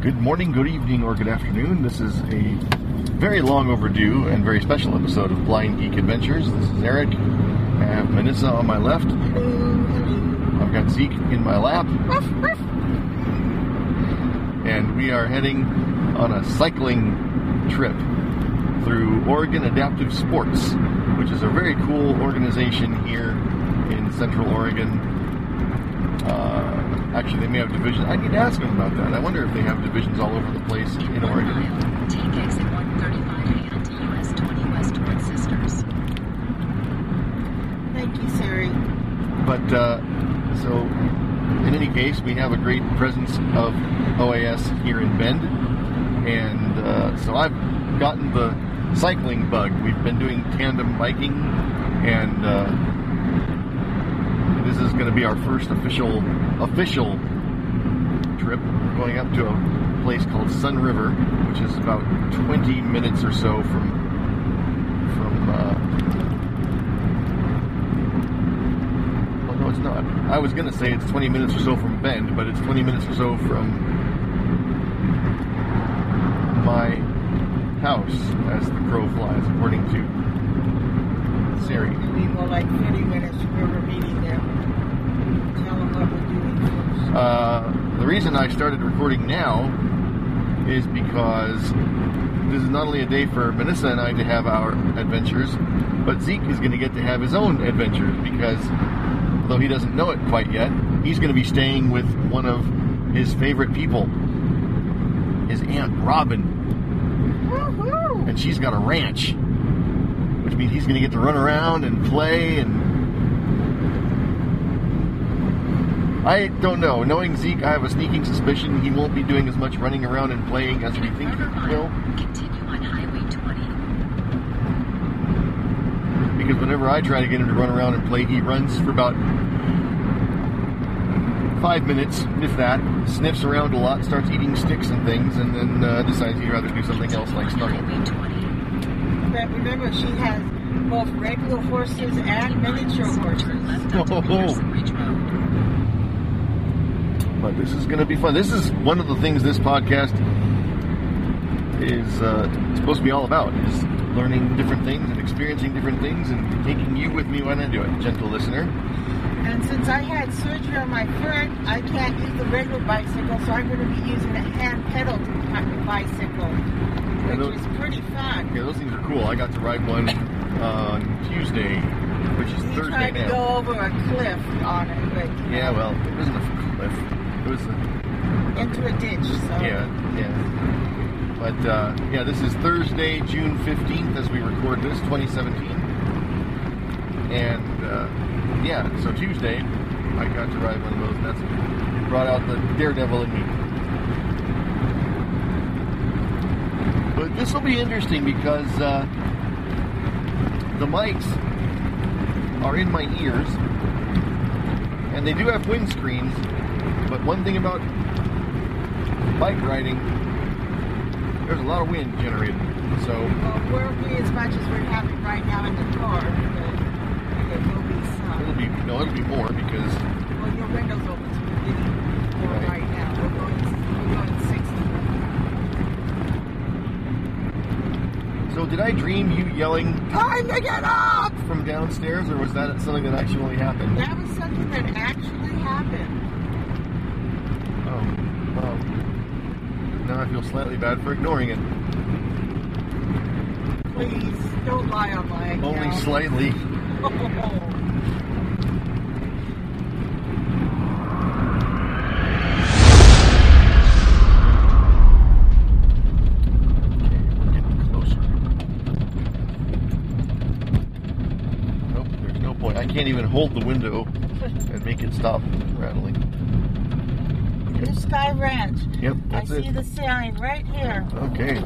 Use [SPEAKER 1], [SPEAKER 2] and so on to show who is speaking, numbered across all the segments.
[SPEAKER 1] Good morning, good evening, or good afternoon. This is a very long overdue and very special episode of Blind Geek Adventures. This is Eric. I have Manissa on my left. I've got Zeke in my lap. And we are heading on a cycling trip through Oregon Adaptive Sports, which is a very cool organization here in Central Oregon uh, actually they may have divisions. I need to ask them about that. I wonder if they have divisions all over the place in Oregon.
[SPEAKER 2] Take exit 135 and US 20 west towards Sisters.
[SPEAKER 3] Thank you, Siri.
[SPEAKER 1] But uh, so, in any case, we have a great presence of OAS here in Bend, and uh, so I've gotten the cycling bug. We've been doing tandem biking, and uh, this is going to be our first official official trip going up to a place called Sun River, which is about 20 minutes or so from from. Uh, well, no, it's not. I was going to say it's 20 minutes or so from Bend, but it's 20 minutes or so from my house, as the crow flies, according to Siri.
[SPEAKER 3] It'll be more like 30 minutes from your meeting there. Tell them what we're doing first.
[SPEAKER 1] Uh, the reason I started recording now is because this is not only a day for Vanessa and I to have our adventures, but Zeke is going to get to have his own adventures because, though he doesn't know it quite yet, he's going to be staying with one of his favorite people, his Aunt Robin,
[SPEAKER 3] Woohoo!
[SPEAKER 1] and she's got a ranch, which means he's going to get to run around and play and. I don't know. Knowing Zeke, I have a sneaking suspicion he won't be doing as much running around and playing as we think
[SPEAKER 2] Quarter
[SPEAKER 1] he
[SPEAKER 2] mile,
[SPEAKER 1] will.
[SPEAKER 2] continue on Highway 20.
[SPEAKER 1] because whenever I try to get him to run around and play, he runs for about five minutes, if that, sniffs around a lot, starts eating sticks and things, and then uh, decides he'd rather do something else like
[SPEAKER 2] Continue
[SPEAKER 1] snuggle.
[SPEAKER 2] on Highway 20.
[SPEAKER 3] But remember, she has both regular horses and
[SPEAKER 2] 15
[SPEAKER 3] miniature
[SPEAKER 2] miles, Turn
[SPEAKER 3] horses.
[SPEAKER 2] left onto
[SPEAKER 1] Oh.
[SPEAKER 2] Peterson Ridge Road.
[SPEAKER 1] But this is going to be fun. This is one of the things this podcast is uh, supposed to be all about: is learning different things and experiencing different things, and taking you with me when I do it, gentle listener.
[SPEAKER 3] And since I had surgery on my foot, I can't use the regular bicycle, so I'm going to be using a hand pedaled bicycle,
[SPEAKER 1] those-
[SPEAKER 3] which is pretty fun.
[SPEAKER 1] Yeah, those things are cool. I got to ride one on Tuesday, which is
[SPEAKER 3] We
[SPEAKER 1] Thursday
[SPEAKER 3] tried to
[SPEAKER 1] now.
[SPEAKER 3] go over a cliff on it, but
[SPEAKER 1] Yeah, well, it wasn't a cliff. It was, a,
[SPEAKER 3] into a ditch. So
[SPEAKER 1] yeah, yeah. But uh, yeah, this is Thursday, June fifteenth, as we record this, twenty seventeen. And uh, yeah, so Tuesday, I got to ride one of those. And that's brought out the daredevil in me. But this will be interesting because uh, the mics are in my ears, and they do have windscreens. But one thing about bike riding, there's a lot of wind generated. So um,
[SPEAKER 3] Well, weren't we as much as we're having right now in the car, but there will be
[SPEAKER 1] it'll
[SPEAKER 3] some.
[SPEAKER 1] be no, it'll be more because
[SPEAKER 3] Well, your window's open, so we're getting more
[SPEAKER 1] Right.
[SPEAKER 3] right, now. We're going, we're going 60.
[SPEAKER 1] So did I dream you yelling "Time to get up" from downstairs, or was that something that actually happened?
[SPEAKER 3] That was something that actually happened.
[SPEAKER 1] Oh, wow. Now I feel slightly bad for ignoring it.
[SPEAKER 3] Please, don't lie on my account.
[SPEAKER 1] Only slightly. Okay, we're getting closer. Nope, there's no point. I can't even hold the window and make it stop rattling.
[SPEAKER 3] Blue Sky Ranch.
[SPEAKER 1] Yep, that's
[SPEAKER 3] I see
[SPEAKER 1] it.
[SPEAKER 3] the sign right here,
[SPEAKER 1] Okay.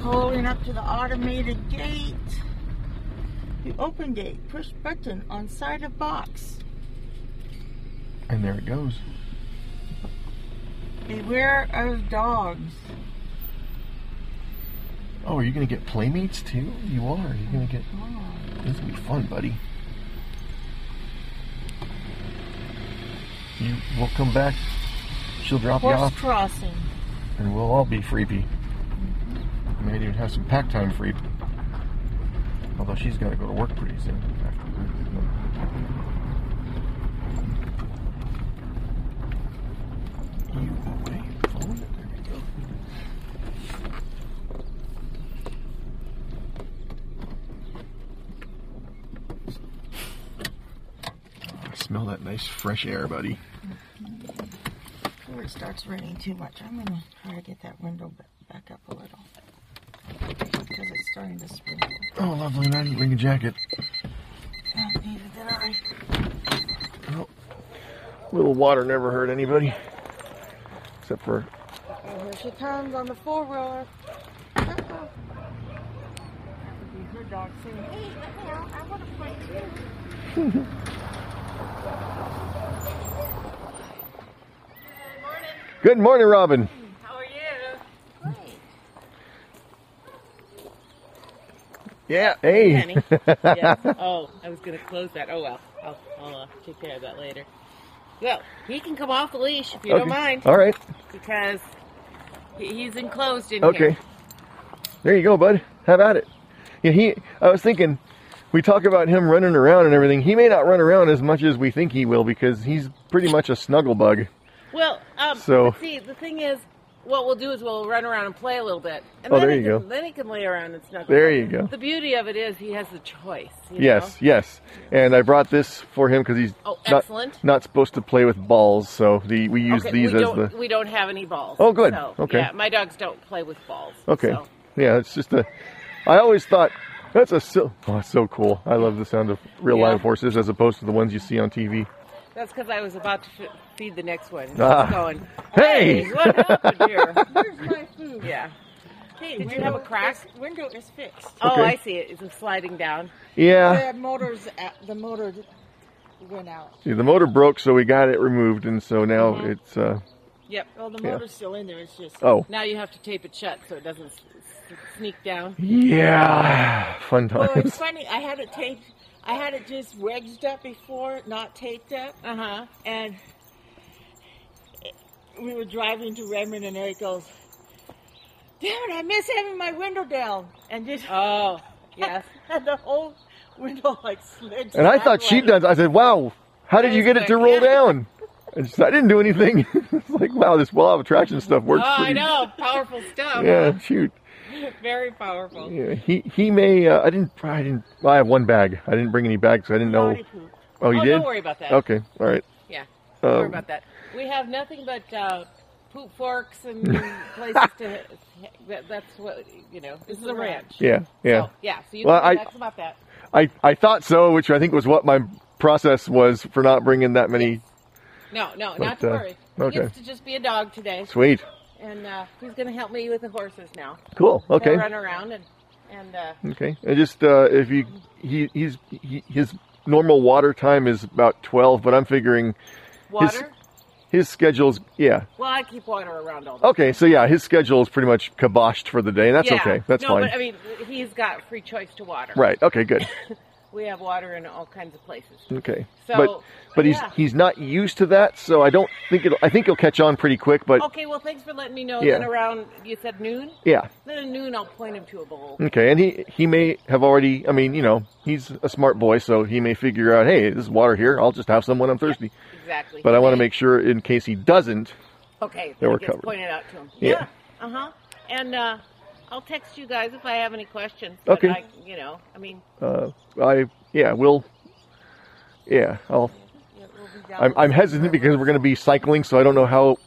[SPEAKER 3] holding up to the automated gate. The open gate, push button on side of box.
[SPEAKER 1] And there it goes.
[SPEAKER 3] Beware of dogs.
[SPEAKER 1] Oh, are you gonna get playmates too? You are. You're gonna get.
[SPEAKER 3] Oh.
[SPEAKER 1] This will be fun, buddy. You will come back. She'll drop you
[SPEAKER 3] Horse
[SPEAKER 1] off.
[SPEAKER 3] crossing.
[SPEAKER 1] and we'll all be freepy. We might even have some pack time free. Although she's got to go to work pretty soon. after this. You away, phone? There we go. I smell that nice fresh air, buddy.
[SPEAKER 3] Before it starts raining too much, I'm gonna try to get that window ba- back up a little. Because it's starting to sprinkle.
[SPEAKER 1] Oh, lovely. And I didn't bring a jacket.
[SPEAKER 3] Oh, neither did I.
[SPEAKER 1] Oh, a little water never hurt anybody. Except for
[SPEAKER 3] Oh, here she comes on the four wheeler. Her dog singing. Hey, meow, I want to play too.
[SPEAKER 1] Good morning, Robin.
[SPEAKER 3] How are you? Great.
[SPEAKER 1] Yeah. Hey.
[SPEAKER 4] Penny. yes. Oh, I was going to close that. Oh well. I'll, I'll uh, take care of that later. Well, he can come off the leash if you don't
[SPEAKER 1] Okay.
[SPEAKER 4] mind,
[SPEAKER 1] All right.
[SPEAKER 4] because he, he's enclosed in
[SPEAKER 1] Okay.
[SPEAKER 4] here.
[SPEAKER 1] There you go, bud. Have at it. Yeah, he. I was thinking, we talk about him running around and everything. He may not run around as much as we think he will because he's pretty much a snuggle bug.
[SPEAKER 4] Well, um,
[SPEAKER 1] So-
[SPEAKER 4] so see, the thing is, what we'll do is we'll run around and play a little bit. And
[SPEAKER 1] Oh,
[SPEAKER 4] then
[SPEAKER 1] there
[SPEAKER 4] he
[SPEAKER 1] you
[SPEAKER 4] can,
[SPEAKER 1] go.
[SPEAKER 4] Then he can lay around and snuggle.
[SPEAKER 1] There you go.
[SPEAKER 4] The beauty of it is he has the choice. you
[SPEAKER 1] Yes,
[SPEAKER 4] know?
[SPEAKER 1] yes. And I brought this for him because he's
[SPEAKER 4] Oh,
[SPEAKER 1] not,
[SPEAKER 4] excellent.
[SPEAKER 1] not supposed to play with balls, so the we use
[SPEAKER 4] Okay,
[SPEAKER 1] these
[SPEAKER 4] we
[SPEAKER 1] as
[SPEAKER 4] don't,
[SPEAKER 1] the.
[SPEAKER 4] We don't have any balls.
[SPEAKER 1] Oh, good.
[SPEAKER 4] So,
[SPEAKER 1] Okay.
[SPEAKER 4] Yeah, my dogs don't play with balls.
[SPEAKER 1] Okay.
[SPEAKER 4] so.
[SPEAKER 1] Yeah, it's just a. I always thought that's a so. Oh, it's so cool. I love the sound of real
[SPEAKER 4] Yeah.
[SPEAKER 1] live horses as opposed to the ones you see on TV.
[SPEAKER 4] That's because I was about to f- feed the next one.
[SPEAKER 1] Ah.
[SPEAKER 4] Ah. going,
[SPEAKER 1] Hey!
[SPEAKER 4] hey, what happened here?
[SPEAKER 3] Here's my food.
[SPEAKER 4] yeah. Hey, did you
[SPEAKER 3] Window
[SPEAKER 4] have a crack?
[SPEAKER 3] is- window is fixed.
[SPEAKER 4] Oh,
[SPEAKER 1] Okay.
[SPEAKER 4] I see it. It's sliding down.
[SPEAKER 1] Yeah.
[SPEAKER 3] The motor's at, the motor went out.
[SPEAKER 1] See, the motor broke, so we got it removed, and so now
[SPEAKER 4] Mm-hmm.
[SPEAKER 1] it's. Uh,
[SPEAKER 4] Yep.
[SPEAKER 3] Well, the
[SPEAKER 1] Yeah.
[SPEAKER 3] motor's still in there. It's just
[SPEAKER 1] oh.
[SPEAKER 4] Now you have to tape it shut so it doesn't s- s- sneak down.
[SPEAKER 1] Yeah. Fun
[SPEAKER 4] Oh,
[SPEAKER 3] Well, Oh,
[SPEAKER 1] times.
[SPEAKER 3] it's funny. I had it taped. I had it just wedged up before, not taped up,
[SPEAKER 4] Uh huh.
[SPEAKER 3] and we were driving to Redmond, and Eric goes, "Dude, I miss having my window down," and just
[SPEAKER 4] Oh, yes.
[SPEAKER 3] and the whole window like slid.
[SPEAKER 1] And I thought she'd
[SPEAKER 3] sideways.
[SPEAKER 1] done. I said, "Wow, how did
[SPEAKER 4] That
[SPEAKER 1] you
[SPEAKER 4] is
[SPEAKER 1] get it to
[SPEAKER 4] quick,
[SPEAKER 1] roll
[SPEAKER 4] yeah.
[SPEAKER 1] down?" And she said, I didn't do anything. it's like, wow, this law of attraction stuff
[SPEAKER 4] Oh,
[SPEAKER 1] works.
[SPEAKER 4] I
[SPEAKER 1] pretty-
[SPEAKER 4] know. Powerful stuff.
[SPEAKER 1] Yeah, shoot.
[SPEAKER 4] Very powerful.
[SPEAKER 1] Yeah, he he may. Uh, I didn't. I didn't. I have one bag. I didn't bring any bags. I didn't know.
[SPEAKER 3] Body poop.
[SPEAKER 1] Oh, you
[SPEAKER 4] oh,
[SPEAKER 1] did.
[SPEAKER 4] don't worry about that.
[SPEAKER 1] Okay. All right.
[SPEAKER 4] Yeah.
[SPEAKER 1] Um,
[SPEAKER 4] Don't worry about that. We have nothing but uh, poop forks and places to. That, that's what you know. This is a ranch.
[SPEAKER 1] Yeah. Yeah.
[SPEAKER 4] So, yeah. So you
[SPEAKER 1] Well,
[SPEAKER 4] can
[SPEAKER 1] I-
[SPEAKER 4] relax about that.
[SPEAKER 1] I I thought so, which I think was what my process was for not bringing that many.
[SPEAKER 4] No, no,
[SPEAKER 1] But,
[SPEAKER 4] not to
[SPEAKER 1] uh,
[SPEAKER 4] worry.
[SPEAKER 1] okay.
[SPEAKER 4] He gets to just be a dog today,
[SPEAKER 1] Sweet.
[SPEAKER 4] and uh, he's going to help me with the horses now.
[SPEAKER 1] Cool.
[SPEAKER 4] They'll
[SPEAKER 1] Okay.
[SPEAKER 4] run around and and uh,
[SPEAKER 1] Okay. And just uh, if you he he's he, his normal water time is about twelve, but I'm figuring
[SPEAKER 4] water.
[SPEAKER 1] his schedule's yeah.
[SPEAKER 4] Well, I keep water around all. the
[SPEAKER 1] Okay. So yeah, his schedule is pretty much kiboshed for the day, and that's
[SPEAKER 4] yeah.
[SPEAKER 1] okay. That's
[SPEAKER 4] no,
[SPEAKER 1] fine.
[SPEAKER 4] but uh, I mean, he's got free choice to water.
[SPEAKER 1] right. Okay. Good.
[SPEAKER 4] We have water in all kinds of places.
[SPEAKER 1] Okay.
[SPEAKER 4] So,
[SPEAKER 1] but but he's
[SPEAKER 4] yeah.
[SPEAKER 1] he's not used to that, so I don't think it'll. I think he'll catch on pretty quick. But
[SPEAKER 4] Okay. Well, thanks for letting me know.
[SPEAKER 1] Yeah.
[SPEAKER 4] Then around you said noon.
[SPEAKER 1] yeah.
[SPEAKER 4] Then at noon, I'll point him to a bowl.
[SPEAKER 1] Okay, and he he may have already. I mean, you know, he's a smart boy, so he may figure out, hey, this is water here. I'll just have some when I'm thirsty.
[SPEAKER 4] Exactly.
[SPEAKER 1] But I want to make sure, in case he doesn't.
[SPEAKER 4] Okay,
[SPEAKER 1] They
[SPEAKER 4] so
[SPEAKER 1] were
[SPEAKER 4] it gets
[SPEAKER 1] covered.
[SPEAKER 4] pointed out to him.
[SPEAKER 1] Yeah.
[SPEAKER 4] Uh huh. And uh, I'll text you guys if I have any questions. but
[SPEAKER 1] Okay.
[SPEAKER 4] I, you know, I mean,
[SPEAKER 1] Uh, I yeah, we'll. Yeah, I'll.
[SPEAKER 3] Yeah, we'll be down
[SPEAKER 1] I'm, I'm hesitant because we're going to be cycling, so I don't know how.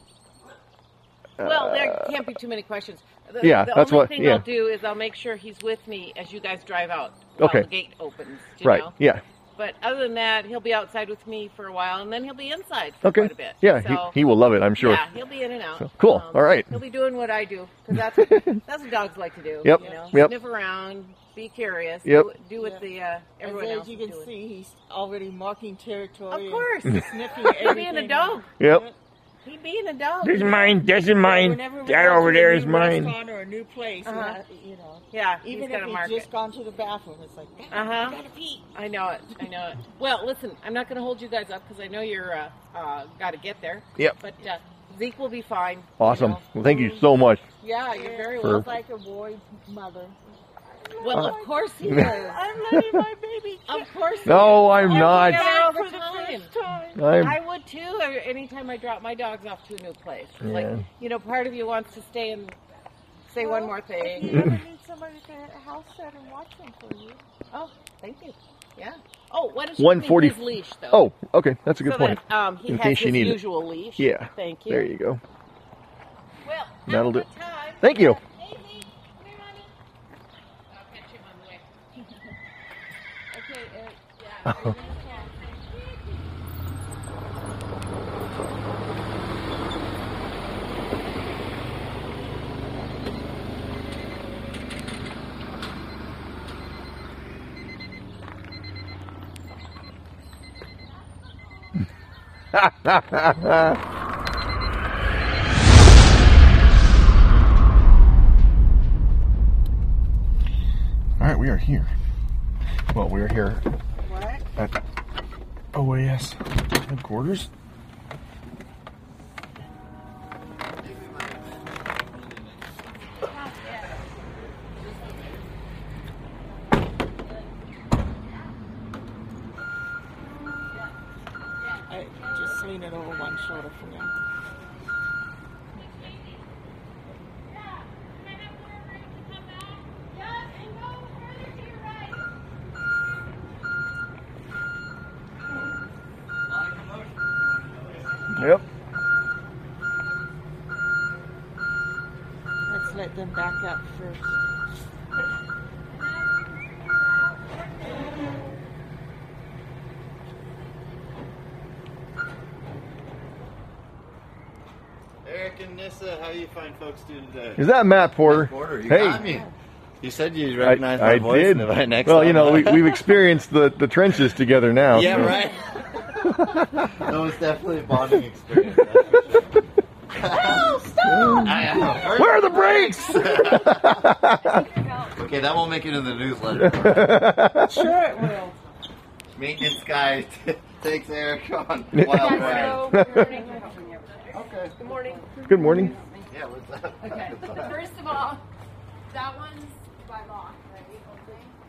[SPEAKER 4] well,
[SPEAKER 1] Uh,
[SPEAKER 4] there can't be too many questions. The,
[SPEAKER 1] yeah,
[SPEAKER 4] the
[SPEAKER 1] that's
[SPEAKER 4] only
[SPEAKER 1] what-
[SPEAKER 4] thing
[SPEAKER 1] yeah.
[SPEAKER 4] I'll do is I'll make sure he's with me as you guys drive out while
[SPEAKER 1] Okay.
[SPEAKER 4] the gate opens. You
[SPEAKER 1] Right.
[SPEAKER 4] Know?
[SPEAKER 1] Yeah.
[SPEAKER 4] But other than that, he'll be outside with me for a while, and then he'll be inside for
[SPEAKER 1] Okay.
[SPEAKER 4] quite a bit.
[SPEAKER 1] Yeah,
[SPEAKER 4] So,
[SPEAKER 1] he, he will love it. I'm sure.
[SPEAKER 4] Yeah, he'll be in and out. Um,
[SPEAKER 1] So, cool. All right.
[SPEAKER 4] He'll be doing what I do because that's what, that's what dogs like to do.
[SPEAKER 1] Yep,
[SPEAKER 4] You know,
[SPEAKER 1] yep.
[SPEAKER 4] sniff around, be curious.
[SPEAKER 1] Yep.
[SPEAKER 4] Do, do what
[SPEAKER 3] Yeah.
[SPEAKER 4] the uh,
[SPEAKER 3] And
[SPEAKER 4] everyone
[SPEAKER 3] as
[SPEAKER 4] else
[SPEAKER 3] you
[SPEAKER 4] is
[SPEAKER 3] can
[SPEAKER 4] doing.
[SPEAKER 3] see, he's already marking territory.
[SPEAKER 4] Of course.
[SPEAKER 3] and sniffing
[SPEAKER 4] He's
[SPEAKER 3] everything.
[SPEAKER 4] being a dog.
[SPEAKER 1] Yep.
[SPEAKER 4] He being a dog.
[SPEAKER 5] This is mine. This is mine.
[SPEAKER 3] Whenever we
[SPEAKER 5] That
[SPEAKER 3] go to
[SPEAKER 5] over
[SPEAKER 3] a
[SPEAKER 5] there
[SPEAKER 3] new
[SPEAKER 5] is mine.
[SPEAKER 3] restaurant Or a new place,
[SPEAKER 4] Uh-huh.
[SPEAKER 3] and I- you know.
[SPEAKER 4] Yeah, he's
[SPEAKER 3] Even
[SPEAKER 4] got
[SPEAKER 3] if
[SPEAKER 4] to
[SPEAKER 3] he's
[SPEAKER 4] mark
[SPEAKER 3] just
[SPEAKER 4] it.
[SPEAKER 3] gone to the bathroom, it's like, "Damn,
[SPEAKER 4] Uh
[SPEAKER 3] I
[SPEAKER 4] huh.
[SPEAKER 3] gotta pee.
[SPEAKER 4] I know it. I know it. Well, listen, I'm not going to hold you guys up because I know you're uh, uh, got to get there.
[SPEAKER 1] Yep.
[SPEAKER 4] But uh, Zeke will be fine.
[SPEAKER 1] Awesome.
[SPEAKER 4] know.
[SPEAKER 1] Well, thank you so much.
[SPEAKER 4] Yeah, you're very
[SPEAKER 1] For-
[SPEAKER 4] welcome.
[SPEAKER 6] like a boy's mother.
[SPEAKER 4] Well,
[SPEAKER 1] Uh,
[SPEAKER 4] of course he is.
[SPEAKER 6] I'm letting my baby
[SPEAKER 4] Of course. he
[SPEAKER 1] No,
[SPEAKER 4] is.
[SPEAKER 1] I'm
[SPEAKER 4] Every
[SPEAKER 1] not.
[SPEAKER 4] other
[SPEAKER 6] out
[SPEAKER 4] over
[SPEAKER 6] for the
[SPEAKER 4] time.
[SPEAKER 6] first time.
[SPEAKER 1] I'm,
[SPEAKER 4] I would too. or Anytime I drop my dogs off to a new place,
[SPEAKER 1] Yeah.
[SPEAKER 4] like you know, part of you wants to stay and say one more
[SPEAKER 6] If
[SPEAKER 4] thing.
[SPEAKER 6] you ever need somebody to house sit and watch them for you.
[SPEAKER 4] Oh, thank you. Yeah. Oh, why don't you
[SPEAKER 1] One
[SPEAKER 4] give me
[SPEAKER 1] forty-
[SPEAKER 4] his leash though?
[SPEAKER 1] oh, okay. That's a good
[SPEAKER 4] so
[SPEAKER 1] point.
[SPEAKER 4] That, um, he
[SPEAKER 1] In
[SPEAKER 4] has
[SPEAKER 1] case you
[SPEAKER 4] his
[SPEAKER 1] need it.
[SPEAKER 4] usual leash.
[SPEAKER 1] Yeah.
[SPEAKER 4] Thank you.
[SPEAKER 1] There you go.
[SPEAKER 4] Well,
[SPEAKER 1] That'll do.
[SPEAKER 4] have a good time.
[SPEAKER 1] Thank you.
[SPEAKER 4] Hey, Zeke, come here, honey. I'll catch him on the way. okay. Uh,
[SPEAKER 7] All right, we are here. Well, we are here
[SPEAKER 3] What?
[SPEAKER 7] at OAS headquarters.
[SPEAKER 3] I just lean it over one shoulder for now.
[SPEAKER 1] Yep.
[SPEAKER 3] Let's let them back up first.
[SPEAKER 8] Eric and Nissa, how you fine folks do today?
[SPEAKER 1] Is that Matt Porter?
[SPEAKER 8] Porter, you
[SPEAKER 1] hey.
[SPEAKER 8] got me. You said you
[SPEAKER 1] I,
[SPEAKER 8] recognized my
[SPEAKER 1] I
[SPEAKER 8] voice
[SPEAKER 1] did.
[SPEAKER 8] and by next
[SPEAKER 1] well,
[SPEAKER 8] time,
[SPEAKER 1] you know, we,
[SPEAKER 8] I-
[SPEAKER 1] we've experienced the, the trenches together now.
[SPEAKER 8] Yeah,
[SPEAKER 1] so-
[SPEAKER 8] right. that was definitely a bonding experience. That's for sure. I know.
[SPEAKER 1] Where are the brakes?
[SPEAKER 8] Okay, that won't make it in the newsletter.
[SPEAKER 3] Sure, it will.
[SPEAKER 8] Maintenance guy t- takes Eric on wild rides. Okay.
[SPEAKER 1] Good morning.
[SPEAKER 8] Yeah, what's up?
[SPEAKER 9] First of all, that one's by law, right?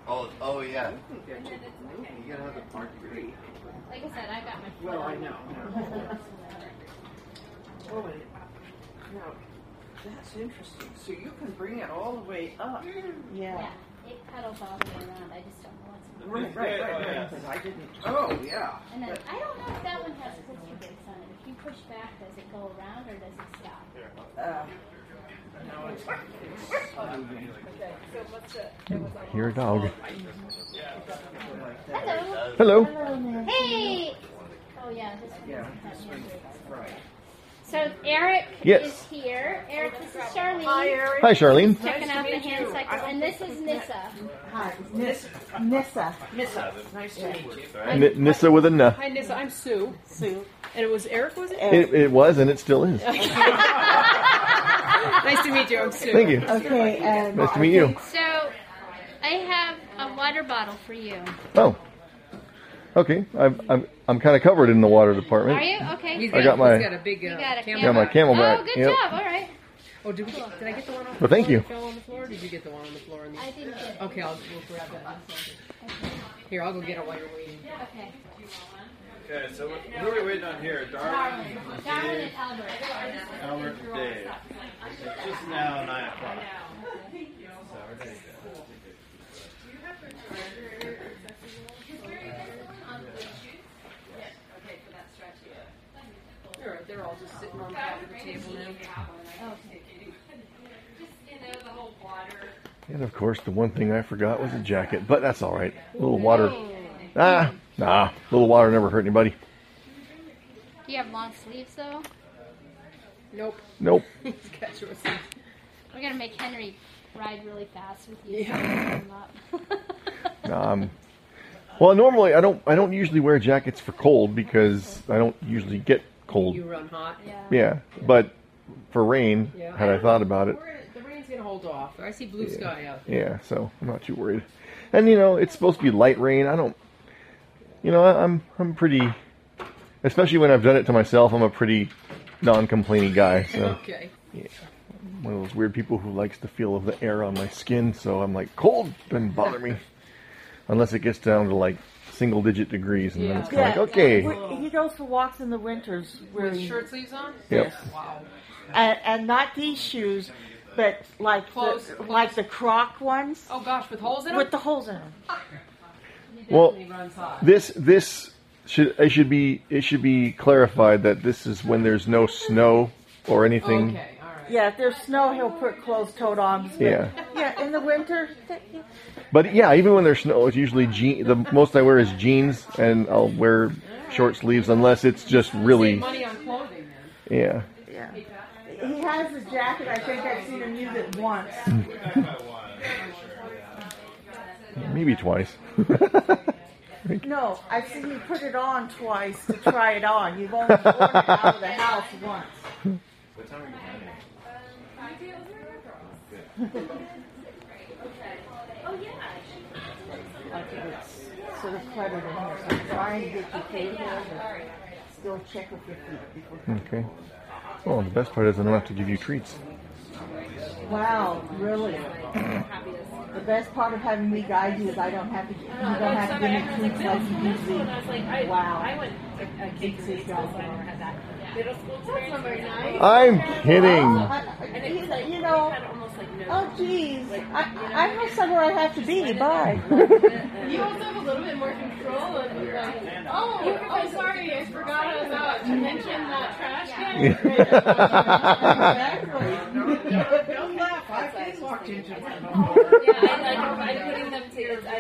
[SPEAKER 8] oh, oh yeah.
[SPEAKER 9] And then it's, okay.
[SPEAKER 8] You gotta have the park agree.
[SPEAKER 9] Like I said, I got my.
[SPEAKER 8] Well, I know.
[SPEAKER 10] Oh, wait. Now, that's interesting. So you can bring it all the way up.
[SPEAKER 3] Yeah.
[SPEAKER 9] Yeah, it pedals all the way around. I just don't know what's. going
[SPEAKER 10] Right, right, right. right, 'cause I didn't. Oh, yeah.
[SPEAKER 9] on. And then I don't know if that one has push brakes on it. If you push back, does it go around or does it stop?
[SPEAKER 10] Uh, no, it's, it's moving
[SPEAKER 1] Here, dog.
[SPEAKER 10] like that.
[SPEAKER 9] Hello.
[SPEAKER 1] Hello.
[SPEAKER 9] Hey. Oh yeah, this
[SPEAKER 10] Yeah,
[SPEAKER 9] one. doesn't
[SPEAKER 10] this
[SPEAKER 9] have any
[SPEAKER 10] one's
[SPEAKER 9] brakes.
[SPEAKER 10] right.
[SPEAKER 9] So Eric
[SPEAKER 1] Yes.
[SPEAKER 9] is here. Eric, this is Charlene. Hi, Eric.
[SPEAKER 1] Hi, Charlene.
[SPEAKER 9] Checking out the hand cycle, and this is Nissa.
[SPEAKER 3] Hi, Miss Nissa.
[SPEAKER 10] Missa, nice to meet you.
[SPEAKER 1] N- Nissa with a N.
[SPEAKER 2] Hi, Nissa. I'm Sue.
[SPEAKER 3] Sue.
[SPEAKER 2] And it was Eric, was it?
[SPEAKER 1] It, it was, and it still is.
[SPEAKER 2] Nice to meet you. I'm Sue.
[SPEAKER 1] Thank you.
[SPEAKER 3] Okay, and
[SPEAKER 1] Nice to meet you.
[SPEAKER 9] So I have a water bottle for you.
[SPEAKER 1] Oh. Okay. I'm I'm I'm kind of covered in the water
[SPEAKER 9] Are
[SPEAKER 1] department.
[SPEAKER 9] you okay?
[SPEAKER 1] I got my
[SPEAKER 2] a big uh,
[SPEAKER 9] You got a
[SPEAKER 2] camera.
[SPEAKER 1] got my camelback.
[SPEAKER 9] Oh, good
[SPEAKER 1] Yep.
[SPEAKER 9] job. All right.
[SPEAKER 2] Oh, did, we, get- did I get the one on the
[SPEAKER 1] Well, thank
[SPEAKER 2] floor
[SPEAKER 1] you.
[SPEAKER 2] that fell on the floor? Or did you get the one on the floor? In the,
[SPEAKER 9] I didn't get it.
[SPEAKER 2] okay, I'll we'll grab that. Here, I'll go get it while you're waiting.
[SPEAKER 9] Okay.
[SPEAKER 8] Okay, so who are we waiting on here? Darwin,
[SPEAKER 9] Darwin and Albert.
[SPEAKER 8] Albert, and Dave. It's just now nine o'clock. So we're gonna go.
[SPEAKER 2] They're, they're all just sitting on the table now.
[SPEAKER 1] And of course, the one thing I forgot was a jacket, but that's all right. A little water. Ah, nah. A little water never hurt anybody.
[SPEAKER 9] Do you have long sleeves though?
[SPEAKER 2] Nope.
[SPEAKER 1] Nope.
[SPEAKER 2] He's got yours.
[SPEAKER 9] We're gonna make Henry ride really fast with you.
[SPEAKER 1] Um, well, normally I don't I don't usually wear jackets for cold because I don't usually get cold.
[SPEAKER 2] You run hot.
[SPEAKER 9] yeah.
[SPEAKER 1] Yeah, but for rain,
[SPEAKER 2] Yeah.
[SPEAKER 1] had I thought about it,
[SPEAKER 2] We're, the rain's gonna hold off. I see blue sky out.
[SPEAKER 1] yeah. So I'm not too worried. And you know, it's supposed to be light rain. I don't. You know, I- I'm I'm pretty. Especially when I've done it to myself, I'm a pretty non-complaining guy. So.
[SPEAKER 11] Okay.
[SPEAKER 1] Yeah. One of those weird people who likes the feel of the air on my skin, so I'm like, cold doesn't bother me. Unless it gets down to like single digit degrees, and then it's kind of like, okay.
[SPEAKER 3] We- He goes for walks in the winters
[SPEAKER 11] With
[SPEAKER 3] wearing-
[SPEAKER 11] shirt sleeves on?
[SPEAKER 1] Yep.
[SPEAKER 11] Wow.
[SPEAKER 3] and, and not these shoes, but like
[SPEAKER 11] Close,
[SPEAKER 3] the,
[SPEAKER 11] close.
[SPEAKER 3] like the Croc ones
[SPEAKER 11] Oh gosh, with holes in them?
[SPEAKER 3] with the holes in them.
[SPEAKER 1] Well,
[SPEAKER 11] runs hot.
[SPEAKER 1] this this should it should be it should be clarified that this is when there's no snow or anything.
[SPEAKER 11] Okay, all right.
[SPEAKER 3] Yeah, if there's snow, he'll put closed-toed on. but-
[SPEAKER 1] Yeah.
[SPEAKER 3] Yeah, in the winter. th-
[SPEAKER 1] But yeah, even when there's snow, it's usually je- the most I wear is jeans, and I'll wear short sleeves unless it's just really
[SPEAKER 11] Save money on clothing then.
[SPEAKER 1] yeah.
[SPEAKER 3] Yeah. He has a jacket. I think I've seen him use it once.
[SPEAKER 1] Maybe twice.
[SPEAKER 3] No, I've seen you put it on twice to try it on. You've only worn it out of the house once.
[SPEAKER 12] What time are you planning?
[SPEAKER 3] I think it's sort of cluttered in here, so try and get your feet there, but still check with your feet before.
[SPEAKER 1] Okay. Well, the best part is I don't have to give you treats.
[SPEAKER 3] Wow, really? The best part of having me guide you is I don't have to, you
[SPEAKER 13] I
[SPEAKER 3] don't have to
[SPEAKER 13] remember
[SPEAKER 3] give me
[SPEAKER 13] everyone's like, middle
[SPEAKER 3] treats like you
[SPEAKER 13] school, middle school, and I was like,
[SPEAKER 3] usually.
[SPEAKER 13] I,
[SPEAKER 3] Wow.
[SPEAKER 13] I went to a K through eight school, so I never had that. Middle school experience. Very nice.
[SPEAKER 1] I'm kidding.
[SPEAKER 13] "Oh, And it was
[SPEAKER 3] I-
[SPEAKER 13] like,
[SPEAKER 3] You you know,
[SPEAKER 13] had almost like no.
[SPEAKER 3] oh geez, I, I know somewhere I have to be, bye.
[SPEAKER 2] You also have a little bit more control and like, oh, oh, sorry, I forgot I was out. You mentioned that trash can.
[SPEAKER 8] Don't laugh. I've walked into
[SPEAKER 2] Yeah,
[SPEAKER 8] one.
[SPEAKER 2] I like I'm putting them to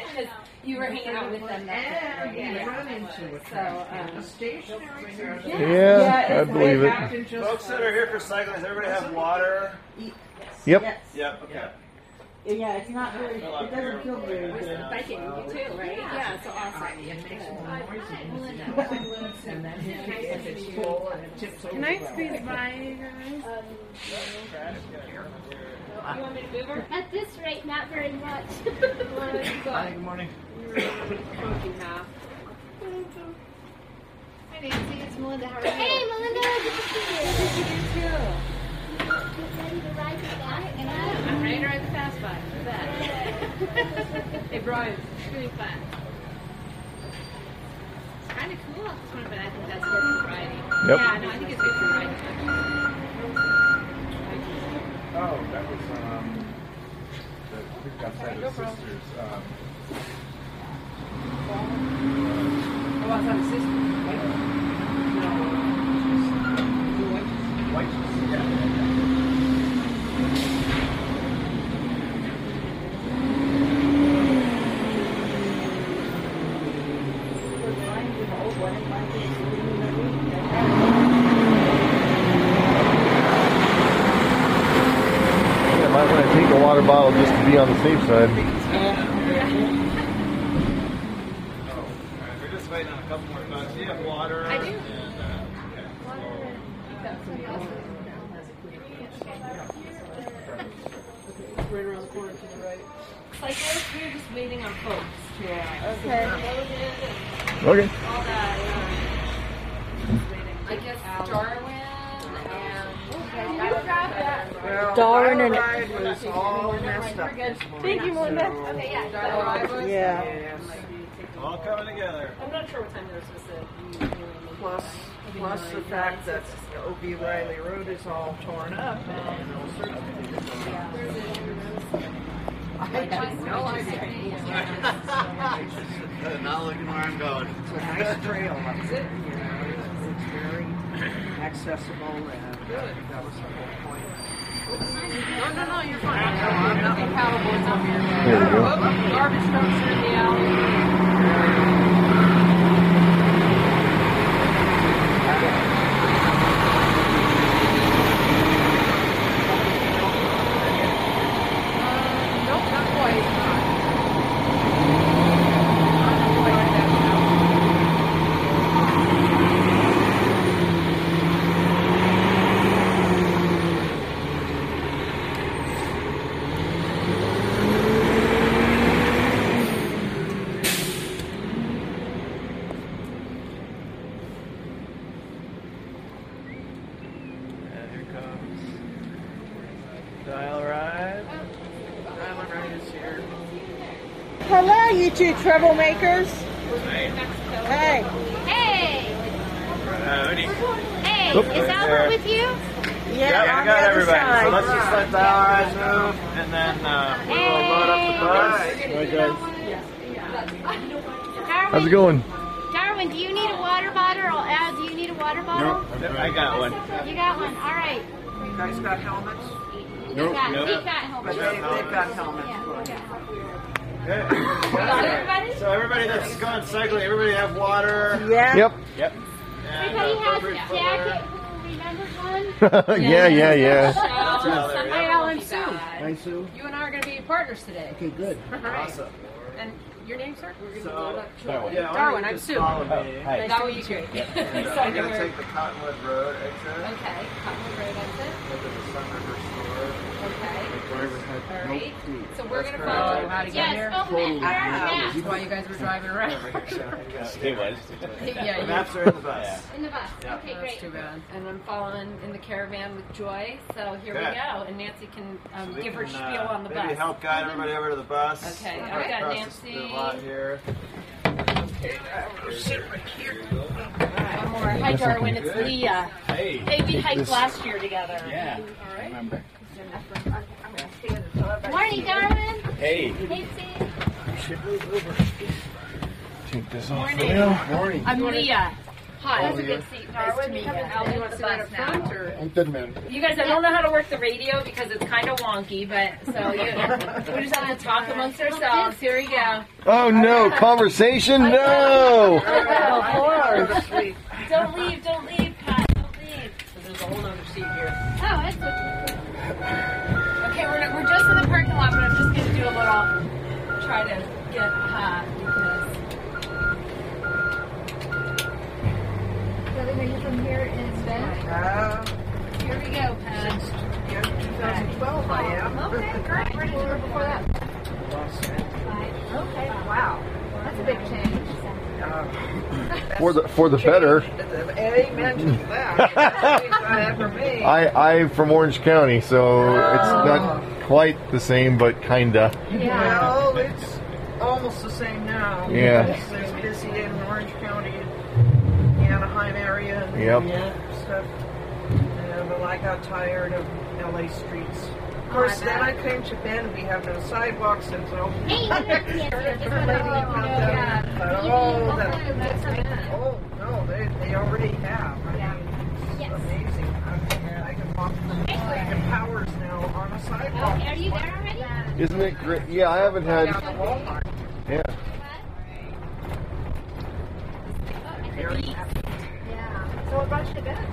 [SPEAKER 2] because you were hanging out with them. That
[SPEAKER 8] And you run into a trash
[SPEAKER 13] um,
[SPEAKER 8] can, a stationary trash can.
[SPEAKER 1] Yeah, I believe it.
[SPEAKER 8] And just-
[SPEAKER 12] Folks that are here for cycling, does everybody have water?
[SPEAKER 1] Yep.
[SPEAKER 12] Yep. Okay.
[SPEAKER 3] Yeah, it's not very, it doesn't feel very good.
[SPEAKER 13] Like it, you too, right? Yeah, so awesome.
[SPEAKER 8] Can
[SPEAKER 2] Can I squeeze my guys? You want me to move her?
[SPEAKER 9] At this rate, not very much.
[SPEAKER 12] Hi, good morning.
[SPEAKER 2] Hi Nancy, it's Melinda. How are
[SPEAKER 9] hey,
[SPEAKER 2] you?
[SPEAKER 9] Melinda, good to see you. You ready to ride the bike?
[SPEAKER 2] And I- I'm ready to ride the fast bike. for that. hey Brian, it's really fun. It's kind of cool, this one, but I think that's good for riding.
[SPEAKER 1] Yep.
[SPEAKER 2] Yeah, no, I think it's good for riding.
[SPEAKER 12] Oh, that was um, the group outside of sisters. Um,
[SPEAKER 11] Oh, I thought it was this one. Wait. No. What?
[SPEAKER 12] white.
[SPEAKER 1] Yeah, might want to take a water bottle just to be on the safe side.
[SPEAKER 12] Oh, all right. We're just waiting on a couple more folks. Do you have water?
[SPEAKER 2] I do.
[SPEAKER 12] And, uh, okay.
[SPEAKER 11] Right around the corner to the right.
[SPEAKER 2] It's like we're here just waiting on folks.
[SPEAKER 3] Okay,
[SPEAKER 1] Okay.
[SPEAKER 2] All that. I guess Darwin and. You grab that.
[SPEAKER 8] Well,
[SPEAKER 3] Darn
[SPEAKER 8] our
[SPEAKER 3] it.
[SPEAKER 8] ride was all messed up this morning.
[SPEAKER 2] Thank you, Melinda. Okay, yeah. Darwin.
[SPEAKER 3] yeah.
[SPEAKER 8] Yes.
[SPEAKER 12] All coming together.
[SPEAKER 13] I'm not sure what time they're supposed to.
[SPEAKER 8] Plus, plus the fact that O.B. Riley Road is all torn up and all sorts of things. I didn't know I did.
[SPEAKER 12] Not looking where I'm going.
[SPEAKER 8] It's a nice trail up there, you know, it's very accessible and uh, that was the whole point.
[SPEAKER 11] No, no, no, you're fine. No, I'm not. The paddleboard's over here.
[SPEAKER 1] There we go.
[SPEAKER 11] Oh, garbage trucks are in the alley. Nope, not quite. Not quite that now.
[SPEAKER 1] All
[SPEAKER 14] Here comes dial ride.
[SPEAKER 8] Dial ride is here.
[SPEAKER 3] Hello, you two troublemakers. Hey.
[SPEAKER 9] Hey! Hey,
[SPEAKER 14] Oop.
[SPEAKER 9] is Albert with you?
[SPEAKER 14] Yeah, we got everybody. So let's just let the eyes move, and then uh, we'll load up the bus.
[SPEAKER 9] Darwin,
[SPEAKER 1] How's it going?
[SPEAKER 9] Darwin, do you need a water bottle? Or Al, do you need a water bottle?
[SPEAKER 14] I got one.
[SPEAKER 9] You got one. All right.
[SPEAKER 8] You guys got helmets?
[SPEAKER 9] You
[SPEAKER 14] Nope,
[SPEAKER 9] got,
[SPEAKER 14] nope.
[SPEAKER 9] We've got helmets.
[SPEAKER 8] But they, they've got helmets.
[SPEAKER 14] Good. So everybody that's gone cycling, everybody have water.
[SPEAKER 3] Yeah.
[SPEAKER 1] Yep.
[SPEAKER 14] Yep.
[SPEAKER 9] Everybody has a jacket. Who remembers one?
[SPEAKER 1] yeah, yeah, yeah.
[SPEAKER 2] Hi, Alan Sue.
[SPEAKER 8] Hi, Sue.
[SPEAKER 2] You and I are going to be partners today.
[SPEAKER 8] Okay, good.
[SPEAKER 2] All right. And your name, sir? We're going to go up.
[SPEAKER 14] Darwin. Yeah, why don't
[SPEAKER 2] Darwin,
[SPEAKER 14] you
[SPEAKER 2] I'm
[SPEAKER 14] just
[SPEAKER 2] Sue.
[SPEAKER 14] follow me.
[SPEAKER 2] Nice to meet you.
[SPEAKER 14] And, uh,
[SPEAKER 2] So I
[SPEAKER 14] we're
[SPEAKER 2] know
[SPEAKER 14] going to
[SPEAKER 2] where-
[SPEAKER 14] take the Cottonwood Road exit.
[SPEAKER 2] Okay, Cottonwood Road exit.
[SPEAKER 14] Go to the Sun River store.
[SPEAKER 2] Okay.
[SPEAKER 14] Driver
[SPEAKER 2] All
[SPEAKER 14] had
[SPEAKER 2] right. So we're going to
[SPEAKER 14] correct.
[SPEAKER 2] follow.
[SPEAKER 14] Oh, how
[SPEAKER 2] to
[SPEAKER 9] yes, over there. Yeah.
[SPEAKER 2] That's why you guys were driving around.
[SPEAKER 14] It was.
[SPEAKER 2] Yeah,
[SPEAKER 14] The
[SPEAKER 2] you-
[SPEAKER 14] maps are in the bus.
[SPEAKER 9] In the bus.
[SPEAKER 14] Yeah.
[SPEAKER 9] Okay, great.
[SPEAKER 2] That's too bad. And I'm following in the caravan with Joy. So here
[SPEAKER 14] Good.
[SPEAKER 2] we go. And Nancy can um,
[SPEAKER 14] We
[SPEAKER 2] give her
[SPEAKER 14] can,
[SPEAKER 2] spiel
[SPEAKER 14] uh,
[SPEAKER 2] on the
[SPEAKER 14] maybe
[SPEAKER 2] bus.
[SPEAKER 14] help guide everybody over to the bus.
[SPEAKER 2] Okay,
[SPEAKER 14] Right
[SPEAKER 2] I've got
[SPEAKER 14] across the- the
[SPEAKER 2] Nancy. Oh,
[SPEAKER 14] lot here.
[SPEAKER 15] One more. Hi, Darwin. It's Leah.
[SPEAKER 14] Hey.
[SPEAKER 15] They we hiked last year together.
[SPEAKER 14] Yeah.
[SPEAKER 9] Morning, Darwin.
[SPEAKER 14] Hey.
[SPEAKER 9] Hey, Steve.
[SPEAKER 1] Take this off for now.
[SPEAKER 15] I'm Leah.
[SPEAKER 2] Hi.
[SPEAKER 9] That's a good seat,
[SPEAKER 15] Nice to
[SPEAKER 9] Darwin.
[SPEAKER 15] meet
[SPEAKER 9] you.
[SPEAKER 15] ya.
[SPEAKER 2] Al, do you want to sit right up front or?
[SPEAKER 15] You guys, I don't know how to work the radio because it's kind of wonky, but so you, we're just having to talk amongst ourselves. Here we go.
[SPEAKER 1] Oh no, conversation? No! Oh.
[SPEAKER 15] Don't leave, don't leave, Pat. Don't leave.
[SPEAKER 2] So there's a whole other seat here.
[SPEAKER 9] Oh, that's what
[SPEAKER 15] Okay, we're, we're just in the parking lot, but I'm just going to do a little try to get hot because
[SPEAKER 9] the other way from here is
[SPEAKER 2] Oh
[SPEAKER 9] Ben.
[SPEAKER 14] Um,
[SPEAKER 8] Uh,
[SPEAKER 15] here we go, Pat.
[SPEAKER 8] yeah, 2012 I am.
[SPEAKER 9] Okay, great. Where did you go before that? Okay, wow. That's a big change.
[SPEAKER 1] For the for the better.
[SPEAKER 8] Amen to that. It's not for me.
[SPEAKER 1] I I'm from Orange County, so it's not quite the same, but kinda.
[SPEAKER 8] Well, it's almost the same now.
[SPEAKER 1] Yeah.
[SPEAKER 8] It's as busy in Orange County, Anaheim area, and
[SPEAKER 1] Yep.
[SPEAKER 8] stuff. And, well, I got tired of LA streets.
[SPEAKER 9] Oh,
[SPEAKER 8] Of course, then I came to Bend. We have no sidewalks, and so.
[SPEAKER 9] Hey, yes, yes, yes, that's what I want.
[SPEAKER 8] But, oh, that-
[SPEAKER 9] Yeah.
[SPEAKER 8] oh, no, they, they already have. I
[SPEAKER 9] Yeah.
[SPEAKER 8] mean,
[SPEAKER 9] Yes.
[SPEAKER 8] it's amazing. I, I can walk like hours now on a sidewalk.
[SPEAKER 9] Okay, Oh, are you there already?
[SPEAKER 1] Isn't it great? Yeah, I haven't had
[SPEAKER 8] Down to Walmart.
[SPEAKER 1] yeah.
[SPEAKER 9] Yeah. So what brought you to bed?
[SPEAKER 8] Uh,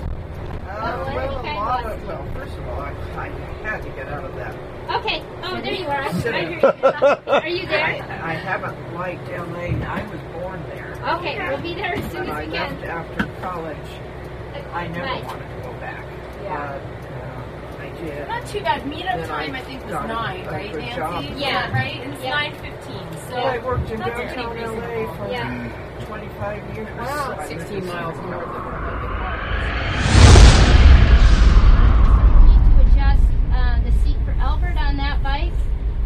[SPEAKER 9] Well,
[SPEAKER 8] well,
[SPEAKER 9] Oh, okay,
[SPEAKER 8] a lot
[SPEAKER 9] well-
[SPEAKER 8] of, well, first of all, I, I had to get out of that.
[SPEAKER 9] Okay. Oh, there you are. I
[SPEAKER 8] Sit
[SPEAKER 9] hear
[SPEAKER 8] down.
[SPEAKER 9] you. Are you
[SPEAKER 8] I,
[SPEAKER 9] there?
[SPEAKER 8] I haven't liked LA. I was born there.
[SPEAKER 9] Okay, we'll be there as soon
[SPEAKER 8] When I
[SPEAKER 9] as we
[SPEAKER 8] left
[SPEAKER 9] can.
[SPEAKER 8] after college, I never
[SPEAKER 9] Right.
[SPEAKER 8] wanted to go back. But, uh, I did.
[SPEAKER 2] Not too bad. Meetup
[SPEAKER 8] Then
[SPEAKER 2] time,
[SPEAKER 8] I
[SPEAKER 2] I think, was
[SPEAKER 8] got a-
[SPEAKER 2] 9,
[SPEAKER 8] a
[SPEAKER 2] right,
[SPEAKER 8] good
[SPEAKER 2] Nancy?
[SPEAKER 8] job.
[SPEAKER 9] Yeah.
[SPEAKER 2] right? And it's
[SPEAKER 9] Yeah.
[SPEAKER 2] 9.15, so
[SPEAKER 8] Well, I worked in
[SPEAKER 2] that's pretty
[SPEAKER 8] downtown
[SPEAKER 2] reasonable.
[SPEAKER 8] LA for
[SPEAKER 9] Yeah.
[SPEAKER 8] 25 years.
[SPEAKER 2] Wow,
[SPEAKER 8] I
[SPEAKER 2] it's 16
[SPEAKER 8] lived in
[SPEAKER 2] miles north of
[SPEAKER 9] Need to adjust uh, the seat for Albert on that bike.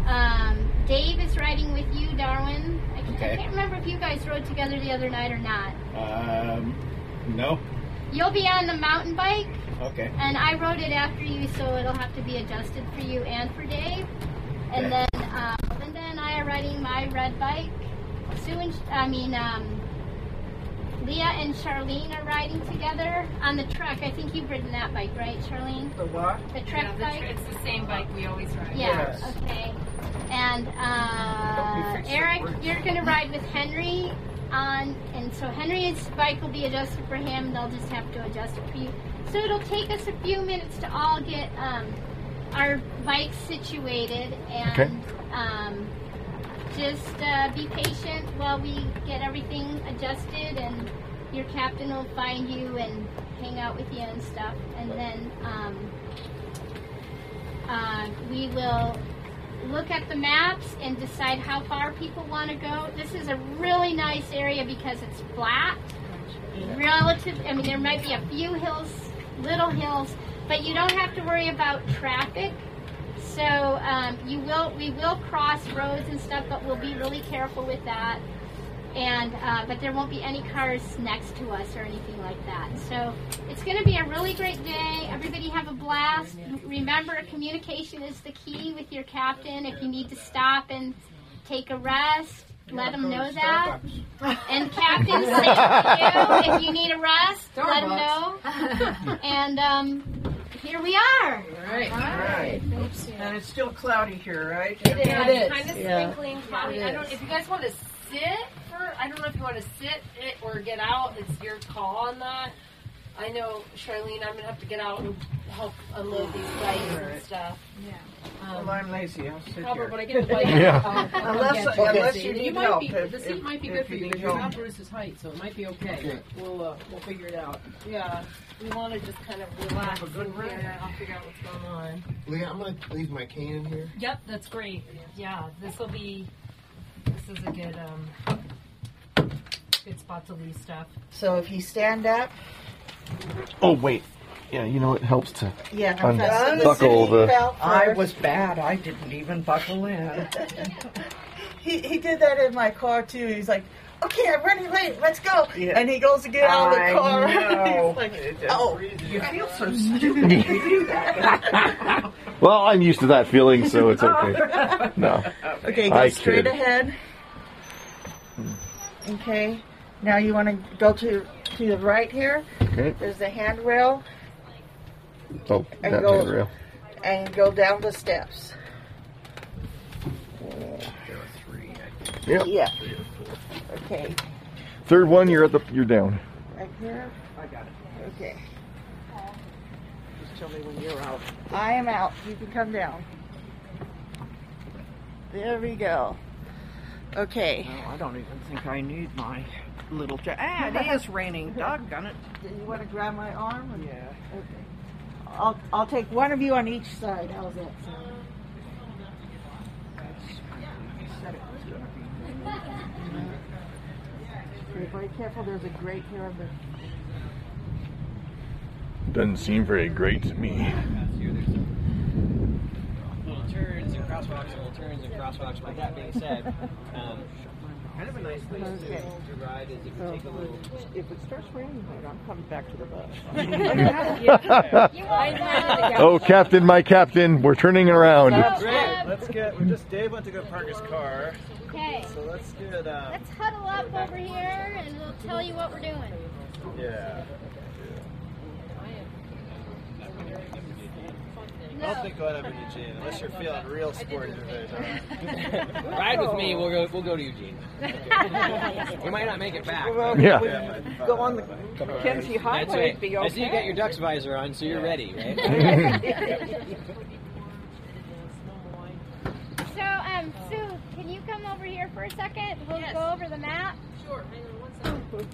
[SPEAKER 9] Um, Dave is riding with you, Darwin. I can't, I
[SPEAKER 14] Okay.
[SPEAKER 9] can't remember if you guys rode together the other night or not.
[SPEAKER 14] Um, no.
[SPEAKER 9] You'll be on the mountain bike,
[SPEAKER 14] Okay.
[SPEAKER 2] Um,
[SPEAKER 9] and I rode it after you, so it'll have to be adjusted for you and for Dave. And
[SPEAKER 14] Okay.
[SPEAKER 9] then uh, Linda and I are riding my red bike. Sue and Sh- I mean um, Leah and Charlene are riding together on the trek. I think you've ridden that bike, right, Charlene?
[SPEAKER 8] The what?
[SPEAKER 9] The trek
[SPEAKER 2] Yeah, the
[SPEAKER 9] bike.
[SPEAKER 2] tr- it's the same bike we always ride.
[SPEAKER 9] Yeah.
[SPEAKER 8] Yes.
[SPEAKER 9] Okay. And uh,
[SPEAKER 8] fix the
[SPEAKER 9] Eric,
[SPEAKER 8] brakes.
[SPEAKER 9] you're going to ride with Henry on, and so Henry's bike will be adjusted for him. They'll just have to adjust it for you. So it'll take us a few minutes to all get um, our bikes situated and
[SPEAKER 1] Okay.
[SPEAKER 9] um, just uh, be patient while we get everything adjusted and your captain will find you and hang out with you and stuff and then um, uh, we will look at the maps and decide how far people want to go this is a really nice area because it's flat relative i mean there might be a few hills little hills but you don't have to worry about traffic. So um, you will, we will cross roads and stuff, but we'll be really careful with that. And uh, but there won't be any cars next to us or anything like that. So it's going to be a really great day. Everybody have a blast. Remember, communication is the key with your captain. If you need to stop and take a rest, let them know that. And captain, same to you. If you need a rest, let them know. And um, here we are.
[SPEAKER 16] Right. Right. And it's still cloudy here, right?
[SPEAKER 2] It is. kind of sprinkling cloudy. I don't. If you guys want to sit for, I don't know if you want to sit it or get out. It's your call on that. I know, Charlene. I'm gonna have to get out and help unload these bikes and stuff. Yeah.
[SPEAKER 8] Um,
[SPEAKER 16] Well, I'm lazy. I'll sit
[SPEAKER 2] Robert,
[SPEAKER 16] here.
[SPEAKER 2] when I get the bike,
[SPEAKER 16] Yeah.
[SPEAKER 2] I'll- I'll
[SPEAKER 16] Unless-
[SPEAKER 2] get it.
[SPEAKER 16] unless you need
[SPEAKER 2] might
[SPEAKER 16] help,
[SPEAKER 2] Be,
[SPEAKER 16] if-
[SPEAKER 2] the seat
[SPEAKER 16] if-
[SPEAKER 2] might be
[SPEAKER 16] if
[SPEAKER 2] good for
[SPEAKER 16] you
[SPEAKER 2] you
[SPEAKER 16] need
[SPEAKER 2] because you're
[SPEAKER 16] help.
[SPEAKER 2] not Bruce's height, so it might be okay.
[SPEAKER 16] Okay.
[SPEAKER 2] We'll uh, we'll figure it out.
[SPEAKER 17] Yeah,
[SPEAKER 2] we want to just kind of relax. Have a good run. Yeah, I'll figure out what's going on.
[SPEAKER 14] Leah, I'm gonna leave my cane in here.
[SPEAKER 2] Yep, that's great. Yeah, this will be. This is a good um, good spot to leave stuff.
[SPEAKER 3] So if you stand up,
[SPEAKER 1] Oh wait, yeah. You know it helps to
[SPEAKER 3] Yeah, I'm fast-
[SPEAKER 1] unbuckle the.
[SPEAKER 16] I was bad. I didn't even buckle in.
[SPEAKER 3] he, he did that in my car too. He's like, okay, I'm running late. Let's go.
[SPEAKER 16] Yeah.
[SPEAKER 3] And he goes to get out of
[SPEAKER 16] I
[SPEAKER 3] the car.
[SPEAKER 16] know.
[SPEAKER 3] He's like,
[SPEAKER 16] just
[SPEAKER 3] oh,
[SPEAKER 16] you feel so stupid.
[SPEAKER 1] Well, I'm used to that feeling, so it's okay. No.
[SPEAKER 3] Oh. Okay, go
[SPEAKER 1] I
[SPEAKER 3] straight
[SPEAKER 1] kid.
[SPEAKER 3] ahead. Okay. Now you want to go to to the right here.
[SPEAKER 1] Okay.
[SPEAKER 3] There's the handrail,
[SPEAKER 1] Oh,
[SPEAKER 3] And
[SPEAKER 1] that
[SPEAKER 3] go-
[SPEAKER 1] handrail.
[SPEAKER 3] and go down the steps.
[SPEAKER 1] Yep.
[SPEAKER 3] Yeah. Okay.
[SPEAKER 1] Third one, you're at the you're down.
[SPEAKER 3] Right here. I got it. Okay.
[SPEAKER 16] Just tell
[SPEAKER 4] Oh,
[SPEAKER 16] me when you're out.
[SPEAKER 3] I am out. You can come down. There we go. Okay.
[SPEAKER 16] No, Oh, I don't even think I need my little jacket. Ah, it is raining. Doggone it.
[SPEAKER 3] Do you want to grab my arm? Yeah. Okay. I'll, I'll take one of you on each side. How's that sound? Be very careful. There's a grate here on the
[SPEAKER 1] Doesn't seem very great to me.
[SPEAKER 8] Little turns and crosswalks, and little turns and crosswalks. With that being said, um, kind of a nice place to,
[SPEAKER 16] Okay.
[SPEAKER 8] to ride is if you take a little.
[SPEAKER 16] If it starts raining, I'm coming back to the bus.
[SPEAKER 1] oh, Captain, my Captain, we're turning around.
[SPEAKER 8] Great. Let's get. We just Dave went to go park his car.
[SPEAKER 9] Okay.
[SPEAKER 8] So let's get. Um,
[SPEAKER 9] Let's huddle up over here and we'll tell you what we're doing.
[SPEAKER 8] yeah. I don't
[SPEAKER 9] No.
[SPEAKER 8] think going up in Eugene unless you're feeling real sporty today. Don.
[SPEAKER 14] Ride with me. We'll go. We'll go to Eugene.
[SPEAKER 8] we might not make it back.
[SPEAKER 14] Well, Yeah. we-
[SPEAKER 16] Go on the Kenzie Highway.
[SPEAKER 14] That's right.
[SPEAKER 16] it'd Be
[SPEAKER 14] I see you got
[SPEAKER 16] okay.
[SPEAKER 14] your duck's visor on, so you're ready, right?
[SPEAKER 9] So, um, Sue, can you come over here for a second? We'll go over the map. Sure. Hang on one second.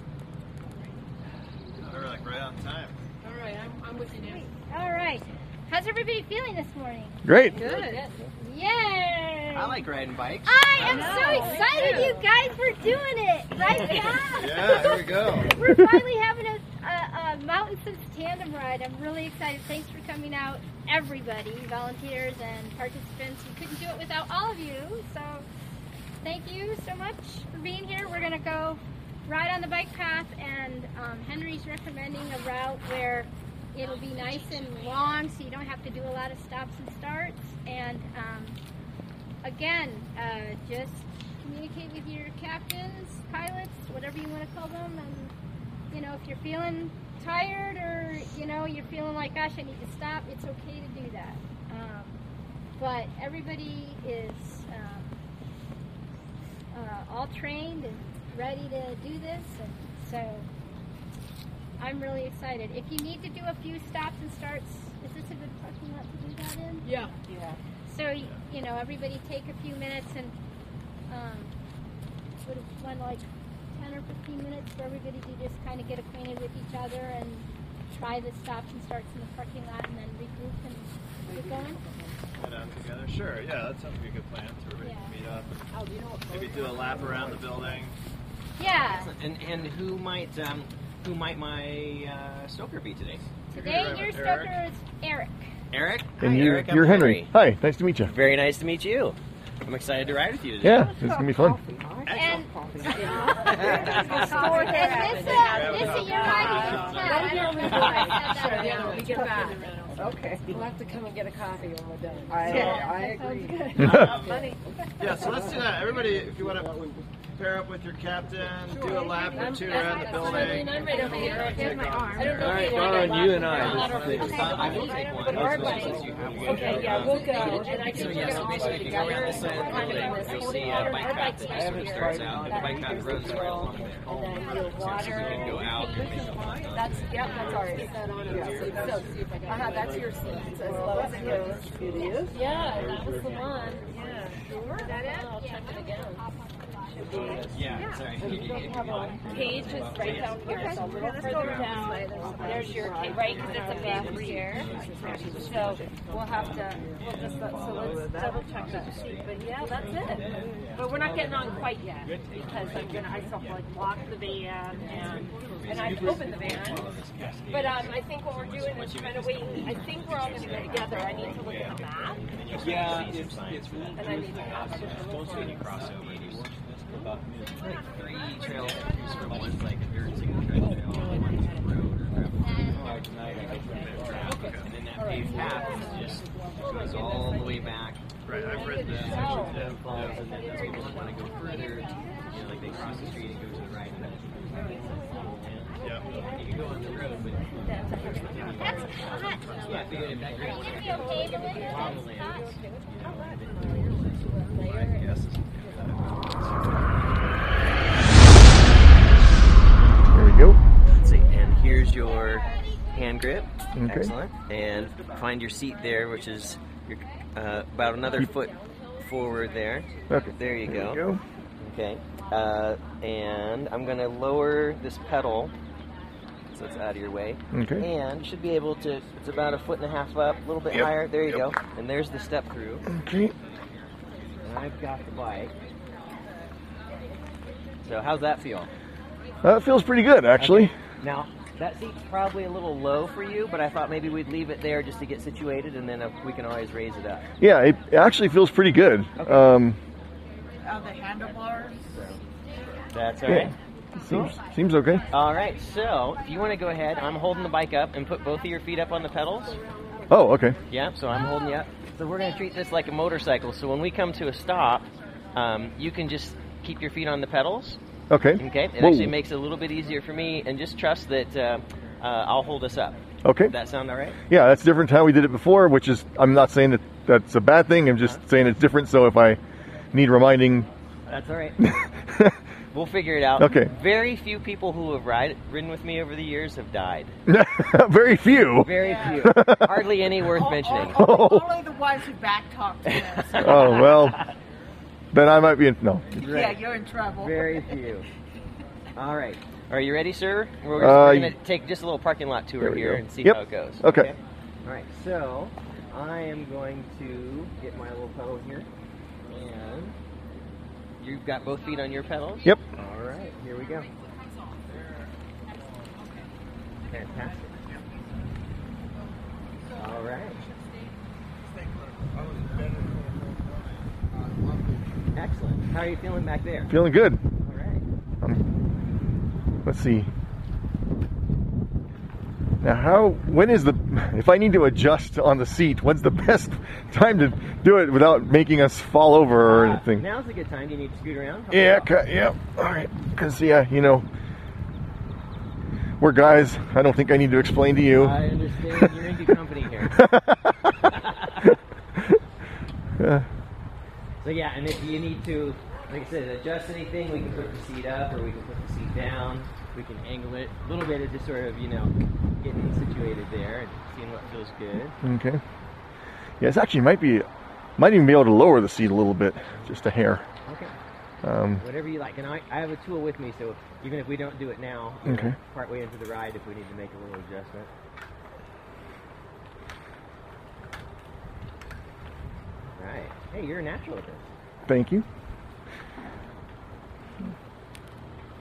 [SPEAKER 8] We're like right on time.
[SPEAKER 9] All right, I'm, I'm with you now. All right. How's everybody feeling this morning?
[SPEAKER 1] Great.
[SPEAKER 8] Good.
[SPEAKER 9] Yay!
[SPEAKER 8] I like riding bikes.
[SPEAKER 9] I am
[SPEAKER 8] I know,
[SPEAKER 9] so
[SPEAKER 8] me
[SPEAKER 9] excited,
[SPEAKER 8] too.
[SPEAKER 9] you guys. We're doing it right now.
[SPEAKER 8] Yeah, here we go.
[SPEAKER 9] Ah! we're finally having a, a, a mountain sense tandem ride. I'm really excited. Thanks for coming out, everybody, volunteers and participants. We couldn't do it without all of you. So thank you so much for being here. We're gonna go ride on the bike path, and um, Henry's recommending a route where it'll be nice and long, so you don't have to do a lot of stops and starts. And um, again, uh, just communicate with your captains, pilots, whatever you want to call them, and you know, if you're feeling tired or, you know, you're feeling like, gosh, I need to stop, it's okay to do that. Um, but everybody is um, uh, all trained and ready to do this, and so I'm really excited. If you need to do a few stops and starts, is this a good parking lot to do that in?
[SPEAKER 2] Yeah. Yeah.
[SPEAKER 9] So, y- you know, everybody take a few minutes and um, would have went like 10 or 15 minutes for everybody to just kind of get acquainted with each other and try the stops and starts in the parking lot and then regroup and get going.
[SPEAKER 8] Go down together. Sure. Yeah, that sounds like a good plan. So everybody can meet up.
[SPEAKER 9] Oh, you know what?
[SPEAKER 8] Maybe do a lap around the building.
[SPEAKER 9] Yeah.
[SPEAKER 14] And and who might um, who might my uh, stoker be today?
[SPEAKER 9] Today, your stoker is Eric.
[SPEAKER 14] Eric.
[SPEAKER 1] And you're,
[SPEAKER 14] Eric, I'm
[SPEAKER 1] you're Henry. Hi, nice to meet you.
[SPEAKER 14] Very nice to meet you. I'm excited to ride with you today.
[SPEAKER 1] Yeah, it's gonna be fun.
[SPEAKER 9] And
[SPEAKER 2] store here.
[SPEAKER 9] And this, uh, this is your
[SPEAKER 2] we get back. Okay. We'll have to come and get a coffee when we're done.
[SPEAKER 18] I- I
[SPEAKER 2] agree.
[SPEAKER 8] Funny. Yeah, so let's do that. Everybody, if you want to pair up with your captain, do a lap or two around the building.
[SPEAKER 2] I'm right over here. Here's my arm. I don't know
[SPEAKER 14] All
[SPEAKER 2] if
[SPEAKER 14] right,
[SPEAKER 2] you want it.
[SPEAKER 14] Dawn, you and I.
[SPEAKER 2] Okay.
[SPEAKER 14] This is- I will take one.
[SPEAKER 2] Okay, yeah, we'll go, and I
[SPEAKER 14] So yeah,
[SPEAKER 2] can figure
[SPEAKER 14] so
[SPEAKER 2] out
[SPEAKER 14] basically,
[SPEAKER 2] what
[SPEAKER 14] if
[SPEAKER 2] we
[SPEAKER 14] you go around
[SPEAKER 2] got.
[SPEAKER 14] the side of the building, you'll see a bike path that just sort of starts out. and The bike path runs right along there.
[SPEAKER 2] Water.
[SPEAKER 14] Go out.
[SPEAKER 2] That's, yep, that's ours. Yeah. So, uh-huh, that's your seat, it's as low as it goes. It is? Yeah, that was the one. Yeah. Sure? That I'll check it again.
[SPEAKER 8] Uh,
[SPEAKER 14] Yeah, sorry.
[SPEAKER 2] Page is right down here, so a little further down. There's your, right, because it's a band chair. So we'll have to, we'll just, let- so let's double check that sheet. But yeah, that's it. But we're not getting on quite yet because I'm gonna, I still have to like lock the van and, and I've opened the van. But um, I think what we're doing is kind of waiting. I think we're all going to go together. I need to look at the map.
[SPEAKER 14] Yeah, it's, it's really
[SPEAKER 2] And I need to have a
[SPEAKER 14] Don't do any crossovers. About three trails for one's like a dirt single trail, one's a road or gravel. Like tonight, I get that track, and then that paved path is just goes all the way back. Right, I've read the sections that involve, and then those people that want to go further, you know, like they cross the street and go to the right. and then- Yeah. You can go on the road, but.
[SPEAKER 9] That's hot.
[SPEAKER 14] Yeah, if you go to that
[SPEAKER 9] Are you gonna be okay, Belinda? That's hot.
[SPEAKER 1] There we go.
[SPEAKER 14] Let's see, and here's your hand grip.
[SPEAKER 1] Okay.
[SPEAKER 14] Excellent. And find your seat there, which is your, uh, about another foot forward there.
[SPEAKER 1] Okay.
[SPEAKER 14] There you
[SPEAKER 1] There we
[SPEAKER 14] go.
[SPEAKER 1] go.
[SPEAKER 14] Okay. Uh, and I'm going to lower this pedal so it's out of your way.
[SPEAKER 1] Okay.
[SPEAKER 14] And you should be able to, it's about a foot and a half up, a little bit
[SPEAKER 1] Yep.
[SPEAKER 14] higher. There you
[SPEAKER 1] Yep.
[SPEAKER 14] go. And there's the step through.
[SPEAKER 1] Okay.
[SPEAKER 14] And I've got the bike. So, how's that feel?
[SPEAKER 1] That feels pretty good, actually.
[SPEAKER 14] Now, that seat's probably a little low for you, but I thought maybe we'd leave it there just to get situated, and then uh, we can always raise it up.
[SPEAKER 1] Yeah, it it actually feels pretty good. Um,
[SPEAKER 18] Uh, the handlebars.
[SPEAKER 14] That's all right.
[SPEAKER 1] yeah, seems seems okay.
[SPEAKER 14] All right, so if you want to go ahead, I'm holding the bike up and put both of your feet up on the pedals.
[SPEAKER 1] Oh, okay.
[SPEAKER 14] Yeah, so I'm holding you up. So we're going to treat this like a motorcycle. So when we come to a stop, um, you can just keep your feet on the pedals.
[SPEAKER 1] Okay.
[SPEAKER 14] Okay. It
[SPEAKER 1] Whoa.
[SPEAKER 14] actually makes it a little bit easier for me, and just trust that uh, uh, I'll hold us up.
[SPEAKER 1] Okay.
[SPEAKER 14] Does that sound all right?
[SPEAKER 1] Yeah, that's different how we did it before, which is I'm not saying that that's a bad thing. I'm
[SPEAKER 14] Uh-huh.
[SPEAKER 1] just saying it's different. So if I need reminding,
[SPEAKER 14] That's all right. we'll figure it out.
[SPEAKER 1] Okay.
[SPEAKER 14] Very few people who have ride, ridden with me over the years have died.
[SPEAKER 1] very few.
[SPEAKER 14] Very few. Hardly any worth mentioning.
[SPEAKER 1] Oh.
[SPEAKER 3] Only the ones who backtalk to us.
[SPEAKER 1] oh well, then I might be in. No.
[SPEAKER 3] Yeah, you're in trouble.
[SPEAKER 14] Very few. All right. Are you ready, sir? We're,
[SPEAKER 1] Uh,
[SPEAKER 14] we're
[SPEAKER 1] y-
[SPEAKER 14] going to take just a little parking lot
[SPEAKER 1] There
[SPEAKER 14] tour
[SPEAKER 1] we
[SPEAKER 14] here
[SPEAKER 1] go.
[SPEAKER 14] and see
[SPEAKER 1] Yep.
[SPEAKER 14] how it goes.
[SPEAKER 1] Okay.
[SPEAKER 14] All right. So I am going to get my little pedal here. And you've got both feet on your pedals?
[SPEAKER 1] Yep.
[SPEAKER 14] All right. Here we go. Fantastic. All right. Excellent. How are you feeling back there?
[SPEAKER 1] Feeling good.
[SPEAKER 14] All right.
[SPEAKER 1] Um, let's see. Now, how? When is the? If I need to adjust on the seat, when's the best time to do it without making us fall over or
[SPEAKER 14] Ah,
[SPEAKER 1] anything?
[SPEAKER 14] Now's a good time. Do you need to scoot around?
[SPEAKER 1] Yeah, ca- yeah. All right. Because, yeah, you know, we're guys. I don't think I need to explain to you.
[SPEAKER 14] I understand. You're in good company here.
[SPEAKER 1] Uh,
[SPEAKER 14] So yeah, and if you need to, like I said, adjust anything, we can put the seat up or we can put the seat down. We can angle it a little bit of just sort of you know getting situated there and seeing what feels good.
[SPEAKER 1] okay. Yeah, it's actually might be, might even be able to lower the seat a little bit, just a hair.
[SPEAKER 14] Okay.
[SPEAKER 1] Um,
[SPEAKER 14] Whatever you like, and I, I have a tool with me, so even if we don't do it now, you know,
[SPEAKER 1] Okay.
[SPEAKER 14] partway into the ride, if we need to make a little adjustment. Right. Hey, you're a natural at this.
[SPEAKER 1] thank you.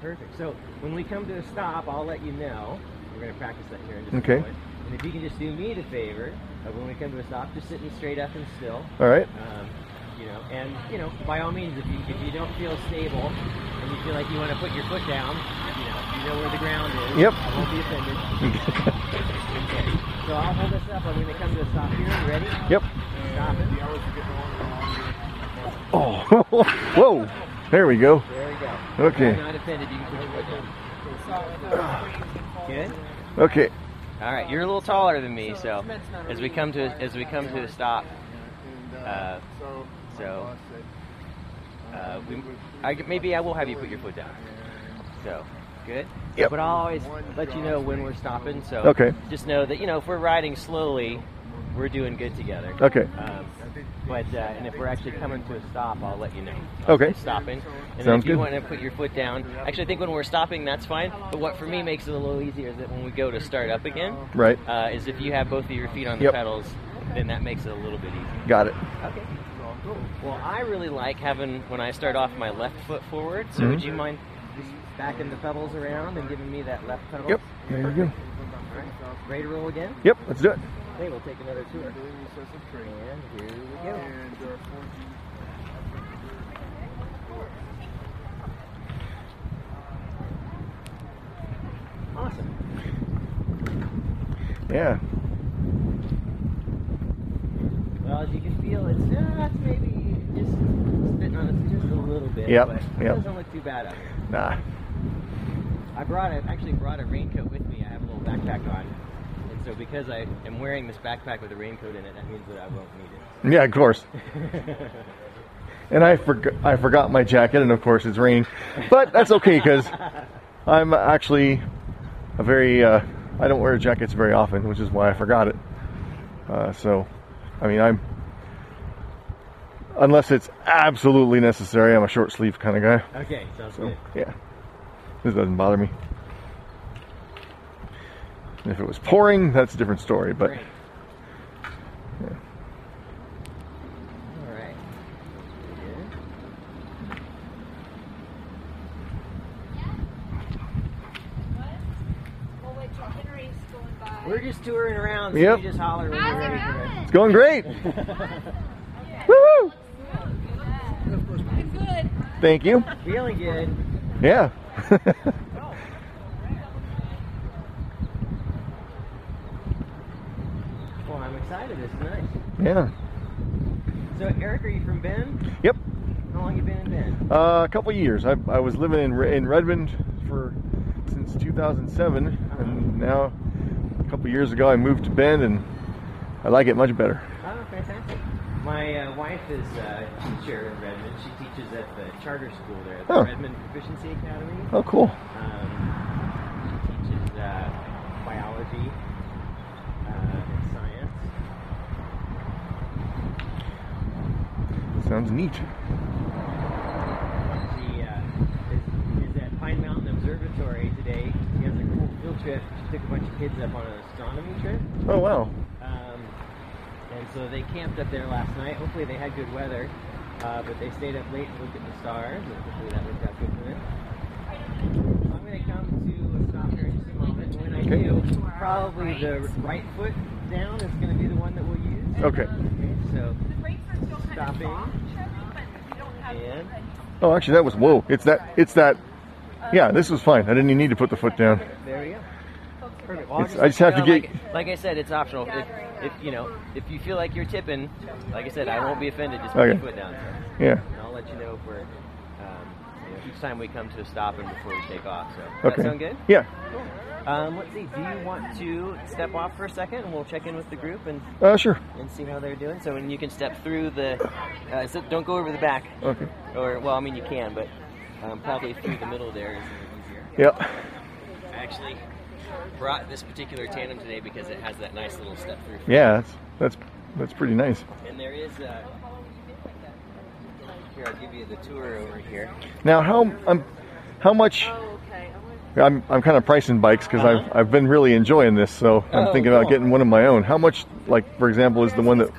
[SPEAKER 14] perfect. So when we come to a stop, I'll let you know. We're going to practice that here in just
[SPEAKER 1] Okay.
[SPEAKER 14] a moment. And if you can just do me the favor of when we come to a stop, just sitting straight up and still.
[SPEAKER 1] All right.
[SPEAKER 14] Um, you know, and you know, by all means, if you if you don't feel stable and you feel like you want to put your foot down, you know, you know where the ground is.
[SPEAKER 1] Yep.
[SPEAKER 14] I won't be offended. okay. So I'll hold this up. I'm going to come to a stop here. You ready?
[SPEAKER 1] Yep.
[SPEAKER 14] Stop it.
[SPEAKER 1] Oh, whoa! There we go.
[SPEAKER 14] There we go.
[SPEAKER 1] Okay.
[SPEAKER 14] I'm not offended. You can put your foot down. Good.
[SPEAKER 1] Okay.
[SPEAKER 14] All right, you're a little taller than me, so as we come to as we come to a stop, uh, so uh, we, I, maybe I will have you put your foot down. So good.
[SPEAKER 1] Yep.
[SPEAKER 14] But I'll always let you know when we're stopping. So
[SPEAKER 1] Okay.
[SPEAKER 14] just know that you know if we're riding slowly, we're doing good together.
[SPEAKER 1] Okay.
[SPEAKER 14] Um, but uh, and if we're actually coming to a stop, I'll let you know.
[SPEAKER 1] Okay.
[SPEAKER 14] Stopping. And then
[SPEAKER 1] Sounds
[SPEAKER 14] if you
[SPEAKER 1] good.
[SPEAKER 14] want to put your foot down, actually, I think when we're stopping, that's fine. But what for me makes it a little easier is that when we go to start up again,
[SPEAKER 1] Right.
[SPEAKER 14] uh, is if you have both of your feet on the
[SPEAKER 1] Yep.
[SPEAKER 14] pedals, then that makes it a little bit easier.
[SPEAKER 1] Got it.
[SPEAKER 14] Okay. Well, I really like having when I start off my left foot forward. So would
[SPEAKER 1] Mhm.
[SPEAKER 14] you mind just backing the pedals around and giving me that left pedal?
[SPEAKER 1] Yep. There you go.
[SPEAKER 14] All right. Ready to roll again?
[SPEAKER 1] Yep. Let's do it.
[SPEAKER 14] Okay, we'll take another tour. And here we go. Awesome.
[SPEAKER 1] Yeah.
[SPEAKER 14] Well, as you can feel, it's uh, it's maybe just spitting on us just a little bit.
[SPEAKER 1] Yep,
[SPEAKER 14] But
[SPEAKER 1] yep.
[SPEAKER 14] It doesn't look too bad up here.
[SPEAKER 1] Nah.
[SPEAKER 14] I brought a, actually brought a raincoat with me. I have a little backpack on. And so because I am wearing this backpack with a raincoat in it, that means that I won't need it.
[SPEAKER 1] Yeah. Of course. And I forgot I forgot my jacket, and of course it's raining, but that's okay because I'm actually a very uh, I don't wear jackets very often, which is why I forgot it. Uh, so, I mean, I'm unless it's absolutely necessary, I'm a short sleeve kind of guy.
[SPEAKER 14] Okay, sounds
[SPEAKER 1] So yeah, this doesn't bother me. If it was pouring, that's a different story. But
[SPEAKER 14] Great. All right. Good.
[SPEAKER 8] Well, wait till Henry's going by.
[SPEAKER 14] We're just touring around. So
[SPEAKER 1] Yep.
[SPEAKER 14] You just holler. when
[SPEAKER 8] How's
[SPEAKER 14] you're
[SPEAKER 8] it
[SPEAKER 14] ready for
[SPEAKER 1] it's going great. Woo!
[SPEAKER 8] Good.
[SPEAKER 1] Thank you.
[SPEAKER 14] Feeling good.
[SPEAKER 1] Yeah.
[SPEAKER 14] Well, I'm excited. It's nice.
[SPEAKER 1] yeah.
[SPEAKER 14] So, Eric, are you from Bend?
[SPEAKER 1] Yep.
[SPEAKER 14] How long you been in Bend?
[SPEAKER 1] Uh, a couple of years. I, I was living in Re- in Redmond for since 2007, and now a couple of years ago I moved to Bend, and I like it much better.
[SPEAKER 14] Oh, fantastic. My uh, wife is a teacher in Redmond. She teaches at the charter school there, at the
[SPEAKER 1] Huh.
[SPEAKER 14] Redmond Proficiency Academy.
[SPEAKER 1] Oh, cool.
[SPEAKER 14] Um, she teaches uh, biology uh, and science.
[SPEAKER 1] Sounds neat.
[SPEAKER 14] She uh, is, is at Pine Mountain Observatory today. She has a cool field trip. She took a bunch of kids up on an astronomy trip.
[SPEAKER 1] Oh wow.
[SPEAKER 14] Um, and so they camped up there last night. Hopefully they had good weather, uh, but they stayed up late and looked at the stars. And hopefully that worked out good for them. So I'm going to come to a stop here in just a moment. When I
[SPEAKER 1] Okay.
[SPEAKER 14] do, probably the right foot down is going to be the one that we'll use.
[SPEAKER 1] Okay.
[SPEAKER 14] Okay, so
[SPEAKER 8] The brakes are still kind
[SPEAKER 14] Stopping.
[SPEAKER 8] of soft, Shirley, but we don't have
[SPEAKER 14] and
[SPEAKER 1] Oh, actually that was whoa. It's that. It's that. Yeah, this was fine. I didn't even need to put the foot down.
[SPEAKER 14] there we go. Perfect.
[SPEAKER 1] It's- I just have to
[SPEAKER 14] you know,
[SPEAKER 1] get-
[SPEAKER 14] uh, Like, like I said, it's optional. If, if you know, if you feel like you're tipping, like I said, I won't be offended. Just put
[SPEAKER 1] Okay.
[SPEAKER 14] your foot down.
[SPEAKER 1] Yeah.
[SPEAKER 14] And I'll let you know if we're um, you know, each time we come to a stop and before we take off. So does
[SPEAKER 1] Okay.
[SPEAKER 14] that sound good?
[SPEAKER 1] Yeah.
[SPEAKER 14] Cool. Um, let's see. Do you want to step off for a second, and we'll check in with the group and
[SPEAKER 1] Uh, sure.
[SPEAKER 14] and see how they're doing. So when you can step through the, uh, so don't go over the back.
[SPEAKER 1] Okay.
[SPEAKER 14] Or well, I mean you can, but um, probably through the middle there is easier.
[SPEAKER 1] Yep.
[SPEAKER 14] I actually brought this particular tandem today because it has that nice little step through.
[SPEAKER 1] Yeah. That's that's that's pretty nice.
[SPEAKER 14] And there is a. Here, I'll give you the tour over here.
[SPEAKER 1] Now how um, how much?
[SPEAKER 14] Oh,
[SPEAKER 1] I'm I'm kind of pricing bikes because I've I've been really enjoying this, so I'm
[SPEAKER 14] Uh-huh. Oh,
[SPEAKER 1] thinking
[SPEAKER 14] cool.
[SPEAKER 1] about getting one of my own. How much, like for example, is the one that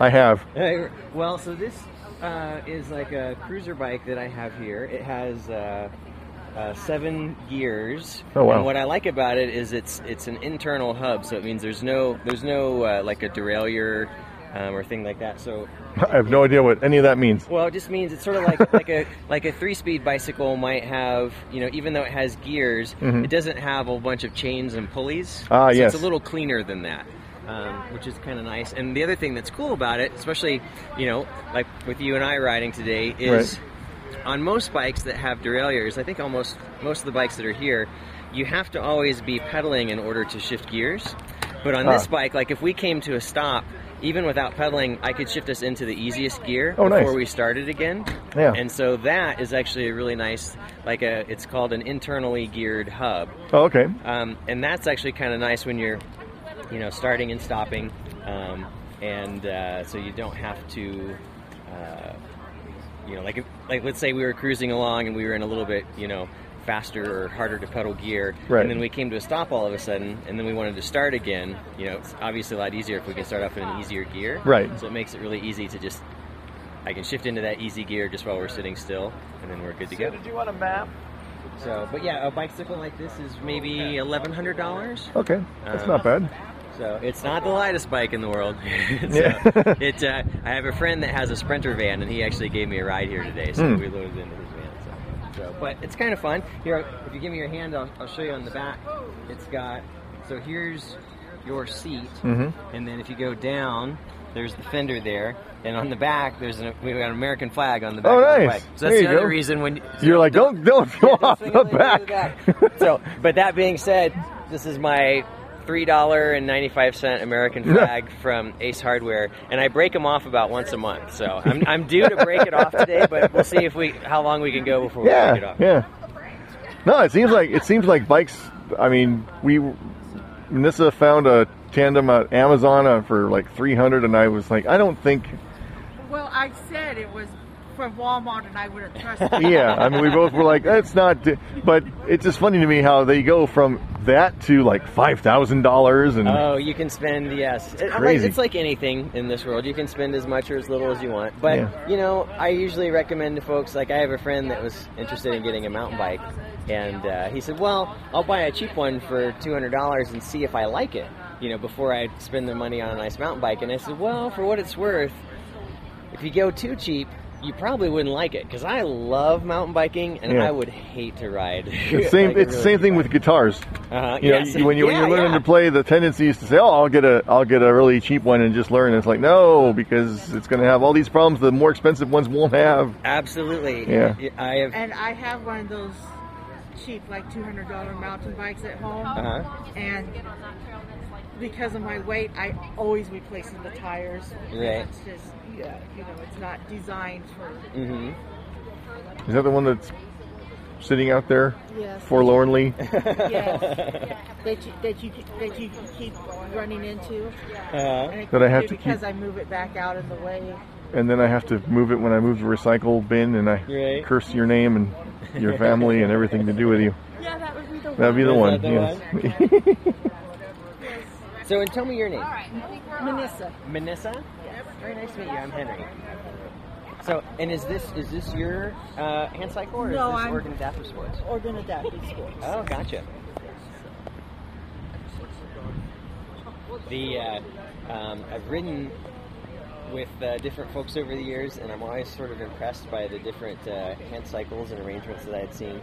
[SPEAKER 1] I have?
[SPEAKER 14] Hey, well, so this uh, is like a cruiser bike that I have here. It has uh, uh, seven gears.
[SPEAKER 1] Oh, wow.
[SPEAKER 14] And what I like about it is it's it's an internal hub, so it means there's no there's no uh, like a derailleur um, or thing like that. So
[SPEAKER 1] I have no idea what any of that means.
[SPEAKER 14] well, it just means it's sort of like like a like a three-speed bicycle might have. You know, even though it has gears,
[SPEAKER 1] Mhm.
[SPEAKER 14] it doesn't have a bunch of chains and pulleys.
[SPEAKER 1] Ah,
[SPEAKER 14] so
[SPEAKER 1] yes.
[SPEAKER 14] It's a little cleaner than that. Um, which is kind of nice, and the other thing that's cool about it, especially you know, like with you and I riding today, is on most bikes that have derailleurs. I think almost most of the bikes that are here, you have to always be pedaling in order to shift gears. But on this
[SPEAKER 1] Ah.
[SPEAKER 14] bike, like if we came to a stop, even without pedaling, I could shift us into the easiest gear
[SPEAKER 1] Oh, nice.
[SPEAKER 14] before we started again.
[SPEAKER 1] Yeah.
[SPEAKER 14] And so that is actually a really nice, like a, it's called an internally geared hub.
[SPEAKER 1] Oh, okay.
[SPEAKER 14] Um, and that's actually kind of nice when you're, you know, starting and stopping, um, and uh, so you don't have to, uh, you know, like if, like let's say we were cruising along and we were in a little bit, you know, faster or harder to pedal gear,
[SPEAKER 1] Right.
[SPEAKER 14] and then we came to a stop all of a sudden, and then we wanted to start again. You know, it's obviously a lot easier if we can start off in an easier gear.
[SPEAKER 1] Right.
[SPEAKER 14] So it makes it really easy to just. I can shift into that easy gear just while we're sitting still, and then we're good to
[SPEAKER 8] So
[SPEAKER 14] go.
[SPEAKER 8] did you want a map?
[SPEAKER 14] So, but yeah, a bicycle like this is maybe eleven hundred dollars. Um,
[SPEAKER 1] Okay, that's not bad.
[SPEAKER 14] So it's not the lightest bike in the world. So
[SPEAKER 1] Yeah.
[SPEAKER 14] it. Uh, I have a friend that has a Sprinter van, and he actually gave me a ride here today. So
[SPEAKER 1] Hmm.
[SPEAKER 14] we loaded into his van. So, so, but it's kind of fun. Here, if you give me your hand, I'll, I'll show you on the back. It's got. So here's your seat,
[SPEAKER 1] Mhm.
[SPEAKER 14] and then if you go down, there's the fender there, and on the back there's an we got an American flag on the back.
[SPEAKER 1] Oh,
[SPEAKER 14] of the
[SPEAKER 1] nice.
[SPEAKER 14] bike. So
[SPEAKER 1] There
[SPEAKER 14] that's
[SPEAKER 1] you
[SPEAKER 14] the other
[SPEAKER 1] go.
[SPEAKER 14] reason when you,
[SPEAKER 1] You're like, don't don't go off the back.
[SPEAKER 14] so, but that being said, this is my three dollar and ninety five cent American flag from Ace Hardware, and I break them off about once a month. So I'm, I'm due to break it off today, but we'll see if we how long we can go before we break it
[SPEAKER 1] Yeah,
[SPEAKER 14] off.
[SPEAKER 1] yeah. No, it seems like it seems like bikes. I mean, we Nissa found a tandem at Amazon uh, for like 300, and I was like, I don't think.
[SPEAKER 3] Well, I said it was from Walmart, and I would have trusted. you.
[SPEAKER 1] Yeah, I mean, we both were like, that's not. d-" But it's just funny to me how they go from that to like five thousand dollars, and
[SPEAKER 14] Oh, you can spend yes. It- I'm like-
[SPEAKER 1] crazy.
[SPEAKER 14] it's like anything in this world. You can spend as much or as little as you want. But
[SPEAKER 1] Yeah.
[SPEAKER 14] you know, I usually recommend to folks like I have a friend that was interested in getting a mountain bike, and uh, he said, "Well, I'll buy a cheap one for two hundred dollars and see if I like it." You know, before I spend the money on a nice mountain bike. And I said, "Well, for what it's worth, if you go too cheap." You probably wouldn't like it because I love mountain biking and
[SPEAKER 1] Yeah.
[SPEAKER 14] I would hate to ride.
[SPEAKER 1] it's same.
[SPEAKER 14] like a
[SPEAKER 1] it's the
[SPEAKER 14] really
[SPEAKER 1] same thing with guitars.
[SPEAKER 14] Uh-huh,
[SPEAKER 1] You know,
[SPEAKER 14] yes.
[SPEAKER 1] you- when you when
[SPEAKER 14] Yeah,
[SPEAKER 1] you're learning
[SPEAKER 14] yeah.
[SPEAKER 1] to play, the tendency is to say, "Oh, I'll get a I'll get a really cheap one and just learn." It's like no, because it's going to have all these problems the more expensive ones won't have.
[SPEAKER 14] Absolutely.
[SPEAKER 1] Yeah.
[SPEAKER 14] I have.
[SPEAKER 3] And I have one of those cheap, like two hundred dollar mountain bikes at home,
[SPEAKER 14] Uh-huh.
[SPEAKER 3] and because of my weight, I always replacing the tires.
[SPEAKER 1] Right.
[SPEAKER 3] It's just yeah, you know, it's not designed for.
[SPEAKER 14] Mm-hmm.
[SPEAKER 1] Is that the one that's sitting out there
[SPEAKER 3] Yes.
[SPEAKER 1] forlornly?
[SPEAKER 3] yes. That you that you that you keep running into. And
[SPEAKER 1] That I have to
[SPEAKER 3] because
[SPEAKER 1] keep-
[SPEAKER 3] I move it back out of the way.
[SPEAKER 1] and then I have to move it when I move the recycle bin, and I
[SPEAKER 14] Right.
[SPEAKER 1] curse your name and your family and everything to do with you.
[SPEAKER 3] Yeah, that would be the
[SPEAKER 1] That'd be the
[SPEAKER 14] Is
[SPEAKER 1] one.
[SPEAKER 14] that
[SPEAKER 1] yes.
[SPEAKER 14] So, and tell me your name.
[SPEAKER 3] Manissa.
[SPEAKER 14] Manissa?
[SPEAKER 3] Yes. Very nice to meet you.
[SPEAKER 14] Yeah, I'm Henry. So, and is this is this your uh, hand cycle or
[SPEAKER 3] No,
[SPEAKER 14] is this
[SPEAKER 3] I'm-
[SPEAKER 14] Oregon Adaptive Sports?
[SPEAKER 3] Oregon Adaptive Sports.
[SPEAKER 14] Oh, gotcha. The uh, um, I've ridden with uh, different folks over the years, and I'm always sort of impressed by the different uh, hand cycles and arrangements that I had seen.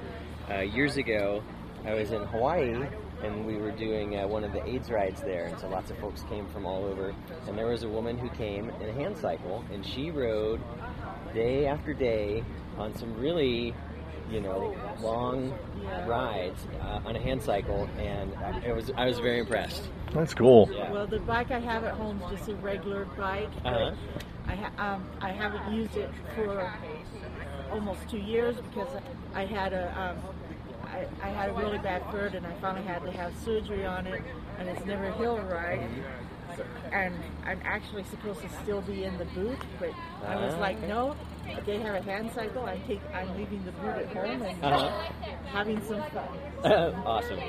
[SPEAKER 14] Uh, years ago, I was in Hawaii, and we were doing uh, one of the AIDS rides there, and so lots of folks came from all over. And there was a woman who came in a hand cycle, and she rode day after day on some really you know, long rides uh, on a hand cycle, and it was I was very impressed.
[SPEAKER 1] That's cool.
[SPEAKER 14] Yeah.
[SPEAKER 3] Well, the bike I have at home is just a regular bike. but
[SPEAKER 14] Uh-huh.
[SPEAKER 3] I ha- um, I haven't used it for almost two years because I had a um, I, I had a really bad foot and I finally had to have surgery on it and it's never a hill ride. So- And I'm actually supposed to still be in the booth, but I was
[SPEAKER 14] Ah,
[SPEAKER 3] like,
[SPEAKER 14] okay.
[SPEAKER 3] no, they have a hand cycle. I'm take, I'm leaving the booth at home and
[SPEAKER 14] Uh-huh. Uh,
[SPEAKER 3] having some fun.
[SPEAKER 14] awesome.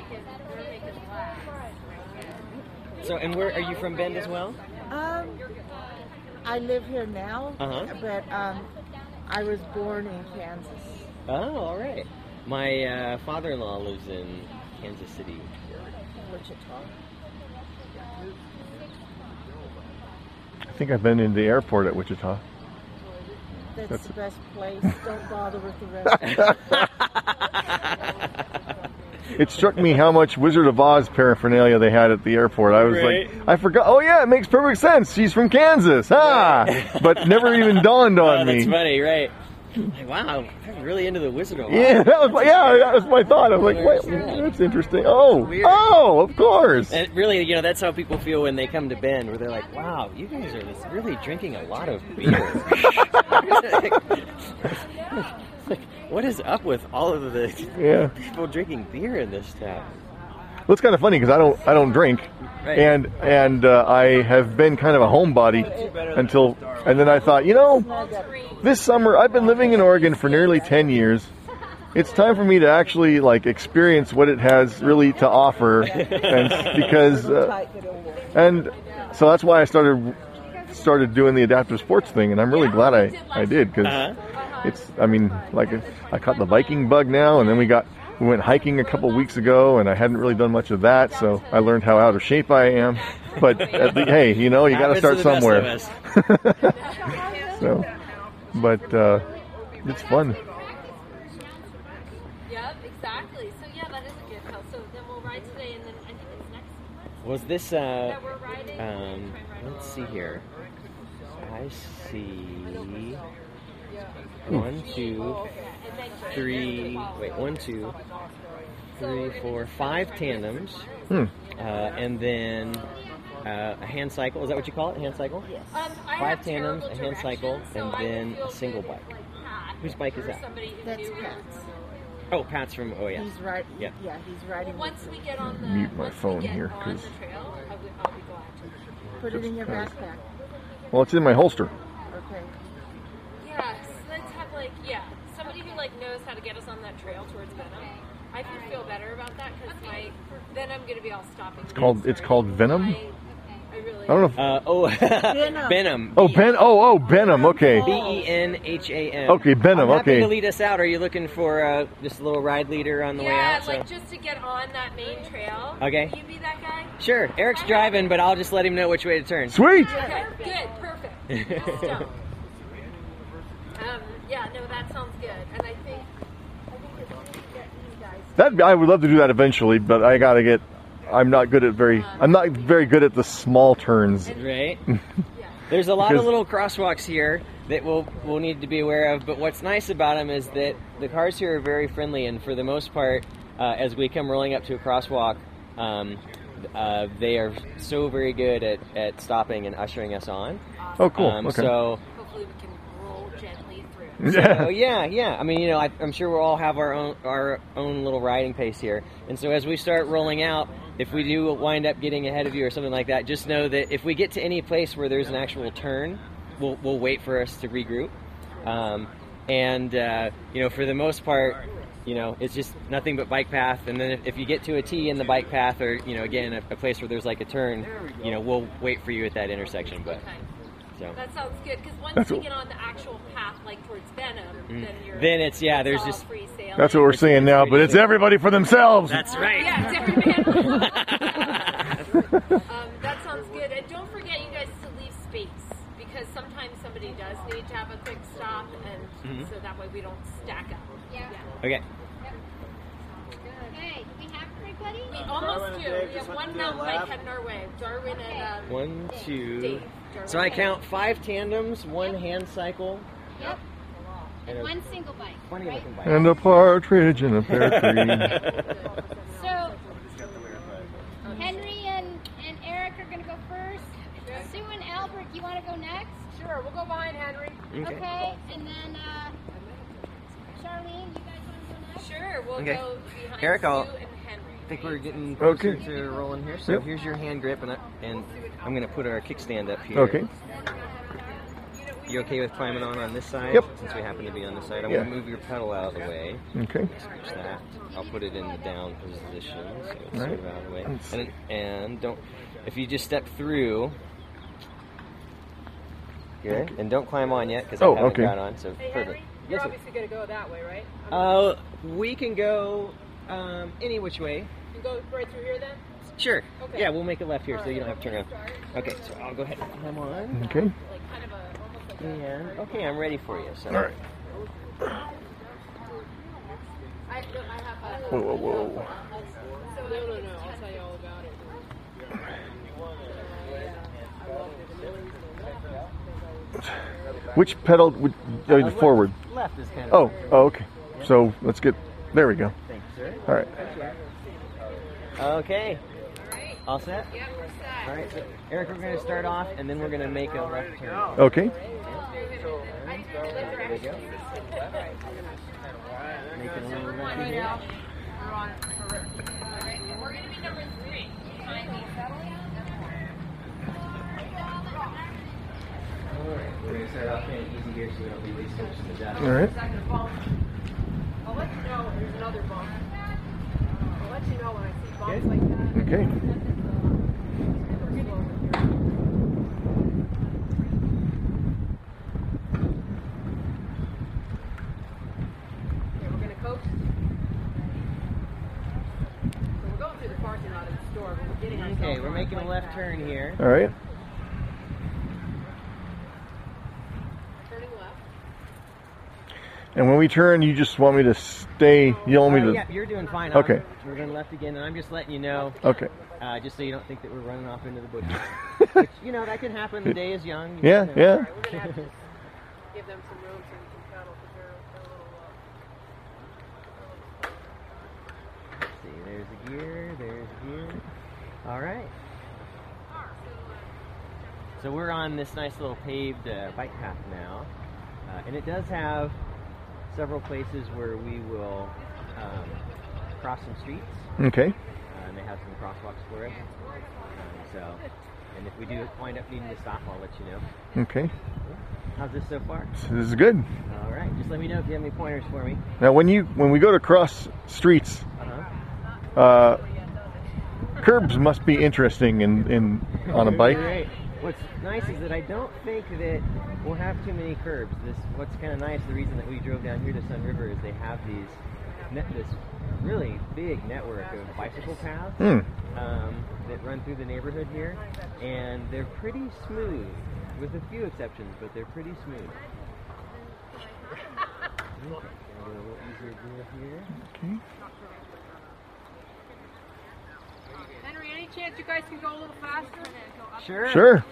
[SPEAKER 14] So, and where are you from, Bend as well?
[SPEAKER 3] Um, I live here now,
[SPEAKER 14] Uh-huh.
[SPEAKER 3] but um, I was born in Kansas.
[SPEAKER 14] Oh, all right. My uh, father-in-law lives in Kansas City.
[SPEAKER 3] Wichita.
[SPEAKER 1] I think I've been in the airport at Wichita.
[SPEAKER 3] That's,
[SPEAKER 1] That's-
[SPEAKER 3] the best place. Don't bother with the rest.
[SPEAKER 1] It struck me how much Wizard of Oz paraphernalia they had at the airport. I was like, I forgot. Oh yeah, it makes perfect sense. She's from Kansas, ah, but never even dawned on
[SPEAKER 14] oh,
[SPEAKER 1] me.
[SPEAKER 14] that's funny, right? Like, wow, I'm really into the Wizard of Oz.
[SPEAKER 1] Yeah, that was my, yeah, that was my thought. I was like, wait, that's interesting. Oh, oh, of course.
[SPEAKER 14] And really, you know, that's how people feel when they come to Bend, where they're like, "Wow, you guys are just really drinking a lot of beer." like, what is up with all of the
[SPEAKER 1] Yeah.
[SPEAKER 14] people drinking beer in this town?
[SPEAKER 1] Well, it's kind of funny because I don't I don't drink,
[SPEAKER 14] Right.
[SPEAKER 1] and and uh, I have been kind of a homebody until and then I thought, you know, this summer I've been living in Oregon for nearly ten years. It's time for me to actually like experience what it has really to offer, and because uh, and so that's why I started started doing the adaptive sports thing, and I'm really glad I I did because it's I mean like I caught the Viking bug now, and then we got we went hiking a couple weeks ago, and I hadn't really done much of that, so I learned how out of shape I am. But at the, hey, you know you got to start
[SPEAKER 14] Happens to the
[SPEAKER 1] somewhere.
[SPEAKER 14] best
[SPEAKER 1] so, but uh, it's fun.
[SPEAKER 2] Yep, exactly. So yeah, that is a good house. So then we'll ride today, and then I think it's next.
[SPEAKER 14] Was this? Uh,
[SPEAKER 2] That we're riding?
[SPEAKER 14] um, let's see here. I see one, two, three. Wait, one, two, three, four, five tandems,
[SPEAKER 1] Hmm.
[SPEAKER 14] uh, and then uh, a hand cycle. Is that what you call it? A hand cycle? Yes.
[SPEAKER 2] Um, I
[SPEAKER 14] Five
[SPEAKER 2] have
[SPEAKER 14] tandems,
[SPEAKER 2] terrible
[SPEAKER 14] a hand cycle,
[SPEAKER 2] directions, so
[SPEAKER 14] and
[SPEAKER 2] I would
[SPEAKER 14] then
[SPEAKER 2] feel
[SPEAKER 14] a single
[SPEAKER 2] good
[SPEAKER 14] bike.
[SPEAKER 2] if, like, Pat
[SPEAKER 14] Whose bike is
[SPEAKER 2] or
[SPEAKER 14] that?
[SPEAKER 2] Somebody who
[SPEAKER 3] That's
[SPEAKER 2] knew where
[SPEAKER 3] Pat's.
[SPEAKER 14] Oh, Pat's from. Oh yeah.
[SPEAKER 3] He's right.
[SPEAKER 14] Yeah.
[SPEAKER 3] Yeah, he's riding.
[SPEAKER 2] Once we get on the
[SPEAKER 1] Mute my
[SPEAKER 2] once we
[SPEAKER 1] phone
[SPEAKER 2] get
[SPEAKER 1] here,
[SPEAKER 2] on
[SPEAKER 1] 'cause-
[SPEAKER 2] the trail, I would, I'll be glad to.
[SPEAKER 3] Put it in your
[SPEAKER 1] Just
[SPEAKER 3] backpack.
[SPEAKER 1] Well, it's in my holster.
[SPEAKER 3] Okay.
[SPEAKER 2] Yeah, so let's have like yeah somebody who like knows how to get us on that trail towards Venom. I could feel better about that because my then I'm gonna be all stopping.
[SPEAKER 1] It's called it's called Venom.
[SPEAKER 2] I really
[SPEAKER 1] I don't know. If,
[SPEAKER 14] Uh, oh, Benham.
[SPEAKER 1] oh, Ben. Oh, oh, Benham. Okay.
[SPEAKER 14] B E N H A M.
[SPEAKER 1] Okay, Benham,
[SPEAKER 14] I'm happy
[SPEAKER 1] okay.
[SPEAKER 14] to lead us out. Are you looking for uh, just a little ride leader on the way
[SPEAKER 2] yeah
[SPEAKER 14] out? so-
[SPEAKER 2] like just to get on that main trail.
[SPEAKER 14] Okay.
[SPEAKER 2] Will you be that guy?
[SPEAKER 14] Sure. Eric's driving, but I'll just let him know which way to turn.
[SPEAKER 1] Sweet.
[SPEAKER 2] Okay, good, perfect. Um, yeah, no, that sounds good, and I think I think it's good to get you guys.
[SPEAKER 1] That I would love to do that eventually, but I gotta get. I'm not good at very. I'm not very good at the small turns.
[SPEAKER 14] right. There's a lot
[SPEAKER 1] Because-
[SPEAKER 14] of little crosswalks here that we'll we'll need to be aware of. But what's nice about them is that the cars here are very friendly, and for the most part, uh, as we come rolling up to a crosswalk, um, uh, they are so very good at, at stopping and ushering us on. Um,
[SPEAKER 1] Oh, cool. Okay.
[SPEAKER 14] So
[SPEAKER 2] Hopefully, we can roll gently through.
[SPEAKER 14] So, yeah, yeah. I mean, you know, I, I'm sure we'll all have our own our own little riding pace here. And so as we start rolling out, if we do wind up getting ahead of you or something like that, just know that if we get to any place where there's an actual turn, we'll we'll wait for us to regroup. Um, and uh, you know, for the most part, you know, it's just nothing but bike path. And then if, if you get to a T in the bike path, or you know, again, a, a place where there's like a turn, you know, we'll wait for you at that intersection. But so.
[SPEAKER 2] That sounds good because once
[SPEAKER 1] That's
[SPEAKER 2] we
[SPEAKER 1] what-
[SPEAKER 2] get on the actual path, like towards Venom,
[SPEAKER 14] Mm.
[SPEAKER 2] then you're
[SPEAKER 14] Then it's yeah.
[SPEAKER 2] it's
[SPEAKER 14] There's
[SPEAKER 2] all
[SPEAKER 14] just
[SPEAKER 2] free sailing.
[SPEAKER 1] That's what we're seeing now, but it's everybody for themselves.
[SPEAKER 14] That's right.
[SPEAKER 2] Yeah, it's every man for himself. um, that sounds good. And don't forget, you guys, to leave space because sometimes somebody does need to have a quick stop, and
[SPEAKER 14] Mhm.
[SPEAKER 2] so that way we don't stack up. Yeah.
[SPEAKER 14] Okay.
[SPEAKER 9] Okay, we have everybody?
[SPEAKER 2] We almost do.
[SPEAKER 9] Dave
[SPEAKER 2] We have
[SPEAKER 9] just
[SPEAKER 2] one
[SPEAKER 9] went to do a
[SPEAKER 2] mountain bike
[SPEAKER 9] lap.
[SPEAKER 2] heading our way. Darwin and um,
[SPEAKER 14] One, two.
[SPEAKER 2] Dave.
[SPEAKER 14] So I count five tandems, one hand cycle,
[SPEAKER 9] Yep.
[SPEAKER 14] and a
[SPEAKER 9] One single bike.
[SPEAKER 14] funny looking bike.
[SPEAKER 1] And a partridge in a pear tree.
[SPEAKER 9] So Henry and, and Eric are gonna go first. Sue and Albert, you wanna go next?
[SPEAKER 2] Sure, we'll go behind Henry.
[SPEAKER 14] Okay.
[SPEAKER 9] Okay, and then uh, Charlene, you guys wanna go next?
[SPEAKER 2] Sure, we'll
[SPEAKER 14] Okay.
[SPEAKER 2] go behind
[SPEAKER 14] Eric,
[SPEAKER 2] Sue
[SPEAKER 14] I'll-
[SPEAKER 2] and Henry.
[SPEAKER 14] I think we're getting
[SPEAKER 1] Okay.
[SPEAKER 14] closer to rolling here. So
[SPEAKER 1] Yep.
[SPEAKER 14] here's your hand grip, and I, and I'm gonna put our kickstand up here.
[SPEAKER 1] Okay.
[SPEAKER 14] You okay with climbing on on this side?
[SPEAKER 1] Yep.
[SPEAKER 14] Since we happen to be on this side, I'm
[SPEAKER 1] Yeah.
[SPEAKER 14] gonna move your pedal out of the way.
[SPEAKER 1] Okay.
[SPEAKER 14] Scratch that. I'll put it in the down position, so it's
[SPEAKER 1] All
[SPEAKER 14] sort
[SPEAKER 1] right.
[SPEAKER 14] of out of the way.
[SPEAKER 1] Let's
[SPEAKER 14] And, and don't, if you just step through. Good. And don't climb on yet because
[SPEAKER 1] Oh,
[SPEAKER 14] I haven't
[SPEAKER 1] okay.
[SPEAKER 14] got on. So perfect. Yes,
[SPEAKER 2] You're
[SPEAKER 14] sir.
[SPEAKER 2] obviously going to go that way, right? I mean,
[SPEAKER 14] Uh, we can go um, any which way.
[SPEAKER 2] you go right through here then?
[SPEAKER 14] Sure.
[SPEAKER 2] Okay.
[SPEAKER 14] Yeah, we'll make a left here so you don't have to turn around. Okay, so I'll go ahead and climb on.
[SPEAKER 1] Okay.
[SPEAKER 14] And, okay, I'm ready for you. So.
[SPEAKER 1] All right.
[SPEAKER 2] uh,
[SPEAKER 1] Whoa, whoa, whoa.
[SPEAKER 2] No, no, no. I'll tell you all about it.
[SPEAKER 1] Which pedal would uh,
[SPEAKER 14] left-
[SPEAKER 1] forward?
[SPEAKER 14] left is kind
[SPEAKER 1] Oh,
[SPEAKER 14] of-
[SPEAKER 1] oh, okay. So let's get. There we go.
[SPEAKER 14] Thank you, sir.
[SPEAKER 1] All right.
[SPEAKER 14] Okay. All set? All right, so Eric, we're going to start off and then we're going to make a left turn.
[SPEAKER 1] Okay.
[SPEAKER 14] There we go. Make a little left
[SPEAKER 19] Right
[SPEAKER 14] here.
[SPEAKER 19] now, we're on correct. We're going to be number three. Behind me.
[SPEAKER 14] Alright, We're going to start off kind of easy here so we don't be wasting much of the depth.
[SPEAKER 1] All right.
[SPEAKER 2] I'll let you know if there's another bump. I'll let you know when I see bumps
[SPEAKER 14] Okay.
[SPEAKER 2] like that.
[SPEAKER 1] Okay.
[SPEAKER 2] Okay, we're going to coast. So we're going through the parking lot of the store, but we're getting ourselves.
[SPEAKER 14] Okay, we're
[SPEAKER 2] on
[SPEAKER 14] making a
[SPEAKER 2] like
[SPEAKER 14] left
[SPEAKER 2] that.
[SPEAKER 14] turn here.
[SPEAKER 1] All right.
[SPEAKER 2] Turning left.
[SPEAKER 1] And when we turn, you just want me to stay. You want me
[SPEAKER 14] Uh,
[SPEAKER 1] to.
[SPEAKER 14] yeah, you're doing fine.
[SPEAKER 1] Okay.
[SPEAKER 14] I'm- we're going left again, and I'm just letting you know.
[SPEAKER 1] Okay.
[SPEAKER 14] Uh, just so you don't think that we're running off into the bushes. Which, you know, that can happen. The day is young. you
[SPEAKER 1] Yeah,
[SPEAKER 14] know.
[SPEAKER 1] yeah.
[SPEAKER 2] All right, we're going to have to just give them some room so we can paddle
[SPEAKER 14] Let's see, there's a
[SPEAKER 2] because they're, they're a little low.
[SPEAKER 14] gear, there's a gear. All right. So we're on this nice little paved uh, bike path now, uh, and it does have several places where we will um, cross some streets.
[SPEAKER 1] Okay.
[SPEAKER 14] Uh, and they have some crosswalks for us. Um, so, and if we do wind up needing to stop, I'll let you know.
[SPEAKER 1] Okay.
[SPEAKER 14] How's this so far?
[SPEAKER 1] So this is good.
[SPEAKER 14] All right. Just let me know if you have any pointers for me.
[SPEAKER 1] Now, when you when we go to cross streets,
[SPEAKER 14] Uh-huh.
[SPEAKER 1] uh, curbs must be interesting in, in on a bike.
[SPEAKER 14] Right. What's nice is that I don't think that we'll have too many curbs. This what's kind of nice. The reason that we drove down here to Sun River is they have these net, this really big network of bicycle paths
[SPEAKER 1] Hmm.
[SPEAKER 14] um, that run through the neighborhood here, and they're pretty smooth, with a few exceptions, but they're pretty smooth.
[SPEAKER 2] uh,
[SPEAKER 14] Okay, a little easier gear here.
[SPEAKER 1] Okay.
[SPEAKER 2] Henry, any chance you guys can go a little faster?
[SPEAKER 14] Sure.
[SPEAKER 1] Sure.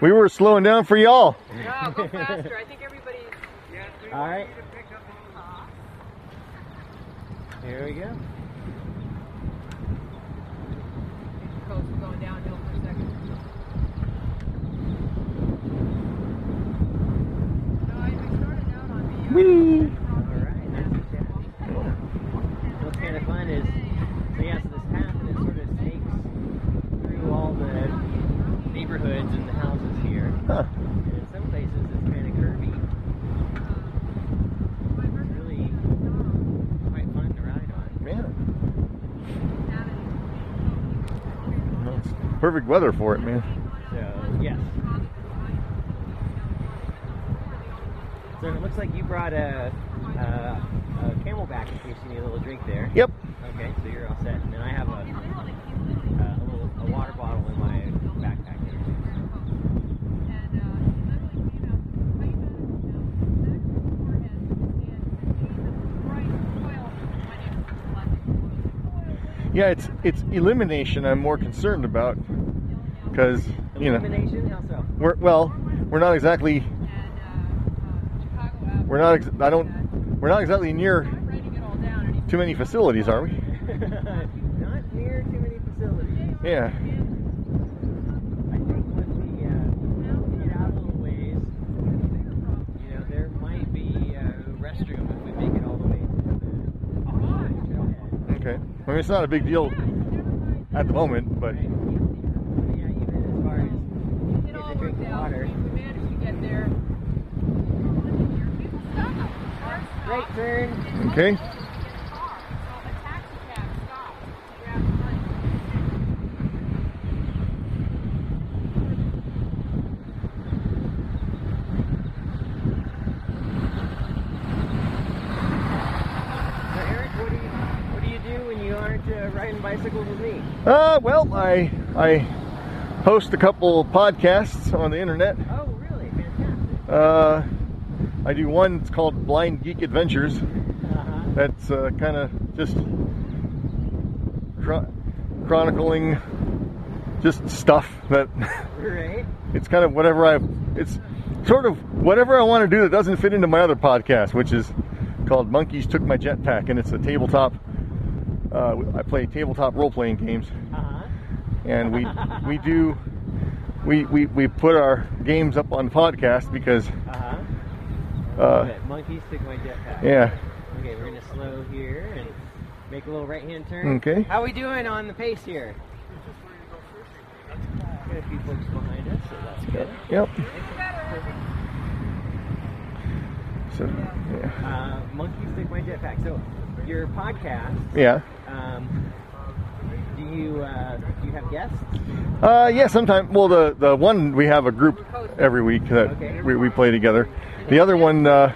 [SPEAKER 1] We were slowing down for y'all.
[SPEAKER 2] No, go faster. I think everybody's.
[SPEAKER 14] All right. Here we go.
[SPEAKER 2] Coast, we're going downhill for a second.
[SPEAKER 14] Whee! Alright, that's a chat. What's kind of fun is, so yeah, so this path and it sort of snakes through all the neighborhoods and the houses here.
[SPEAKER 1] Huh.
[SPEAKER 14] And in some places it's kind of curvy. It's really quite fun to ride on.
[SPEAKER 1] Yeah. Well, it's perfect weather for it, man.
[SPEAKER 14] So, yes. So it looks like you brought a, a, a camelback in case you need a little drink there.
[SPEAKER 1] Yep.
[SPEAKER 14] Okay, so you're all set. And then I have a, a, a little a water bottle in my backpack there.
[SPEAKER 1] Yeah, it's it's elimination I'm more concerned about because you know
[SPEAKER 14] Elimination? How so?
[SPEAKER 1] we're well we're not exactly
[SPEAKER 2] uh,
[SPEAKER 1] we're not ex- I don't we're not exactly near too many facilities, are we?
[SPEAKER 14] Not near too many facilities.
[SPEAKER 1] Yeah.
[SPEAKER 14] I think when we uh, get out a little ways, you know, there might be uh, a restroom if we make it all the way to the trailhead.
[SPEAKER 1] Okay. I mean, it's not a big deal at the moment, but
[SPEAKER 14] Yeah, even as far as
[SPEAKER 2] It all worked out. We we managed to get there.
[SPEAKER 14] right turn.
[SPEAKER 1] okay.
[SPEAKER 14] uh,
[SPEAKER 1] Uh, well, I I host a couple podcasts on the internet. Oh, really? Fantastic. Uh, I do one. It's called Blind Geek Adventures. That's uh, kind of just chro- chronicling just stuff that
[SPEAKER 14] Right.
[SPEAKER 1] it's kind of whatever I it's sort of whatever I want to do that doesn't fit into my other podcast, which is called Monkeys Took My Jetpack, and it's a tabletop. Uh, I play tabletop role playing games, and we we do we, we we put our games up on podcast because
[SPEAKER 14] Uh-huh.
[SPEAKER 1] uh,
[SPEAKER 14] But monkeys took my jetpack.
[SPEAKER 1] Yeah.
[SPEAKER 14] Okay, we're gonna slow here and make a little right hand turn.
[SPEAKER 1] Okay.
[SPEAKER 14] How we doing on the pace here? Got a few folks behind us, so that's good.
[SPEAKER 1] Yep. so yeah
[SPEAKER 14] Uh, monkeys took my jetpack. So your podcast.
[SPEAKER 1] yeah.
[SPEAKER 14] Um, do you uh, do you have guests?
[SPEAKER 1] Uh, yeah, sometimes. Well, the, the one we have a group every week that
[SPEAKER 14] Okay.
[SPEAKER 1] we, we play together. The other one, uh,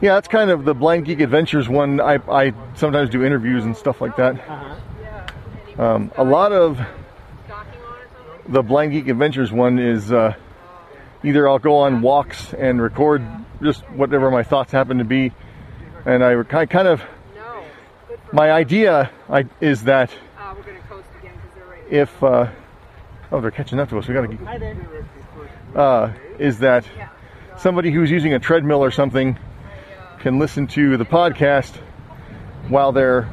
[SPEAKER 1] yeah, that's kind of the Blind Geek Adventures one. I, I sometimes do interviews and stuff like that.
[SPEAKER 14] Uh-huh.
[SPEAKER 1] Um, a lot of the Blind Geek Adventures one is uh, either I'll go on walks and record just whatever my thoughts happen to be, and I ki- kind of my idea I, is that
[SPEAKER 20] Uh,
[SPEAKER 1] if uh, oh they're catching up to us, we gotta
[SPEAKER 14] Hi there.
[SPEAKER 1] uh, is that somebody who's using a treadmill or something can listen to the podcast while they're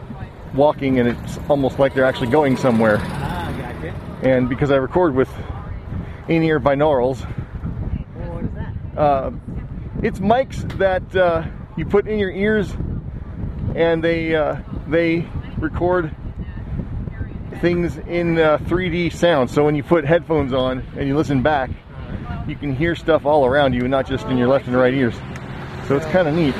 [SPEAKER 1] walking, and it's almost like they're actually going somewhere.
[SPEAKER 14] Ah, gotcha.
[SPEAKER 1] And because I record with in-ear binaurals,
[SPEAKER 14] Well, what is that?
[SPEAKER 1] uh, it's mics that uh, you put in your ears, and they uh, they record things in uh, 3D sound. So when you put headphones on and you listen back, you can hear stuff all around you, and not just in your left and right ears. So it's kind of neat.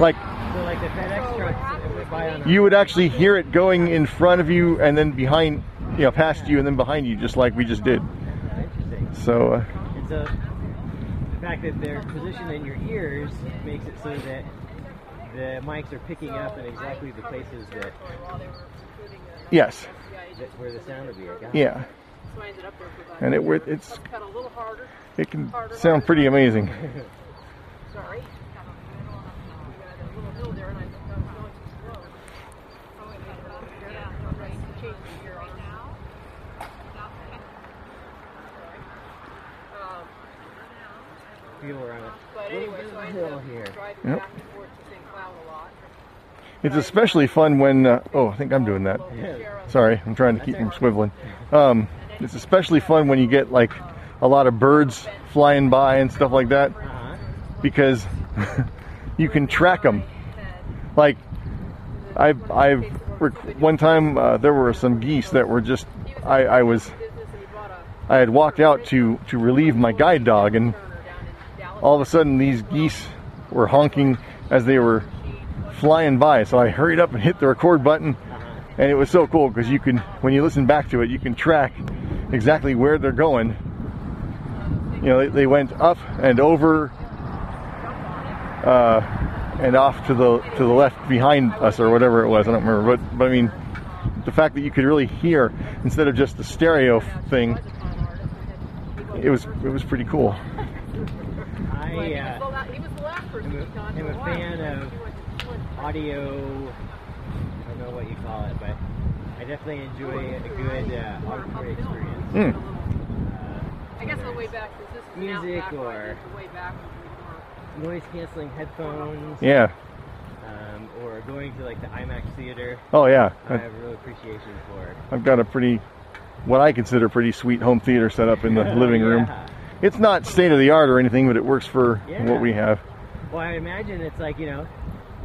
[SPEAKER 1] Like
[SPEAKER 14] So like the FedEx trucks that we buy on.
[SPEAKER 1] you would actually hear it going in front of you and then behind, you know, past you and then behind you, just like we just did. So. Uh,
[SPEAKER 14] And so the fact that they're positioned in your ears makes it so that the mics are picking up in exactly the places that
[SPEAKER 1] Yes.
[SPEAKER 14] That's where the sound would be. I got it.
[SPEAKER 1] Yeah. And it wor- it's it can sound pretty amazing.
[SPEAKER 20] Sorry.
[SPEAKER 14] People are on a
[SPEAKER 20] But
[SPEAKER 14] little
[SPEAKER 20] anyway,
[SPEAKER 14] bit
[SPEAKER 20] so
[SPEAKER 14] of
[SPEAKER 20] I
[SPEAKER 14] a
[SPEAKER 20] ended
[SPEAKER 14] hill
[SPEAKER 20] up
[SPEAKER 14] here.
[SPEAKER 20] driving
[SPEAKER 1] Yep.
[SPEAKER 20] back and forth to St. Cloud a lot.
[SPEAKER 1] It's especially fun when uh, oh I think I'm doing that. Sorry, I'm trying to keep from swiveling. Um, it's especially fun when you get like a lot of birds flying by and stuff like that because you can track them. Like I I rec- one time uh, there were some geese that were just I I was I had walked out to to relieve my guide dog and all of a sudden these geese were honking as they were flying by so i hurried up and hit the record button and it was so cool because you can when you listen back to it you can track exactly where they're going you know they, they went up and over uh, and off to the to the left behind us or whatever it was i don't remember but, but i mean the fact that you could really hear instead of just the stereo thing it was it was pretty cool
[SPEAKER 14] I
[SPEAKER 20] He was
[SPEAKER 14] uh,
[SPEAKER 20] the la- He was the last person to come on
[SPEAKER 14] am
[SPEAKER 20] for
[SPEAKER 14] a
[SPEAKER 20] a while.
[SPEAKER 14] fan of audio. I don't know what you call it, but I definitely enjoy a good uh, auditory experience.
[SPEAKER 1] Hmm.
[SPEAKER 20] I guess on the way back, because this is an
[SPEAKER 14] Music
[SPEAKER 20] outback, right?
[SPEAKER 14] or-
[SPEAKER 20] The way back was
[SPEAKER 14] Noise canceling headphones.
[SPEAKER 1] Yeah.
[SPEAKER 14] Um, or going to like the IMAX theater.
[SPEAKER 1] Oh, yeah.
[SPEAKER 14] I have a real appreciation for.
[SPEAKER 1] I've got a pretty, what I consider pretty sweet home theater set up in the living room.
[SPEAKER 14] Yeah.
[SPEAKER 1] It's not state of the art or anything, but it works for
[SPEAKER 14] Yeah.
[SPEAKER 1] what we have.
[SPEAKER 14] Well, I imagine it's like you know,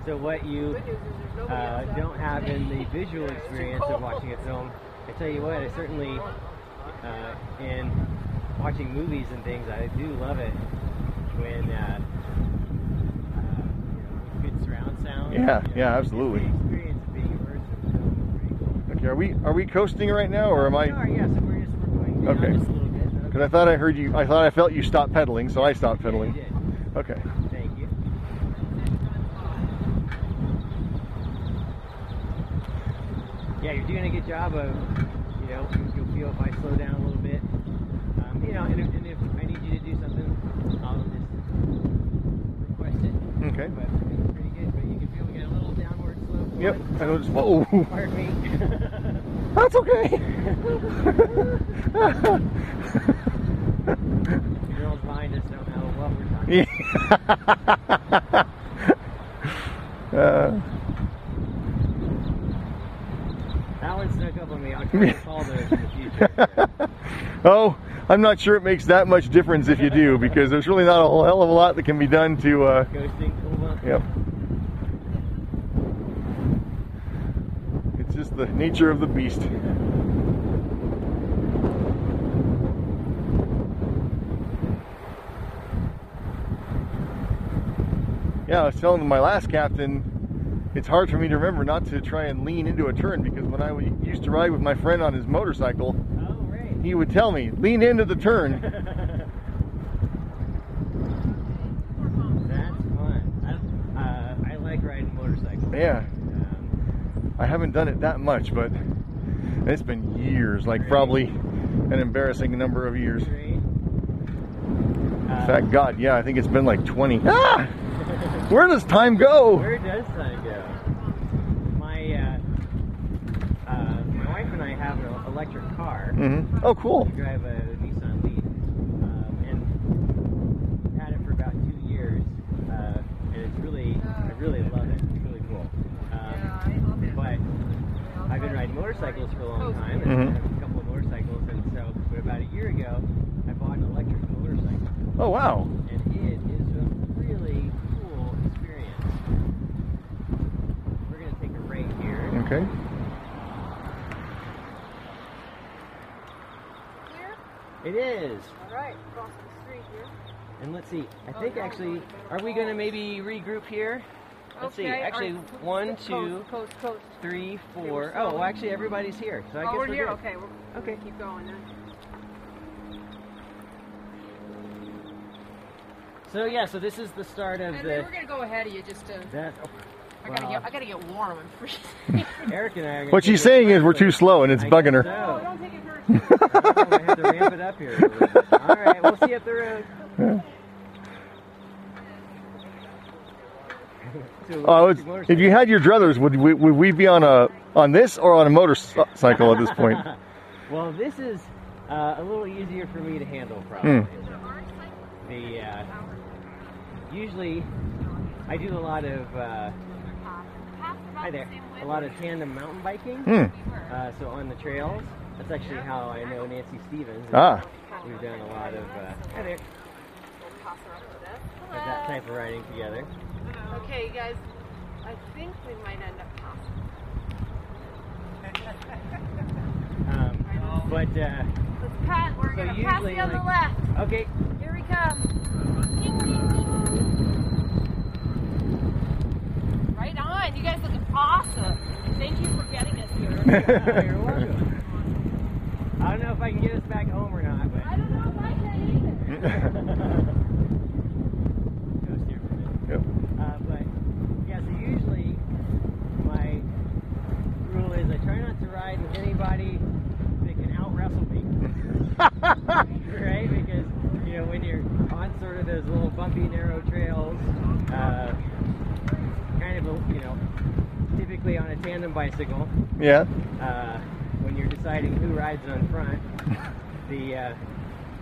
[SPEAKER 14] so what you uh, don't have in the visual experience of watching a film. I tell you what, I certainly uh, in watching movies and things, I do love it when uh, uh, you know, good surround sound.
[SPEAKER 1] Yeah,
[SPEAKER 14] you know,
[SPEAKER 1] yeah, absolutely.
[SPEAKER 14] The experience of being immersed in film is pretty cool.
[SPEAKER 1] Okay, are we are we coasting right now, or am I?
[SPEAKER 14] We are, yeah, so we're just we're going down
[SPEAKER 1] Okay.
[SPEAKER 14] just a little bit.
[SPEAKER 1] Because I thought I heard you. I thought I felt you stop pedaling, so I stopped pedaling.
[SPEAKER 14] did.
[SPEAKER 1] Okay.
[SPEAKER 14] Thank you. yeah, you're doing a good job of, you know, you'll feel if I slow down a little bit. Um, you know, and if, and if I need you to do something, I'll just request it.
[SPEAKER 1] Okay.
[SPEAKER 14] But it's pretty good. But you can feel we got a little downward slope.
[SPEAKER 1] Yep.
[SPEAKER 14] going.
[SPEAKER 1] I noticed.
[SPEAKER 14] Oh.
[SPEAKER 1] Whoa.
[SPEAKER 14] Pardon me.
[SPEAKER 1] That's okay.
[SPEAKER 14] The girls behind us don't know what we're talking
[SPEAKER 1] Yeah. uh,
[SPEAKER 14] about. That one snuck up on me. I'll try to call those in the future.
[SPEAKER 1] oh, I'm not sure it makes that much difference if you do, because there's really not a whole hell of a lot that can be done to. Uh,
[SPEAKER 14] Ghosting. Hold on.
[SPEAKER 1] Yep. It's just the nature of the beast. Yeah, I was telling my last captain, it's hard for me to remember not to try and lean into a turn because when I w- used to ride with my friend on his motorcycle, he would tell me, lean into the turn.
[SPEAKER 14] That's fun. I, uh, I like riding motorcycles.
[SPEAKER 1] Yeah. I haven't done it that much, but it's been years, like probably an embarrassing number of years. In fact, God, yeah, I think it's been like 20. Ah! Where does time go?
[SPEAKER 14] Where does time go? My uh, uh, my wife and I have an electric car.
[SPEAKER 1] Mhm. Oh, cool.
[SPEAKER 14] We drive a Nissan Leaf, um, and had it for about two years, uh, and it's really, I really love it. It's really cool. Um, But I've been riding motorcycles for a long time, and
[SPEAKER 1] Mhm.
[SPEAKER 14] I have a couple of motorcycles, and so but about a year ago, I bought an electric motorcycle.
[SPEAKER 1] Oh, wow.
[SPEAKER 14] And it is a really cool experience. We're gonna take a break here.
[SPEAKER 1] Okay.
[SPEAKER 14] It is.
[SPEAKER 20] All right, crossing the street here.
[SPEAKER 14] And let's see. I think actually, are we gonna maybe regroup here? Let's see.
[SPEAKER 20] Okay,
[SPEAKER 14] Actually,
[SPEAKER 20] all right.
[SPEAKER 14] one,
[SPEAKER 20] Coast,
[SPEAKER 14] two,
[SPEAKER 20] coast, coast.
[SPEAKER 14] three, four. Oh, well, actually, everybody's here. So I
[SPEAKER 20] oh,
[SPEAKER 14] guess
[SPEAKER 20] we're, here.
[SPEAKER 14] good.
[SPEAKER 20] Okay, we're, okay. Keep going then.
[SPEAKER 14] So yeah. So this is the start of
[SPEAKER 20] And then
[SPEAKER 14] the.
[SPEAKER 20] we're gonna go ahead of you just to.
[SPEAKER 14] That. oh,
[SPEAKER 20] I gotta
[SPEAKER 14] wow.
[SPEAKER 20] get. I gotta get warm. I'm freezing.
[SPEAKER 14] Eric and I are. gonna
[SPEAKER 1] What
[SPEAKER 14] take
[SPEAKER 1] she's
[SPEAKER 14] a
[SPEAKER 1] saying
[SPEAKER 14] break
[SPEAKER 1] is we're
[SPEAKER 14] for-
[SPEAKER 1] too slow and it's
[SPEAKER 14] I
[SPEAKER 1] bugging
[SPEAKER 14] guess
[SPEAKER 1] her.
[SPEAKER 14] so.
[SPEAKER 20] don't take it personally.
[SPEAKER 14] Oh, I have to ramp it up here. a little bit. All right, we'll see you up the road. So
[SPEAKER 1] Oh,
[SPEAKER 14] electric
[SPEAKER 1] it's-
[SPEAKER 14] motorcycle.
[SPEAKER 1] if you had your druthers, would we, would we be on a on this or on a motorcycle at this point?
[SPEAKER 14] well, this is uh, a little easier for me to handle, probably.
[SPEAKER 1] Hmm.
[SPEAKER 14] The uh, usually I do a lot of uh, hi there, a lot of tandem mountain biking.
[SPEAKER 1] Hmm.
[SPEAKER 14] Uh, so on the trails, that's actually how I know Nancy Stevens.
[SPEAKER 1] Ah.
[SPEAKER 14] we've done a lot of uh, hi there, of that type of riding together.
[SPEAKER 21] Okay, you guys, I think we might end up possible.
[SPEAKER 14] Um, but uh,
[SPEAKER 21] Let's pat. We're
[SPEAKER 14] So
[SPEAKER 21] gonna pass
[SPEAKER 14] usually,
[SPEAKER 21] you on the
[SPEAKER 14] like-
[SPEAKER 21] left.
[SPEAKER 14] okay,
[SPEAKER 21] Here we come. Ding, ding, ding. Right on. You guys look awesome. Thank you for getting us here.
[SPEAKER 14] You're welcome. I don't know if I can get us back home or not, but.
[SPEAKER 21] I don't know if I can either.
[SPEAKER 14] Goes here for a minute.
[SPEAKER 1] Yep.
[SPEAKER 14] Uh, but yeah, so usually my rule is I try not to ride with anybody that can out wrestle me. right? Because you know when you're on sort of those little bumpy narrow trails, uh, kind of a, you know typically on a tandem bicycle,
[SPEAKER 1] Yeah.
[SPEAKER 14] uh, when you're deciding who rides on front, the uh,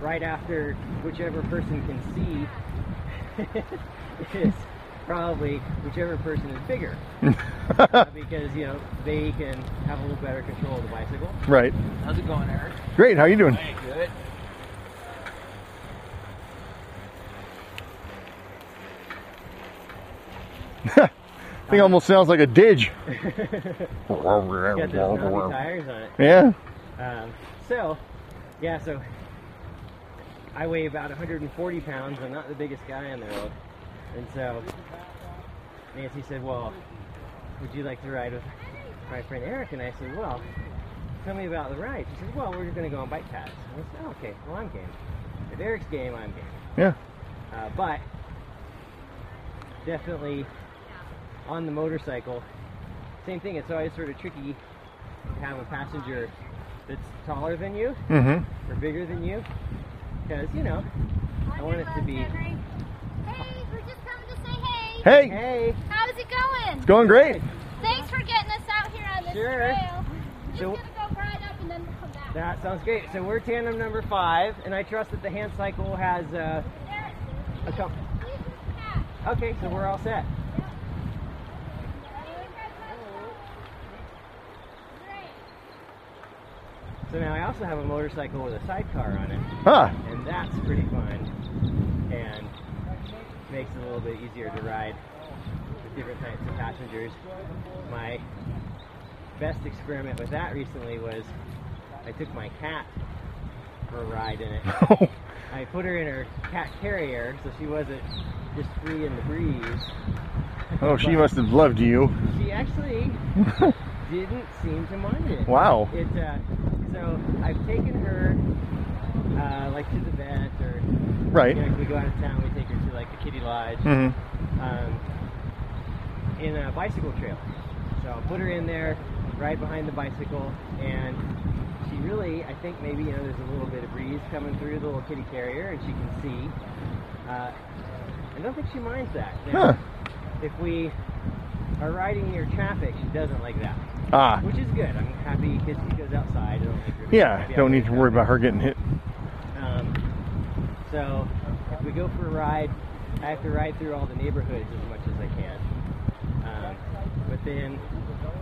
[SPEAKER 14] right after whichever person can see is probably whichever person is bigger, Uh, because you know they can have a little better control of the bicycle.
[SPEAKER 1] Right.
[SPEAKER 14] How's it going, Eric?
[SPEAKER 1] Great. How you doing?
[SPEAKER 14] good.
[SPEAKER 1] Thing almost sounds like a didge.
[SPEAKER 14] Got those knobby tires on it.
[SPEAKER 1] Yeah.
[SPEAKER 14] Um, so, yeah, so I weigh about 140 pounds. I'm not the biggest guy on the road. And so Nancy said, Well, would you like to ride with my friend Eric? And I said, Well, tell me about the ride. She said, Well, we're just going to go on bike paths. And I said, oh, Okay, well, I'm game. If Eric's game, I'm game.
[SPEAKER 1] Yeah.
[SPEAKER 14] Uh, but definitely on the motorcycle, same thing. It's always sort of tricky have a passenger that's taller than you
[SPEAKER 1] Mhm.
[SPEAKER 14] or bigger than you, because you know I want it to be.
[SPEAKER 9] Hey, we're just coming to say hey.
[SPEAKER 1] Hey.
[SPEAKER 14] Hey.
[SPEAKER 9] How's it going?
[SPEAKER 1] It's going great.
[SPEAKER 9] Thanks for getting us out here on this
[SPEAKER 14] Sure.
[SPEAKER 9] trail. Just
[SPEAKER 14] So-
[SPEAKER 9] gonna go ride up and then we'll come back.
[SPEAKER 14] That sounds great. So we're tandem number five, and I trust that the hand cycle has uh, a couple. Okay, so we're all set. So now I also have a motorcycle with a sidecar on it.
[SPEAKER 1] Huh.
[SPEAKER 14] And that's pretty fun. And makes it a little bit easier to ride with different types of passengers. My best experiment with that recently was I took my cat for a ride in it. I put her in her cat carrier so she wasn't just free in the breeze.
[SPEAKER 1] Oh, she must have loved you.
[SPEAKER 14] She actually didn't seem to mind it.
[SPEAKER 1] Wow.
[SPEAKER 14] It uh, so I've taken her uh, like to the vet or
[SPEAKER 1] Right.
[SPEAKER 14] You know, we go out of town, we take her to like the kitty lodge.
[SPEAKER 1] Mhm.
[SPEAKER 14] Um, in a bicycle trail. So I'll put her in there, right behind the bicycle, and she really, I think maybe you know, there's a little bit of breeze coming through the little kitty carrier, and she can see. Uh, I don't think she minds that.
[SPEAKER 1] Huh.
[SPEAKER 14] Now, If we are riding near traffic, she doesn't like that.
[SPEAKER 1] Ah.
[SPEAKER 14] Which is good. I'm happy because she goes outside. I don't think we're-
[SPEAKER 1] Yeah,
[SPEAKER 14] happy
[SPEAKER 1] don't
[SPEAKER 14] out
[SPEAKER 1] need to worry about her getting hit.
[SPEAKER 14] um, so if we go for a ride, I have to ride through all the neighborhoods as much as I can. Um, but then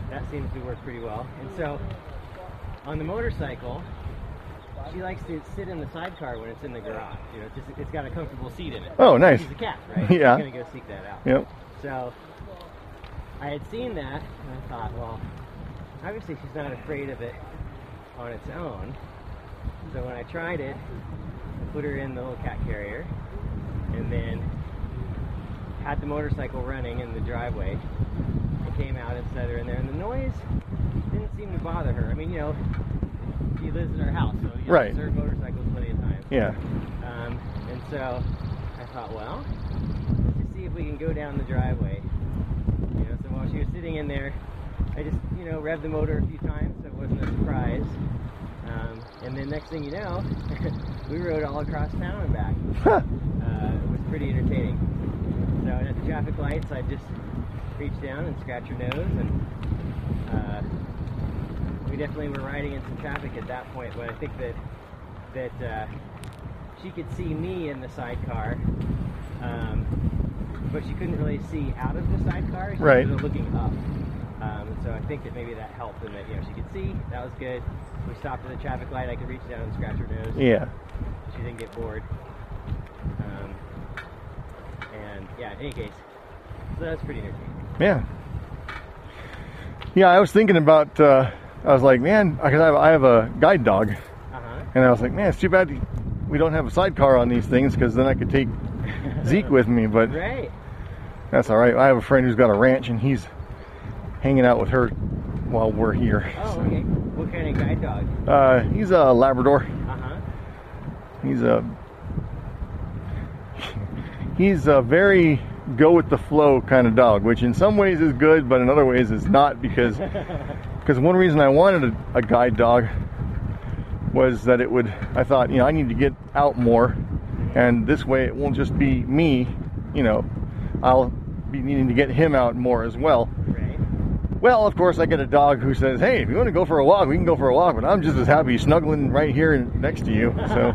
[SPEAKER 14] that seems to work pretty well. And so on the motorcycle, she likes to sit in the sidecar when it's in the garage. You know, it's just, it's got a comfortable seat in it.
[SPEAKER 1] Oh, nice.
[SPEAKER 14] She's a cat, right?
[SPEAKER 1] Yeah.
[SPEAKER 14] She's gonna go seek that out.
[SPEAKER 1] Yep.
[SPEAKER 14] So I had seen that, and I thought, well, obviously she's not afraid of it on its own. So when I tried it, I put her in the little cat carrier, and then had the motorcycle running in the driveway. I came out and set her in there, and the noise didn't seem to bother her. I mean, you know, she lives in her house, so you know,
[SPEAKER 1] Right.
[SPEAKER 14] it's her motorcycle plenty of time.
[SPEAKER 1] Yeah.
[SPEAKER 14] Um, and so I thought, well, let's just see if we can go down the driveway. You know, so while she was sitting in there, I just, you know, revved the motor a few times, so it wasn't a surprise. Um, and then next thing you know, we rode all across town and back. uh, it was pretty entertaining. So at the traffic lights, I just reached down and scratched her nose, and uh, we definitely were riding in some traffic at that point. But I think that that uh, she could see me in the sidecar, um, but she couldn't really see out of the sidecar. She
[SPEAKER 1] Right.
[SPEAKER 14] was looking up. Um, and so I think that maybe that helped, and that you know she could see. That was good. We stopped at the traffic light. I could reach down and scratch her nose.
[SPEAKER 1] Yeah.
[SPEAKER 14] She didn't get bored. Um, and yeah, in any case, so that's pretty entertaining.
[SPEAKER 1] Yeah. Yeah, I was thinking about. Uh, I was like, man, because I, have- I have a guide dog,
[SPEAKER 14] Uh-huh.
[SPEAKER 1] and I was like, man, it's too bad we don't have a sidecar on these things, because then I could take Zeke with me. But
[SPEAKER 14] Right.
[SPEAKER 1] that's all right. I have a friend who's got a ranch, and he's hanging out with her while we're here.
[SPEAKER 14] Oh, okay. What kind of guide dog?
[SPEAKER 1] Uh, he's a Labrador.
[SPEAKER 14] Uh huh.
[SPEAKER 1] He's a he's a very go with the flow kind of dog, which in some ways is good, but in other ways is not because because one reason I wanted a, a guide dog was that it would I thought you know I need to get out more, and this way it won't just be me, you know, I'll be needing to get him out more as well. Well, of course, I get a dog who says, "Hey, if you want to go for a walk, we can go for a walk." But I'm just as happy snuggling right here next to you, so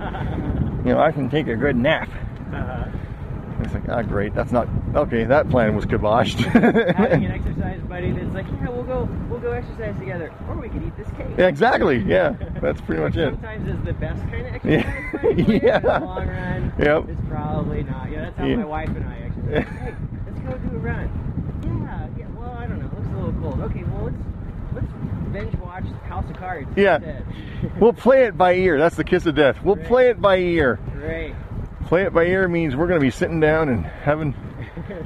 [SPEAKER 1] you know I can take a good nap.
[SPEAKER 14] Uh-huh.
[SPEAKER 1] It's like, ah, great. That's not okay. That plan was kiboshed.
[SPEAKER 14] Having an exercise buddy that's like, yeah, we'll go, we'll go exercise together, or we could eat this cake.
[SPEAKER 1] Yeah, exactly. Yeah, that's pretty
[SPEAKER 14] Which
[SPEAKER 1] much it.
[SPEAKER 14] Sometimes is the best kind of
[SPEAKER 1] Yeah.
[SPEAKER 14] exercise. buddy, but In the
[SPEAKER 1] Yeah.
[SPEAKER 14] long run,
[SPEAKER 1] Yep.
[SPEAKER 14] it's probably not. Yeah, that's how
[SPEAKER 1] Yeah.
[SPEAKER 14] my wife and I exercise. hey, let's go do a run. Yeah, yeah. Well, I don't know. It looks a little cold. Okay, well let's let's binge watch House of Cards.
[SPEAKER 1] yeah,
[SPEAKER 14] instead.
[SPEAKER 1] we'll play it by ear. That's the kiss of death. We'll play it by ear.
[SPEAKER 14] Great.
[SPEAKER 1] Play it by ear means we're gonna be sitting down and having,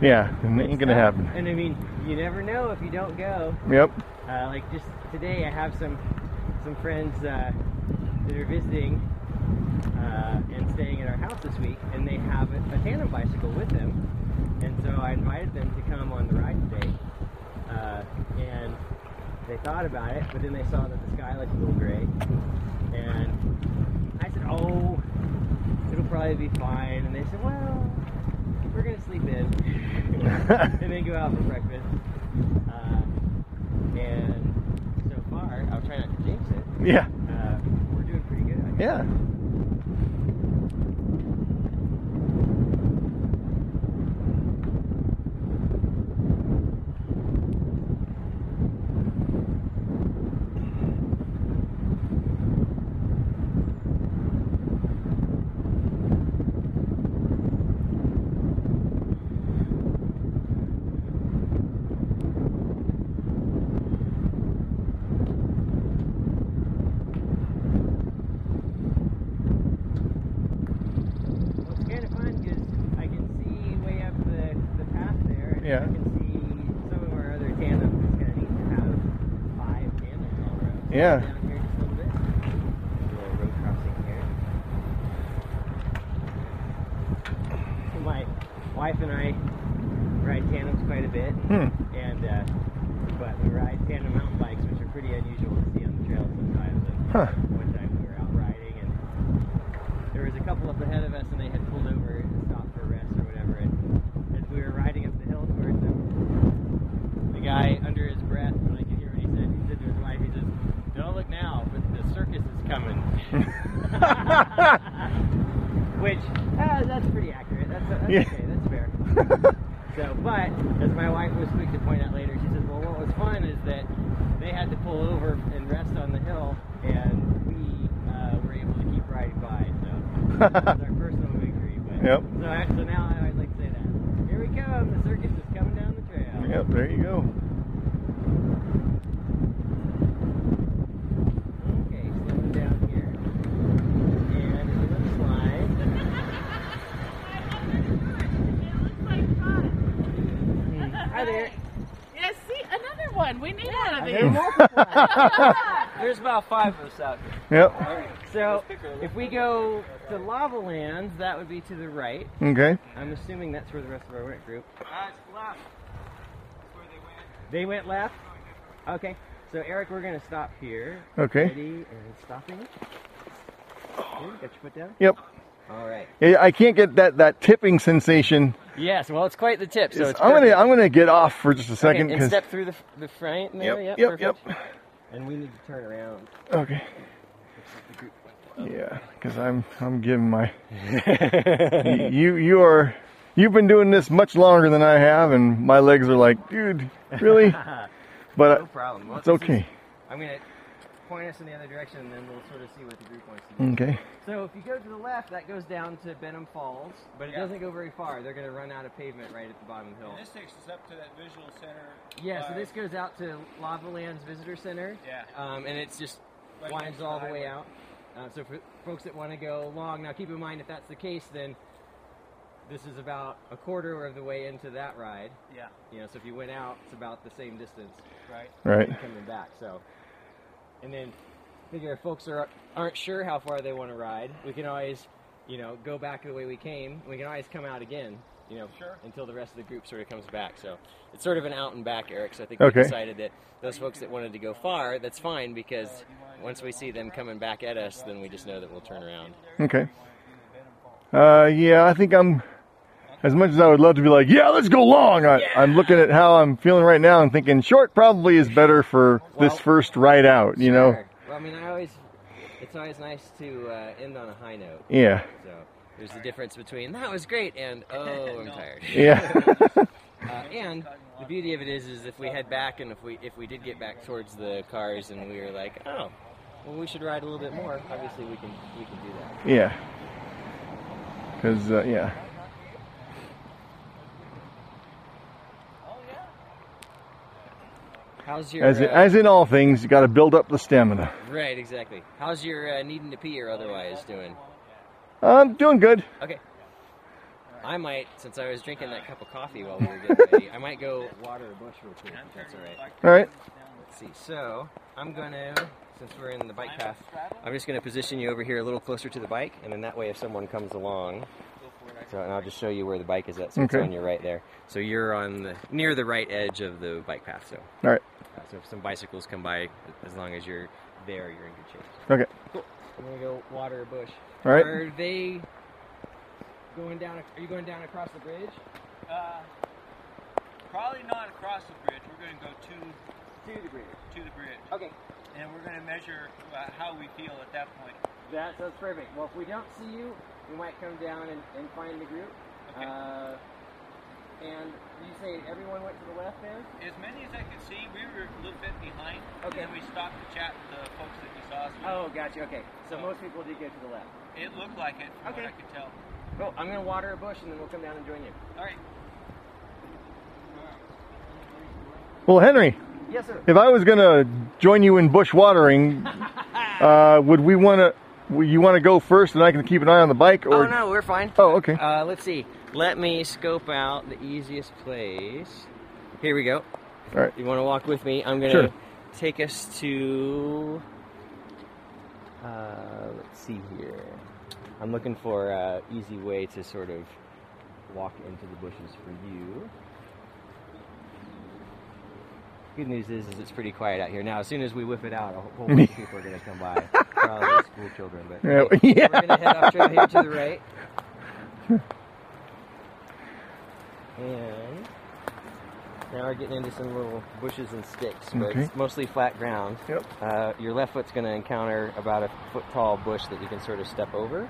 [SPEAKER 1] yeah, and it ain't gonna happen.
[SPEAKER 14] And I mean, you never know if you don't go.
[SPEAKER 1] Yep.
[SPEAKER 14] Uh, like just today, I have some some friends uh, that are visiting uh, and staying at our house this week, and they have a, a tandem bicycle with them, and so I invited them to come on the ride today, uh, and they thought about it, but then they saw that the sky looked a little gray, and I said, "Oh, it'll probably be fine." And they said, "Well, we're gonna sleep in and then go out for breakfast." Uh, and so far, I'll try not to jinx it.
[SPEAKER 1] Yeah.
[SPEAKER 14] Uh, we're doing pretty good. I guess.
[SPEAKER 1] Yeah.
[SPEAKER 14] Well, it's kind of fun because I can see way up the, the path there, and
[SPEAKER 1] Yeah.
[SPEAKER 14] I can see some of our other tandems. It's kind of neat to have five tandems all around.
[SPEAKER 1] Yeah.
[SPEAKER 14] Down here just a little bit. Little road crossing here. So my wife and I ride tandems quite a bit,
[SPEAKER 1] Hmm.
[SPEAKER 14] and uh, but we ride tandem mountain bikes, which are pretty unusual to see on the trail sometimes. And
[SPEAKER 1] Huh.
[SPEAKER 14] one time we were out riding and there was a couple up ahead of us and they had pulled over and stopped for rest or whatever and as we were riding up the hill towards them the guy under his breath and I could hear what he said he said to his wife he says don't look now but the circus is coming which uh, that's pretty accurate that's, that's
[SPEAKER 1] Yeah.
[SPEAKER 14] okay that's fair so but as my wife was quick to point out later she says well what was fun is that they had to pull over and rest on the hill and we uh, were able to keep riding by so it's our personal victory. But
[SPEAKER 1] Yep.
[SPEAKER 14] So, I, so now I always like to say that. Here we come. The circus is coming down the trail.
[SPEAKER 1] Yep, there you go.
[SPEAKER 14] Okay, slowing down here. And a little slide. Hi there.
[SPEAKER 13] Yes, see, another one. We need one of these.
[SPEAKER 14] They're multiplying. There's about five of us out here.
[SPEAKER 1] Yep.
[SPEAKER 14] So if we go to Lava Lands, that would be to the right.
[SPEAKER 1] Okay.
[SPEAKER 14] I'm assuming that's where the rest of our work group. They went left. Okay. So Eric, we're gonna stop here.
[SPEAKER 1] Okay.
[SPEAKER 14] Ready and stopping. Good, Got your foot down.
[SPEAKER 1] Yep.
[SPEAKER 14] All right.
[SPEAKER 1] Yeah, I can't get that, that tipping sensation.
[SPEAKER 14] Yes. Well, it's quite the tip, so it's.
[SPEAKER 1] I'm gonna
[SPEAKER 14] perfect.
[SPEAKER 1] I'm gonna get off for just a second
[SPEAKER 14] Okay, and step through the the frame. there.
[SPEAKER 1] Yep,
[SPEAKER 14] Yep.
[SPEAKER 1] yep,
[SPEAKER 14] perfect. And we need to turn around.
[SPEAKER 1] Okay. Yeah, because I'm I'm giving my Y- you you are you've been doing this much longer than I have, and my legs are like, dude, really? But
[SPEAKER 14] no problem. Well,
[SPEAKER 1] it's
[SPEAKER 14] this is-
[SPEAKER 1] okay.
[SPEAKER 14] I'm gonna point us in the other direction, and then we'll sort of see what the group wants to do.
[SPEAKER 1] Okay.
[SPEAKER 14] So if you go to the left, that goes down to Benham Falls, but it doesn't go very far. They're going to run out of pavement right at the bottom of the hill.
[SPEAKER 22] This takes us up to that visual center.
[SPEAKER 14] Yeah, so
[SPEAKER 22] by-
[SPEAKER 14] this goes out to Lava Lands Visitor Center.
[SPEAKER 22] Yeah.
[SPEAKER 14] Um, and it's just
[SPEAKER 22] Right next
[SPEAKER 14] winds
[SPEAKER 22] to
[SPEAKER 14] all the
[SPEAKER 22] the
[SPEAKER 14] way
[SPEAKER 22] highway.
[SPEAKER 14] out. Uh, so for folks that want to go long, now keep in mind if that's the case, then this is about a quarter of the way into that ride.
[SPEAKER 22] Yeah.
[SPEAKER 14] You know, so if you went out, it's about the same distance. Right.
[SPEAKER 1] Right.
[SPEAKER 14] Coming back, so. And then figure if folks are aren't sure how far they want to ride, we can always, you know, go back the way we came. We can always come out again, you know, until the rest of the group sort of comes back. So it's sort of an out and back, Eric. So I think
[SPEAKER 1] Okay.
[SPEAKER 14] we decided that those folks that wanted to go far, that's fine because once we see them coming back at us, then we just know that we'll turn around.
[SPEAKER 1] Okay. Uh, yeah, I think I'm. As much as I would love to be like, yeah, let's go long. I, I'm looking at how I'm feeling right now and thinking short probably is better for this first ride out. You know.
[SPEAKER 14] Sure. Well, I mean, I always, it's always nice to uh, end on a high note.
[SPEAKER 1] Yeah.
[SPEAKER 14] So there's the difference between that was great and oh, I'm tired.
[SPEAKER 1] Yeah.
[SPEAKER 14] uh, and the beauty of it is, is if we head back and if we if we did get back towards the cars and we were like, oh, well, we should ride a little bit more. Obviously, we can we can do that.
[SPEAKER 1] Yeah. Because, uh, yeah.
[SPEAKER 14] How's your
[SPEAKER 1] As,
[SPEAKER 14] uh,
[SPEAKER 1] as in all things, you got to build up the stamina.
[SPEAKER 14] right? Exactly. How's your uh, needing to pee or otherwise doing?
[SPEAKER 1] I'm doing good.
[SPEAKER 14] Okay. I might, since I was drinking
[SPEAKER 1] Uh,
[SPEAKER 14] that cup of coffee while we were getting ready, I might go water a bush real quick. If that's all right.
[SPEAKER 1] All right.
[SPEAKER 14] Let's see. So I'm gonna, since we're in the bike path, I'm just gonna position you over here a little closer to the bike, and then that way, if someone comes along, so and I'll just show you where the bike is at. So it's
[SPEAKER 1] Okay.
[SPEAKER 14] on your right there. So you're on the near the right edge of the bike path. So
[SPEAKER 1] All right.
[SPEAKER 14] uh, So if some bicycles come by, as long as you're there, you're in good shape.
[SPEAKER 1] Okay.
[SPEAKER 14] Cool. I'm gonna go water a bush.
[SPEAKER 1] All right.
[SPEAKER 14] Are they going down? Are you going down across the bridge?
[SPEAKER 8] Uh, probably not across the bridge. We're going to go to
[SPEAKER 14] to the bridge.
[SPEAKER 8] To the bridge.
[SPEAKER 14] Okay.
[SPEAKER 8] And we're going to measure uh, how we feel at that point.
[SPEAKER 14] That sounds perfect. Well, if we don't see you, we might come down and, and find the group. Uh, and you say everyone went to the left there?
[SPEAKER 8] As many as I could see, we were a little bit behind.
[SPEAKER 14] Okay.
[SPEAKER 8] And then we stopped to chat with the folks that we saw. So
[SPEAKER 14] Oh, gotcha. Okay. So most people did go to the left.
[SPEAKER 8] It looked like it from what I could tell.
[SPEAKER 14] Cool. I'm gonna water a bush and then we'll come down and join you.
[SPEAKER 8] All right.
[SPEAKER 1] Well, Henry.
[SPEAKER 14] Yes, sir.
[SPEAKER 1] If I was gonna join you in bush watering, uh, would we wanna? would You want to go first, and I can keep an eye on the bike, or
[SPEAKER 14] oh no, we're fine.
[SPEAKER 1] Oh, okay.
[SPEAKER 14] Uh, let's see. Let me scope out the easiest place. Here we go.
[SPEAKER 1] All right.
[SPEAKER 14] You want to walk with me? I'm gonna
[SPEAKER 1] Sure.
[SPEAKER 14] take us to. Uh, let's see here. I'm looking for an easy way to sort of walk into the bushes for you. Good news is, is it's pretty quiet out here now. As soon as we whip it out, a whole bunch of people are gonna come by. Probably school children, but
[SPEAKER 1] Yeah,
[SPEAKER 14] okay,
[SPEAKER 1] yeah.
[SPEAKER 14] we're gonna head off trail here to the right. And now we're getting into some little bushes and sticks, but
[SPEAKER 1] Okay.
[SPEAKER 14] it's mostly flat ground.
[SPEAKER 1] Yep.
[SPEAKER 14] Uh, your left foot's going to encounter about a foot tall bush that you can sort of step over.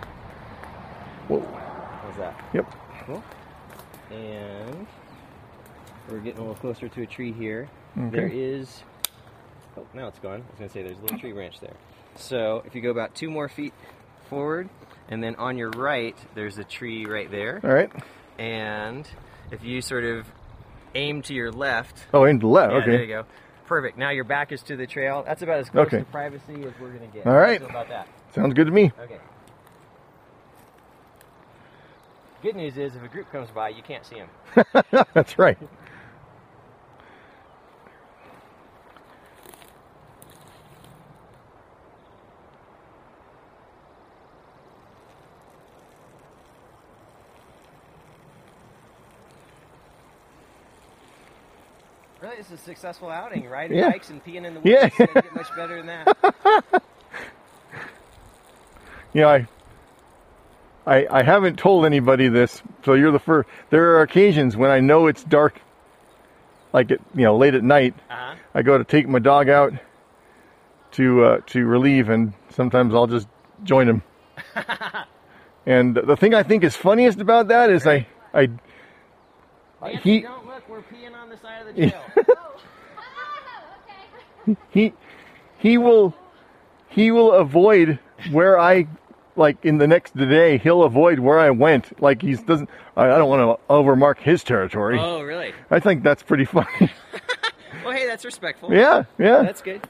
[SPEAKER 1] Whoa.
[SPEAKER 14] How's that?
[SPEAKER 1] Yep.
[SPEAKER 14] Cool. And we're getting a little closer to a tree here.
[SPEAKER 1] Okay.
[SPEAKER 14] There is. Oh, now it's gone. I was going to say there's a little tree branch there. So if you go about two more feet forward, and then on your right, there's a tree right there.
[SPEAKER 1] All right.
[SPEAKER 14] And if you sort of aim to your left.
[SPEAKER 1] Oh, aim to the left,
[SPEAKER 14] Yeah,
[SPEAKER 1] okay.
[SPEAKER 14] There you go. Perfect. Now your back is to the trail. That's about as close
[SPEAKER 1] Okay.
[SPEAKER 14] to privacy as we're going to get.
[SPEAKER 1] All
[SPEAKER 14] How do you
[SPEAKER 1] right.
[SPEAKER 14] feel about that?
[SPEAKER 1] Sounds good to me.
[SPEAKER 14] Okay. Good news is, if a group comes by, you can't see them.
[SPEAKER 1] That's right.
[SPEAKER 14] Really, it's a successful outing. Riding
[SPEAKER 1] Yeah.
[SPEAKER 14] bikes and peeing in the woods.
[SPEAKER 1] Yeah.
[SPEAKER 14] Yeah. Doesn't get much better than that.
[SPEAKER 1] Yeah, I, I, I haven't told anybody this, so you're the first. There are occasions when I know it's dark, like it, you know, late at night.
[SPEAKER 14] Uh-huh.
[SPEAKER 1] I go to take my dog out to uh, to relieve, and sometimes I'll just join him. and the thing I think is funniest about that is I I, I
[SPEAKER 14] Nancy,
[SPEAKER 1] he
[SPEAKER 14] don't look. We're peeing on the side of the
[SPEAKER 1] Yeah.
[SPEAKER 14] trail.
[SPEAKER 1] he he will he will avoid where I like in the next day he'll avoid where I went like he's doesn't I, I don't want to overmark his territory.
[SPEAKER 14] Oh, really?
[SPEAKER 1] I think that's pretty funny.
[SPEAKER 14] well, hey, that's respectful.
[SPEAKER 1] Yeah, yeah.
[SPEAKER 14] That's good.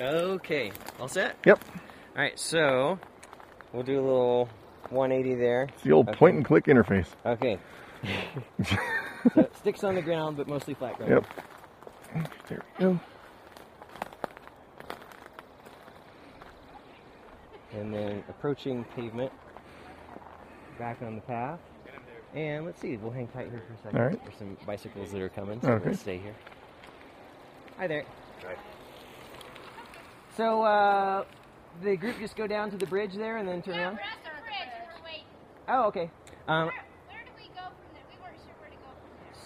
[SPEAKER 14] Okay, all set.
[SPEAKER 1] Yep.
[SPEAKER 14] All right, so we'll do a little 180 there.
[SPEAKER 1] it's the old
[SPEAKER 14] Okay.
[SPEAKER 1] point and click interface.
[SPEAKER 14] Okay. so it sticks on the ground, but mostly flat ground.
[SPEAKER 1] Yep. There we go.
[SPEAKER 14] And then approaching pavement. Back on the path. And let's see, we'll hang tight here for a second.
[SPEAKER 1] All right.
[SPEAKER 14] There's some bicycles that are coming, so
[SPEAKER 1] Okay.
[SPEAKER 14] we'll stay here. Hi there. So uh, the group just go down to the bridge there and then turn around? Oh, okay. Um,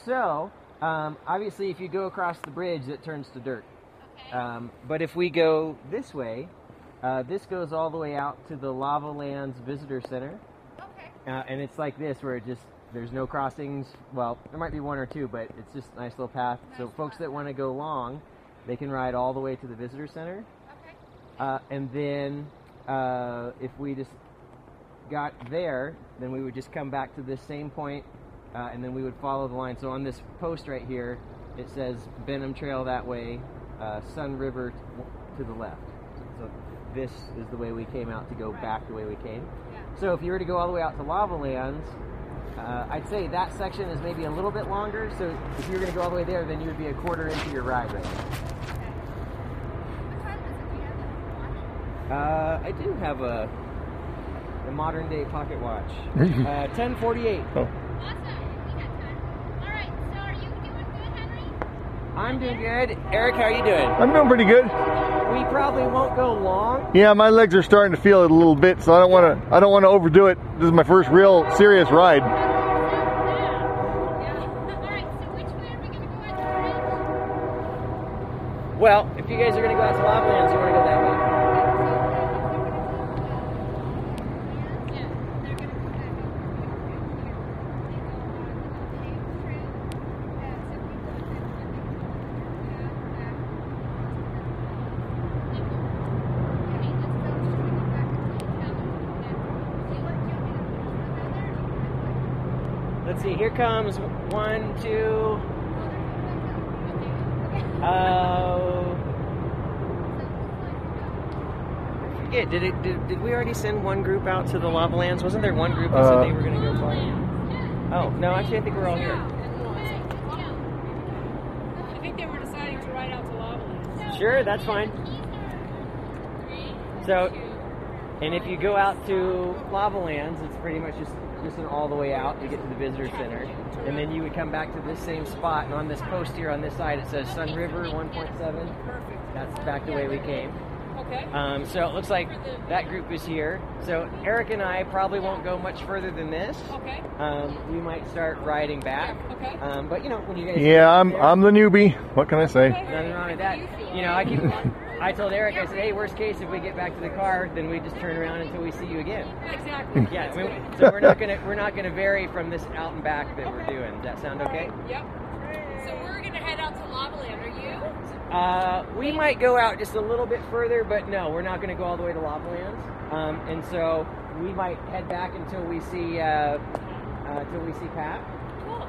[SPEAKER 14] So, um, obviously, if you go across the bridge, it turns to dirt. Um, but if we go this way, uh, this goes all the way out to the Lava Lands Visitor Center. Okay. Uh, and it's like this, where it just there's no crossings. Well, there might be one or two, but it's just a nice little path. so folks that want to go long, they can ride all the way to the Visitor Center. Okay. Uh, and then uh, if we just got there, then we would just come back to this same point, uh, and then we would follow the line. So on this post right here, it says Benham Trail that way, uh, Sun River t- w- to the left. So this is the way we came out to go back the way we came. So if you were to go all the way out to Lava Lands, uh, I'd say that section is maybe a little bit longer. So if you were going to go all the way there, then you would be a quarter into your ride right Uh, I do have a, a modern day pocket watch. uh, 1048.
[SPEAKER 1] Oh.
[SPEAKER 14] I'm doing good. Eric, how are you doing?
[SPEAKER 1] I'm doing pretty good.
[SPEAKER 14] We probably won't go long.
[SPEAKER 1] Yeah, my legs are starting to feel it a little bit, so I don't want to. I don't want to overdo it. This is my first real serious ride.
[SPEAKER 14] Well, if you guys are going to go out to Loblands, you want to go that way. Let's see, here comes one, two. Uh, I forget, did, it, did, did we already send one group out to the lava lands? Wasn't there one group that
[SPEAKER 1] Uh,
[SPEAKER 14] said they were going to go fly? Oh, no, actually, I think we're all here.
[SPEAKER 2] I think they were deciding to ride out to Lavaland.
[SPEAKER 14] Sure, that's fine. So, and if you go out to Lava Lands, it's pretty much just just an all the way out. You get to the visitor center, and then you would come back to this same spot. And on this post here on this side, it says Sun River 1.7.
[SPEAKER 2] Perfect.
[SPEAKER 14] That's back the way we came.
[SPEAKER 2] Okay.
[SPEAKER 14] Um, so it looks like that group is here. So Eric and I probably won't go much further than this.
[SPEAKER 2] Okay.
[SPEAKER 14] Um, we might start riding back.
[SPEAKER 2] Okay.
[SPEAKER 14] Um, but you know when you guys
[SPEAKER 1] Yeah, I'm I'm the newbie. What can I say?
[SPEAKER 14] Nothing wrong with that. You know, I keep. I told Eric, I said, hey, worst case, if we get back to the car, then we just turn around until we see you again.
[SPEAKER 2] Exactly.
[SPEAKER 14] Yeah. we- so we're not gonna we're not gonna vary from this out and back that we're doing. Does that sound okay?
[SPEAKER 2] Yep. So we're gonna head out to Lavaland. Are you?
[SPEAKER 14] Uh, we might go out just a little bit further, but no, we're not gonna go all the way to Lava Lands. Um, and so we might head back until we see uh, uh, until we see Pat.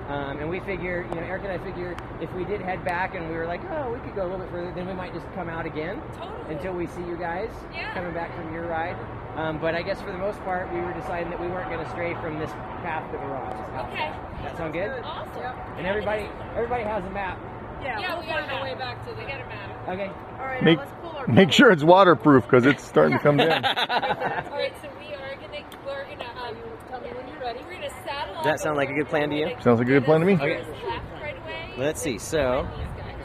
[SPEAKER 14] Um, and we figure, you know, Eric and I figure if we did head back and we were like, oh, we could go a little bit further, then we might just come out again until we see you guys coming back from your ride. Um, but I guess for the most part, we were deciding that we weren't going to stray from this path that we're on.
[SPEAKER 2] Okay.
[SPEAKER 14] That sound good?
[SPEAKER 2] Awesome.
[SPEAKER 14] And everybody, everybody has a map.
[SPEAKER 2] Yeah, we got our way back to the. We got a map.
[SPEAKER 14] Okay.
[SPEAKER 2] All right.
[SPEAKER 1] Make make sure it's waterproof because it's starting to come down.
[SPEAKER 2] All right. So we are gonna we're gonna um tell me when you're ready. We're gonna saddle
[SPEAKER 14] Does that sound like a good plan to you?
[SPEAKER 1] Sounds like a good plan to me.
[SPEAKER 14] Okay. Let's see. So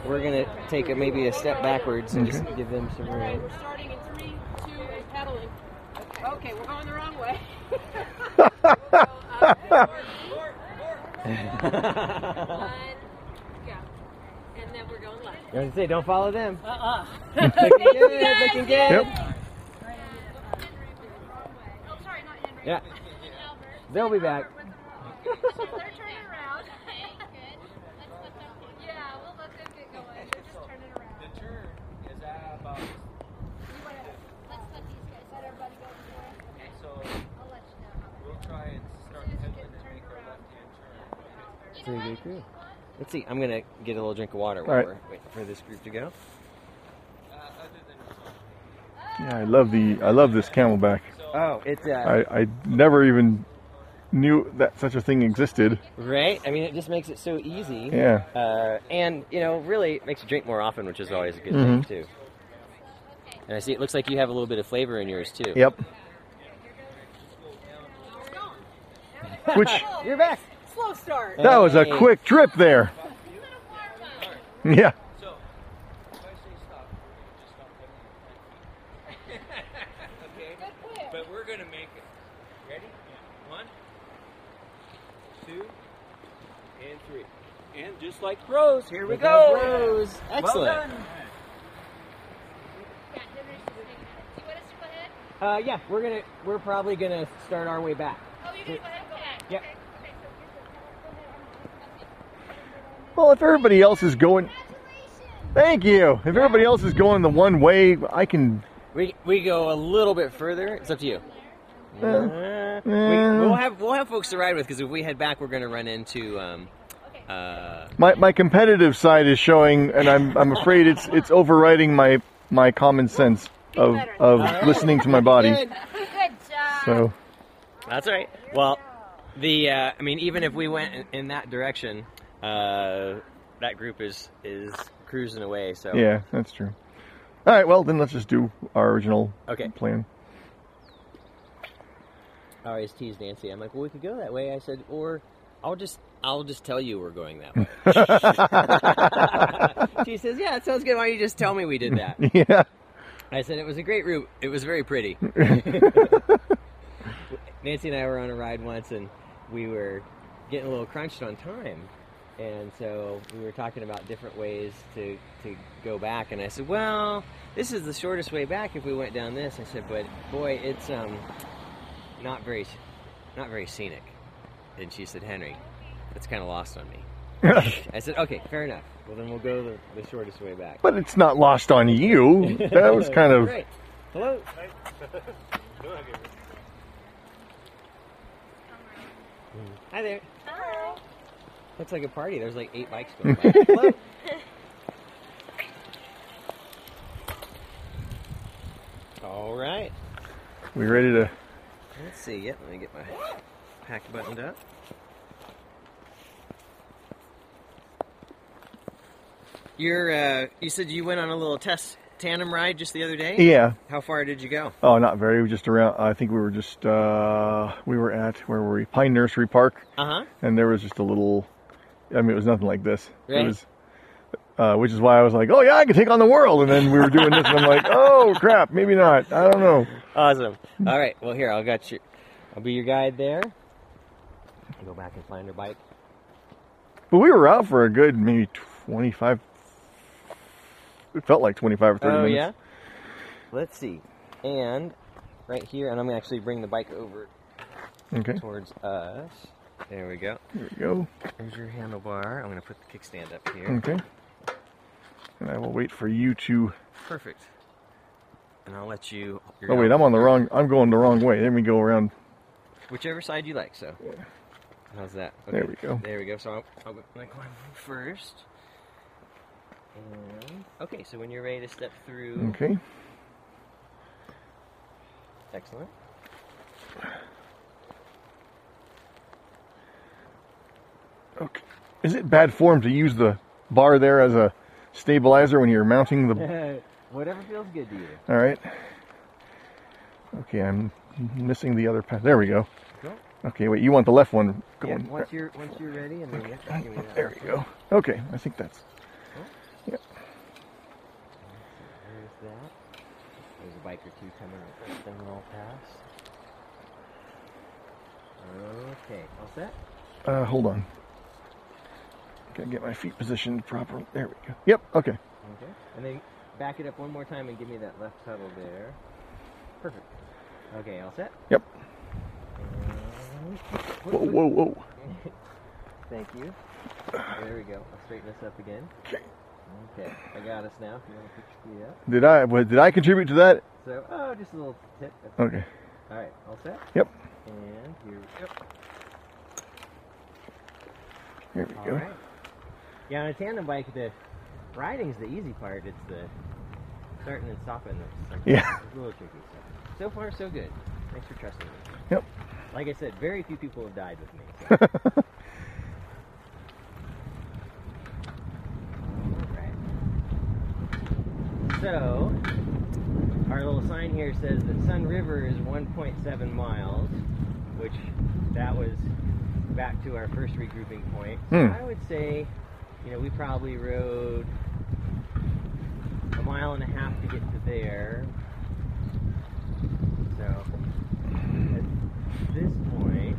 [SPEAKER 14] we're gonna take a, maybe a step backwards and just give them some
[SPEAKER 2] All right,
[SPEAKER 14] room.
[SPEAKER 2] we're starting in three, two, and pedaling. Okay, okay we're going the wrong way. One, go. And then we're going left.
[SPEAKER 14] I was gonna say, don't follow them.
[SPEAKER 2] Uh-uh.
[SPEAKER 14] looking good. Looking good. Yeah. They'll be back. It's a good group. Let's see. I'm gonna get a little drink of water while
[SPEAKER 1] All right.
[SPEAKER 14] we're waiting for this group to go.
[SPEAKER 1] Yeah, I love the I love this Camelback.
[SPEAKER 14] Oh, it's uh,
[SPEAKER 1] I I never even knew that such a thing existed.
[SPEAKER 14] Right? I mean, it just makes it so easy.
[SPEAKER 1] Yeah.
[SPEAKER 14] Uh, and, you know, really it makes you drink more often, which is always a good
[SPEAKER 1] Mhm.
[SPEAKER 14] thing, too. And I see it looks like you have a little bit of flavor in yours, too.
[SPEAKER 1] Yep. Which
[SPEAKER 14] You're back.
[SPEAKER 2] Slow start.
[SPEAKER 1] that was a quick trip there. Yeah.
[SPEAKER 8] okay? But we're gonna make it. Ready? One, two, and three. And just like pros, here we
[SPEAKER 14] Here goes
[SPEAKER 8] go.
[SPEAKER 14] Rose. Excellent.
[SPEAKER 8] Well done.
[SPEAKER 14] Uh, yeah, we're gonna we're probably gonna start our way back. Oh, you're gonna go ahead Yep.
[SPEAKER 1] Well, if everybody else is going, thank you. If everybody else is going the one way, I can.
[SPEAKER 14] We we go a little bit further. It's up to you.
[SPEAKER 1] Uh,
[SPEAKER 14] Uh, we,
[SPEAKER 1] uh.
[SPEAKER 14] we'll have we'll have folks to ride with because if we head back, we're gonna run into um, uh,
[SPEAKER 1] My my competitive side is showing, and I'm I'm afraid it's it's overriding my my common sense of of listening to my body. So
[SPEAKER 14] That's all right. Well, the uh, I mean, even if we went in, in that direction, uh, that group is is cruising away. So
[SPEAKER 1] yeah, that's true. All right, well then let's just do our original
[SPEAKER 14] Okay.
[SPEAKER 1] plan.
[SPEAKER 14] I always tease Nancy. I'm like, well, we could go that way. I said, or I'll just I'll just tell you we're going that way. she says, Yeah, it sounds good. Why don't you just tell me we did that?
[SPEAKER 1] Yeah.
[SPEAKER 14] I said, It was a great route. It was very pretty. Nancy and I were on a ride once and we were getting a little crunched on time. And so we were talking about different ways to, to go back. And I said, Well, this is the shortest way back if we went down this. I said, But boy, it's um, not, very, not very scenic. And she said, Henry, that's kind of lost on me. I said, Okay, fair enough. Well, then we'll go the, the shortest way back.
[SPEAKER 1] But it's not lost on you. That was kind of.
[SPEAKER 14] Right. Hello. Hi there.
[SPEAKER 23] Hi.
[SPEAKER 14] Looks like a party. There's like eight bikes going by. Hello. All right.
[SPEAKER 1] We ready to.
[SPEAKER 14] Let's see. Yep. Let me get my pack buttoned up. You're. Uh, you said you went on a little test tandem ride just the other day.
[SPEAKER 1] Yeah.
[SPEAKER 14] How far did you go?
[SPEAKER 1] Oh, not very. We were just around. I think we were just. Uh, we were at where were we? Pine Nursery Park.
[SPEAKER 14] Uh-huh.
[SPEAKER 1] And there was just a little. I mean, it was nothing like this.
[SPEAKER 14] Right.
[SPEAKER 1] It was. Uh, which is why I was like, "Oh yeah, I can take on the world," and then we were doing this, and I'm like, "Oh crap, maybe not. I don't know."
[SPEAKER 14] Awesome. All right. Well, here I'll got you. I'll be your guide there. I'll go back and find her bike.
[SPEAKER 1] But we were out for a good maybe 25. It felt like 25 or 30
[SPEAKER 14] oh
[SPEAKER 1] minutes.
[SPEAKER 14] yeah. Let's see. And right here, and I'm gonna actually bring the bike over
[SPEAKER 1] Okay.
[SPEAKER 14] towards us. There we go.
[SPEAKER 1] There we go.
[SPEAKER 14] There's your handlebar. I'm gonna put the kickstand up here.
[SPEAKER 1] Okay. And I will wait for you to.
[SPEAKER 14] Perfect. And I'll let you.
[SPEAKER 1] Oh wait, I'm on the wrong. I'm going the wrong way. Then we go around.
[SPEAKER 14] Whichever side you like. So. How's that?
[SPEAKER 1] There we go.
[SPEAKER 14] There we go. So I'll, I'll go like one first. And okay, so when you're ready to step through.
[SPEAKER 1] Okay.
[SPEAKER 14] Excellent.
[SPEAKER 1] Okay. Is it bad form to use the bar there as a stabilizer when you're mounting the?
[SPEAKER 8] Whatever feels good to you.
[SPEAKER 1] All right. Okay, I'm missing the other path. There we go.
[SPEAKER 8] Go.
[SPEAKER 1] Okay, wait. You want the left one
[SPEAKER 14] Yeah,
[SPEAKER 1] going?
[SPEAKER 14] once you're once you're ready, and then you have to give me that.
[SPEAKER 1] There we go. Okay, I think that's. Yep.
[SPEAKER 14] There's that. There's a bike or two coming up the roll past. Okay, all set?
[SPEAKER 1] Uh, hold on. Gotta get my feet positioned properly. There we go. Yep. Okay.
[SPEAKER 14] Okay. And then back it up one more time and give me that left pedal there. Perfect. Okay, all set?
[SPEAKER 1] Yep.
[SPEAKER 14] And-
[SPEAKER 1] Whoa, whoa, whoa.
[SPEAKER 14] Thank you. There we go. I'll straighten this up again. Okay, I got us now. If you want to put your feet up.
[SPEAKER 1] Did I? wa- Did I contribute to that?
[SPEAKER 14] So, oh, just a little tip. That's
[SPEAKER 1] Okay.
[SPEAKER 14] All right, all set?
[SPEAKER 1] Yep.
[SPEAKER 14] And here we go.
[SPEAKER 1] Here we
[SPEAKER 8] All
[SPEAKER 1] go.
[SPEAKER 8] right. Yeah, on a tandem bike, the riding's the easy part. It's the starting and stopping that's sometimes
[SPEAKER 1] Yeah.
[SPEAKER 8] a little tricky. So, so far, so good. Thanks for trusting me.
[SPEAKER 1] Yep.
[SPEAKER 8] Like I said, very few people have died with me. so. So, our little sign here says that Sun River is 1.7 miles, which that was back to our first regrouping point. So
[SPEAKER 1] Hmm.
[SPEAKER 8] I would say, you know, we probably rode a mile and a half to get to there. So at this point,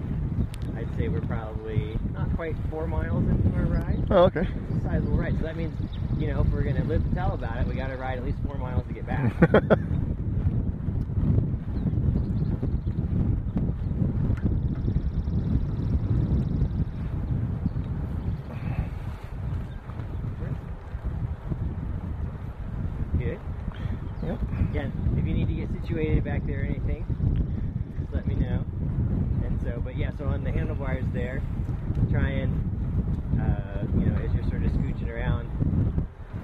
[SPEAKER 8] I'd say we're probably not quite four miles into our ride.
[SPEAKER 1] Oh, okay.
[SPEAKER 8] It's a sizable ride. So that means, you know, if we're going to live to tell about it, we got to ride at least four miles to get back. Good.
[SPEAKER 1] Yep.
[SPEAKER 8] Yeah. If you need to get situated back there or anything, just let me know. And so, but yeah, so on the handlebars there, try and, uh, you know, as you're sort of scooching around,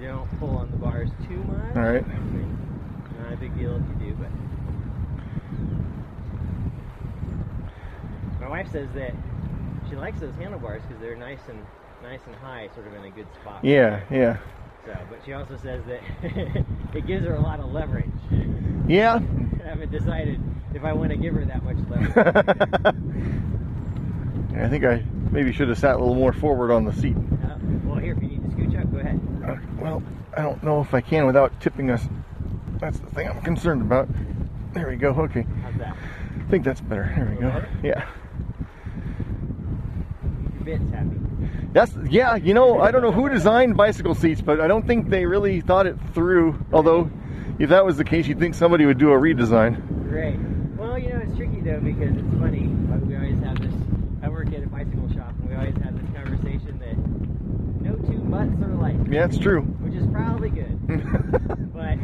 [SPEAKER 8] don't pull on the bars too much.
[SPEAKER 1] All right.
[SPEAKER 8] I mean, Not a big deal if you do, but. My wife says that she likes those handlebars because they're nice and nice and high, sort of in a good spot.
[SPEAKER 1] Yeah. Yeah.
[SPEAKER 8] So, but she also says that it gives her a lot of leverage.
[SPEAKER 1] Yeah.
[SPEAKER 8] I haven't decided if I want to give her that much leverage.
[SPEAKER 1] I think I maybe should have sat a little more forward on the seat.
[SPEAKER 14] Uh, well, here, if you need to scooch up, go ahead.
[SPEAKER 1] Uh, well, I don't know if I can without tipping us. That's the thing I'm concerned about. There we go. Okay.
[SPEAKER 14] How's that?
[SPEAKER 1] I think that's better. There we go. Yeah.
[SPEAKER 14] Your bit's happy.
[SPEAKER 1] That's yeah. You know, I don't know who designed bicycle seats, but I don't think they really thought it through. Although, if that was the case, you'd think somebody would do a redesign.
[SPEAKER 14] Great. Well, you know, it's tricky though because it's funny. but We always have this. I work at a bicycle shop, and we always have this conversation that no two mutts are alike.
[SPEAKER 1] Yeah, it's true.
[SPEAKER 14] Which is probably good. but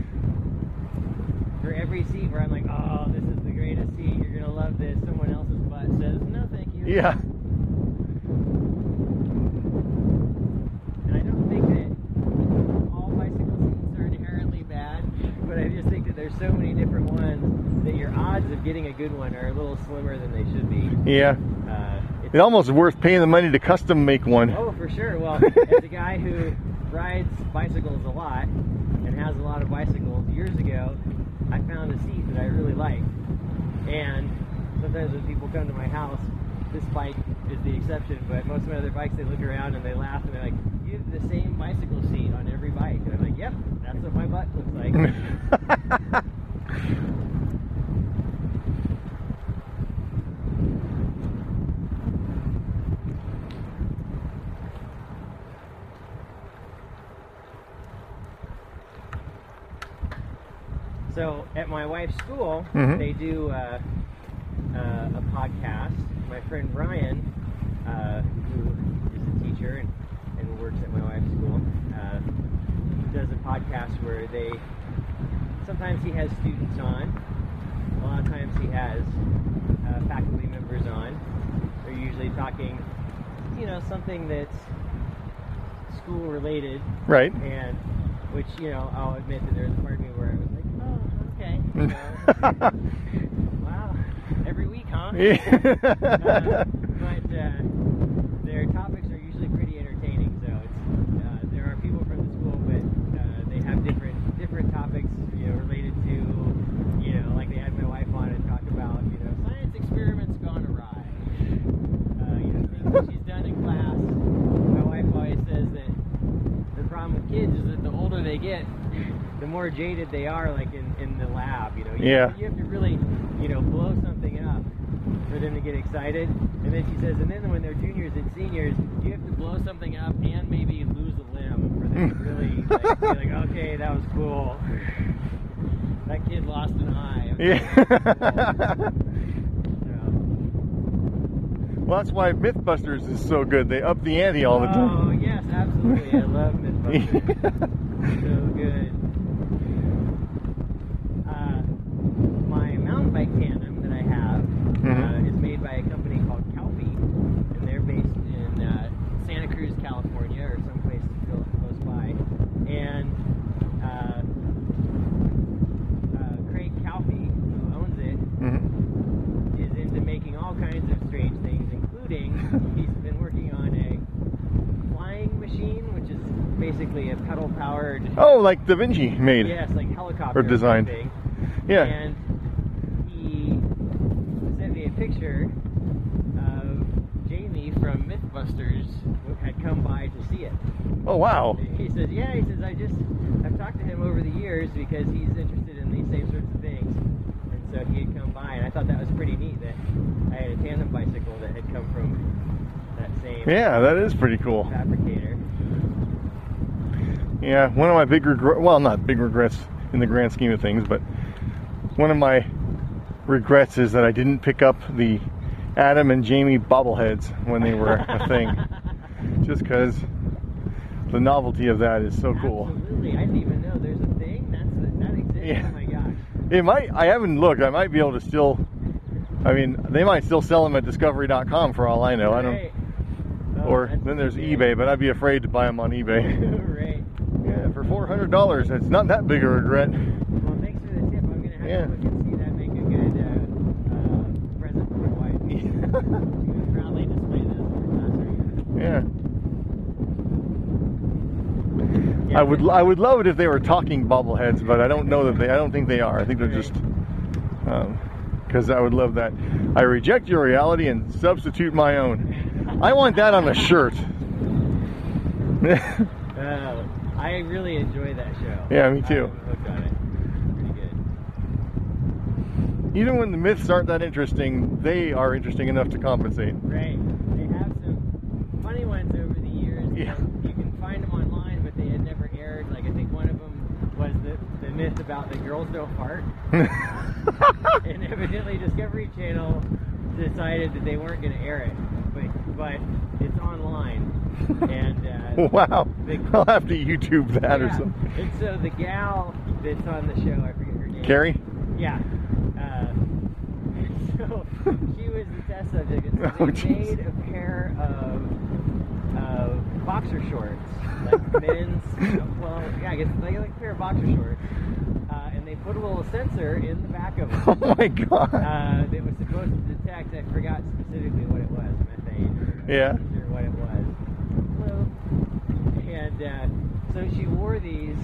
[SPEAKER 14] for every seat where I'm like, oh, this is the greatest seat. You're gonna love this. Someone else's butt says, no, thank you.
[SPEAKER 1] Yeah.
[SPEAKER 14] And I don't think that all bicycle seats are inherently bad, but I just think that there's so many different ones that your odds of getting a good one are a little slimmer than they should be.
[SPEAKER 1] Yeah.
[SPEAKER 14] Uh,
[SPEAKER 1] It's almost worth paying the money to custom make one.
[SPEAKER 14] Oh, for sure. Well, as a guy who rides bicycles a lot and has a lot of bicycles, years ago, I found a seat that I really like. And sometimes when people come to my house, this bike is the exception, but most of my other bikes, they look around and they laugh and they're like, you have the same bicycle seat on every bike. And I'm like, yep, that's what my butt looks like. So at my wife's school,
[SPEAKER 20] Mhm.
[SPEAKER 14] they do uh, uh, a podcast. My friend Ryan, uh, who is a teacher and, and works at my wife's school, uh, does a podcast where they sometimes he has students on, a lot of times he has uh, faculty members on. They're usually talking, you know, something that's school related,
[SPEAKER 1] Right.
[SPEAKER 14] And which you know, I'll admit that there was a part of me where I was like, oh, okay, you know, wow, every week, huh?
[SPEAKER 1] Yeah.
[SPEAKER 14] Uh, but uh, their topics are usually pretty entertaining. So it's, uh, there are people from the school, but uh, they have different different topics, you know, related to, you know, like they had my wife on and talk about, you know, science experiments gone awry. Uh, you know, things that she's done in class. My wife always says that the problem with kids is that the older they get, the more jaded they are, like in, in the lab, you know. You,
[SPEAKER 1] Yeah.
[SPEAKER 14] You have to really, you know, blow something up for them to get excited. And then she says, and then when they're juniors and seniors, you have to blow something up and maybe lose a limb for them to really like, be like, okay, that was cool. That kid lost an eye. Okay,
[SPEAKER 1] Yeah.
[SPEAKER 14] that was cool.
[SPEAKER 1] Well, that's why MythBusters is so good. They up the ante
[SPEAKER 14] So-
[SPEAKER 1] all the time.
[SPEAKER 14] Oh, yes, absolutely. I love Mythbusters. so good. Uh, my mountain bike tandem that I have uh, is made by a company called Calpe, and they're based in uh, Santa Cruz, California, or someplace clo- close by. And uh, uh, Craig Calpe, who owns it,
[SPEAKER 1] Mm-hmm.
[SPEAKER 14] is into making all kinds of strange things, including he's been working on a flying machine, which is basically a pedal powered.
[SPEAKER 1] Oh, like Da Vinci made.
[SPEAKER 14] Yes, like helicopter.
[SPEAKER 1] Or designed.
[SPEAKER 14] Thing.
[SPEAKER 1] Yeah.
[SPEAKER 14] And he sent me a picture of Jamie from MythBusters who had come by to see it.
[SPEAKER 1] Oh, wow.
[SPEAKER 14] He says, yeah. He says, I just I've talked to him over the years because he's interested in these same sorts of things, and so he had come by, and I thought that was pretty neat that I had a tandem bicycle that had come from that same.
[SPEAKER 1] Yeah, that is pretty cool.
[SPEAKER 14] Fabricator.
[SPEAKER 1] Yeah, one of my big regret well, not big regrets in the grand scheme of things, but one of my regrets is that I didn't pick up the Adam and Jamie bobbleheads when they were a thing. Just cuz the novelty of that is so cool.
[SPEAKER 14] Absolutely, I didn't even know there's a thing that's that exists.
[SPEAKER 1] Yeah.
[SPEAKER 14] Oh my gosh.
[SPEAKER 1] It might I haven't looked. I might be able to still I mean, they might still sell them at discovery.com for all I know. I don't
[SPEAKER 14] Right. Oh,
[SPEAKER 1] or
[SPEAKER 14] that's
[SPEAKER 1] then there's
[SPEAKER 14] good.
[SPEAKER 1] eBay, but I'd be afraid to buy them on eBay.
[SPEAKER 14] right.
[SPEAKER 1] Yeah, for $400, it's not that big a regret.
[SPEAKER 14] Well, thanks for the tip. I'm gonna have
[SPEAKER 1] Yeah.
[SPEAKER 14] to look and see that make a good uh, uh, present for my wife. She would proudly display this in her classroom.
[SPEAKER 1] Yeah. I would I would love it if they were talking bobbleheads, but I don't know that they I don't think they are. I think they're just um, because I would love that. I reject your reality and substitute my own. I want that on a shirt.
[SPEAKER 14] Uh, I really enjoy that show.
[SPEAKER 1] Yeah, me too.
[SPEAKER 14] I'm hooked on it. Pretty good.
[SPEAKER 1] Even when the myths aren't that interesting, they are interesting enough to compensate.
[SPEAKER 14] Right. They have some funny ones over the years.
[SPEAKER 1] Yeah.
[SPEAKER 14] You can find them online, but they had never aired. Like, I think one of them was the, the myth about the girls don't fart. and evidently, Discovery Channel decided that they weren't going to air it. But, but it's online. And, uh,
[SPEAKER 1] Wow.
[SPEAKER 14] The,
[SPEAKER 1] I'll have to YouTube that or
[SPEAKER 14] Yeah.
[SPEAKER 1] something.
[SPEAKER 14] And so the gal that's on the show, I forget her name.
[SPEAKER 1] Carrie?
[SPEAKER 14] Yeah. Uh, so she was the test subject. And so
[SPEAKER 1] Oh,
[SPEAKER 14] they
[SPEAKER 1] jeez.
[SPEAKER 14] made a pair of of boxer shorts, like men's. well, yeah, I guess like, like a pair of boxer shorts. Uh, and they put a little sensor in the back of them.
[SPEAKER 1] Oh my God.
[SPEAKER 14] Uh, that was supposed to detect. I forgot specifically what it was, methane. or-
[SPEAKER 1] Yeah.
[SPEAKER 14] Or what it was. And uh, so she wore these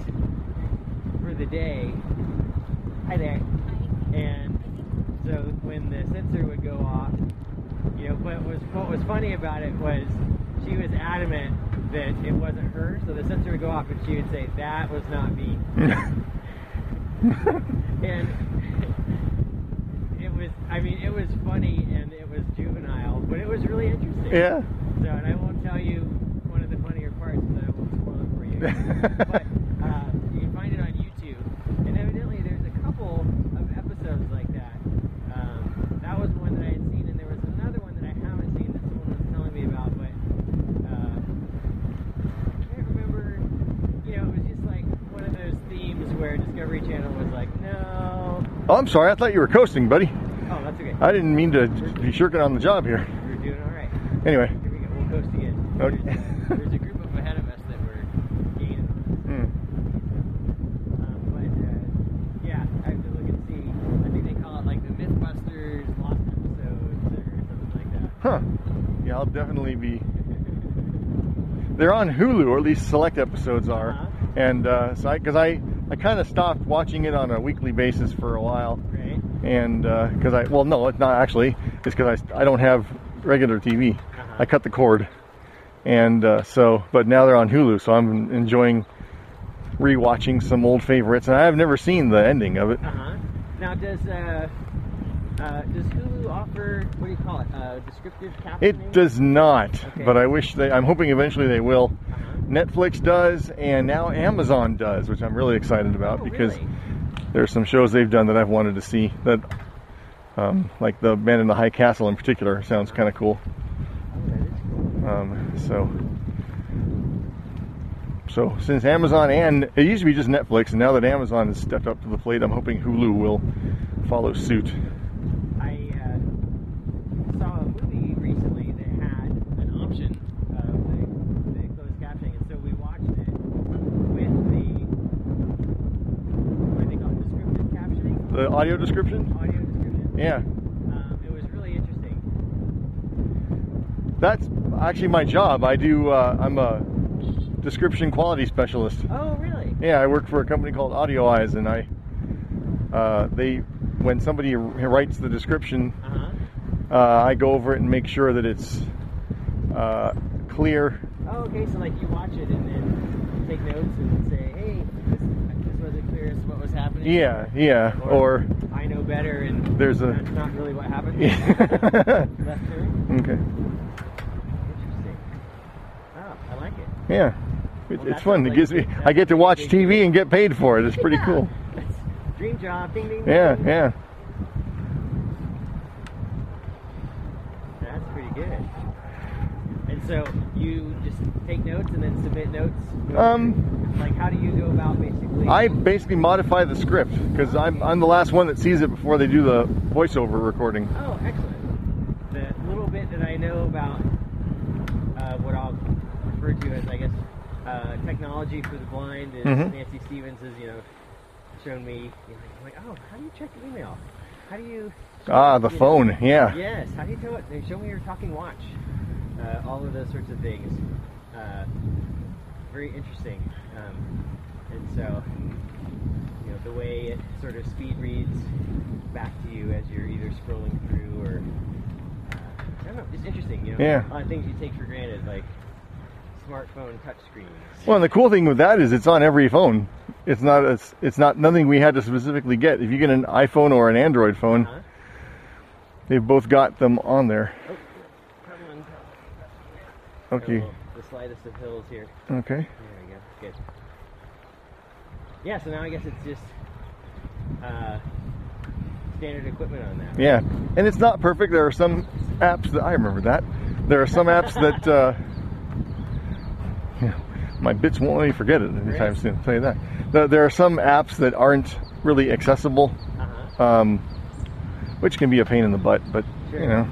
[SPEAKER 14] for the day. Hi there. And so when the sensor would go off, you know, what was what was funny about it was she was adamant that it wasn't her. So the sensor would go off, and she would say, "That was not me." and it was, I mean, it was funny and it was juvenile, but it was really interesting.
[SPEAKER 1] Yeah.
[SPEAKER 14] So, and I won't tell you one of the funnier parts, because I won't spoil it for you. but uh, you can find it on YouTube, and evidently there's a couple of episodes like that. Um, that was one that I had seen, and there was another one that I haven't seen that someone was telling me about, but uh, I can't remember. You know, it was just like one of those themes where Discovery Channel was like, no.
[SPEAKER 1] Oh, I'm sorry. I thought you were coasting, buddy.
[SPEAKER 14] Oh, that's okay.
[SPEAKER 1] I didn't mean to be shirking on the job here.
[SPEAKER 14] You're doing all right.
[SPEAKER 1] Anyway.
[SPEAKER 14] Here we go. We'll coast again.
[SPEAKER 1] Okay.
[SPEAKER 14] There's, a, there's a group of ahead of us that were gaining on us.
[SPEAKER 1] Hmm.
[SPEAKER 14] Um, but uh, yeah, I have to look and see. I think they call it like the MythBusters lost episodes or something like that.
[SPEAKER 1] Huh. Yeah, I'll definitely be. They're on Hulu, or at least select episodes are.
[SPEAKER 14] Uh-huh.
[SPEAKER 1] And uh, so, because I, 'cause I, I kind of stopped watching it on a weekly basis for a while.
[SPEAKER 14] Right.
[SPEAKER 1] And because I, well, no, it's not actually. It's because I, I don't have regular TV.
[SPEAKER 14] Uh-huh.
[SPEAKER 1] I cut the cord. And uh, so, but now they're on Hulu, so I'm enjoying rewatching some old favorites. And I've never seen the ending of it.
[SPEAKER 14] Uh huh. Now, does uh, uh, does Hulu offer what do you call it? Uh, descriptive captioning?
[SPEAKER 1] It does not, but I wish they. I'm hoping eventually they will. Netflix does, and now Amazon does, which I'm really excited
[SPEAKER 14] Oh,
[SPEAKER 1] about because there's some shows they've done that I've wanted to see. That, um, like the Man in the High Castle in particular, sounds kind of cool. Um, so, so since Amazon and it used to be just Netflix, and now that Amazon has stepped up to the plate, I'm hoping Hulu will follow suit.
[SPEAKER 14] I uh, saw a movie recently that had an option of the, the closed captioning, and so we watched it with the what do they call it, descriptive captioning.
[SPEAKER 1] The audio description?
[SPEAKER 14] Audio description.
[SPEAKER 1] Yeah.
[SPEAKER 14] Um, it was really interesting.
[SPEAKER 1] That's actually my job. I do. Uh, I'm a description quality specialist.
[SPEAKER 14] Oh, really?
[SPEAKER 1] Yeah, I work for a company called Audio Eyes, and I uh, they when somebody writes the description,
[SPEAKER 14] Uh-huh.
[SPEAKER 1] uh I go over it and make sure that it's uh, clear.
[SPEAKER 14] Oh, okay. So like you watch it and then take notes and then say, hey, this, this wasn't clear as to what was happening.
[SPEAKER 1] Yeah, yeah. Or,
[SPEAKER 14] I know better, and
[SPEAKER 1] There's a-
[SPEAKER 14] that's not really what happened. Left turn.
[SPEAKER 1] okay,
[SPEAKER 14] Interesting. Oh, I like it.
[SPEAKER 1] yeah. It,
[SPEAKER 14] Well,
[SPEAKER 1] it's
[SPEAKER 14] that
[SPEAKER 1] fun.
[SPEAKER 14] sounds
[SPEAKER 1] It
[SPEAKER 14] like-
[SPEAKER 1] gives me.
[SPEAKER 14] that
[SPEAKER 1] I get to
[SPEAKER 14] sounds
[SPEAKER 1] watch
[SPEAKER 14] like-
[SPEAKER 1] TV and get paid for it. It's pretty
[SPEAKER 14] Yeah.
[SPEAKER 1] cool.
[SPEAKER 14] That's dream job. Ding ding.
[SPEAKER 1] Yeah,
[SPEAKER 14] ding.
[SPEAKER 1] yeah.
[SPEAKER 14] That's pretty good. And so you just take notes and then submit notes.
[SPEAKER 1] Um,
[SPEAKER 14] Like how do you go about basically?
[SPEAKER 1] I basically modify the script because I'm I'm the last one that sees it before they do the voiceover recording.
[SPEAKER 14] Oh, excellent. The little bit that I know about uh, what I'll refer to as, I guess, uh, technology for the blind is
[SPEAKER 1] Mhm.
[SPEAKER 14] Nancy Stevens has, you know, shown me. You know, I'm like, oh, how do you check email? How do you?
[SPEAKER 1] Ah, the
[SPEAKER 14] you
[SPEAKER 1] phone, yeah.
[SPEAKER 14] Yes. How do you tell it? They show me your talking watch. Uh, all of those sorts of things. Uh, very interesting. Um, and so, you know, the way it sort of speed reads back to you as you're either scrolling through or uh, I don't know, it's interesting. You know,
[SPEAKER 1] Yeah.
[SPEAKER 14] a lot of things you take for granted, like smartphone touchscreen.
[SPEAKER 1] Well, and the cool thing with that is it's on every phone. It's not it's, it's not nothing we had to specifically get. If you get an iPhone or an Android phone, they've both got them on there.
[SPEAKER 14] Oh, come on.
[SPEAKER 1] Okay.
[SPEAKER 14] Oh, The slightest of hills here.
[SPEAKER 1] Okay.
[SPEAKER 14] There we go. Good. Yeah. So now I guess it's just uh, standard equipment on that.
[SPEAKER 1] Yeah, and it's not perfect. There are some apps that I remember that. There are some apps that uh, yeah, my bits won't let me forget it anytime soon. I'll tell you that. There- There are some apps that aren't really accessible, um, which can be a pain in the butt. But
[SPEAKER 14] Uh-huh. Sure.
[SPEAKER 1] you know,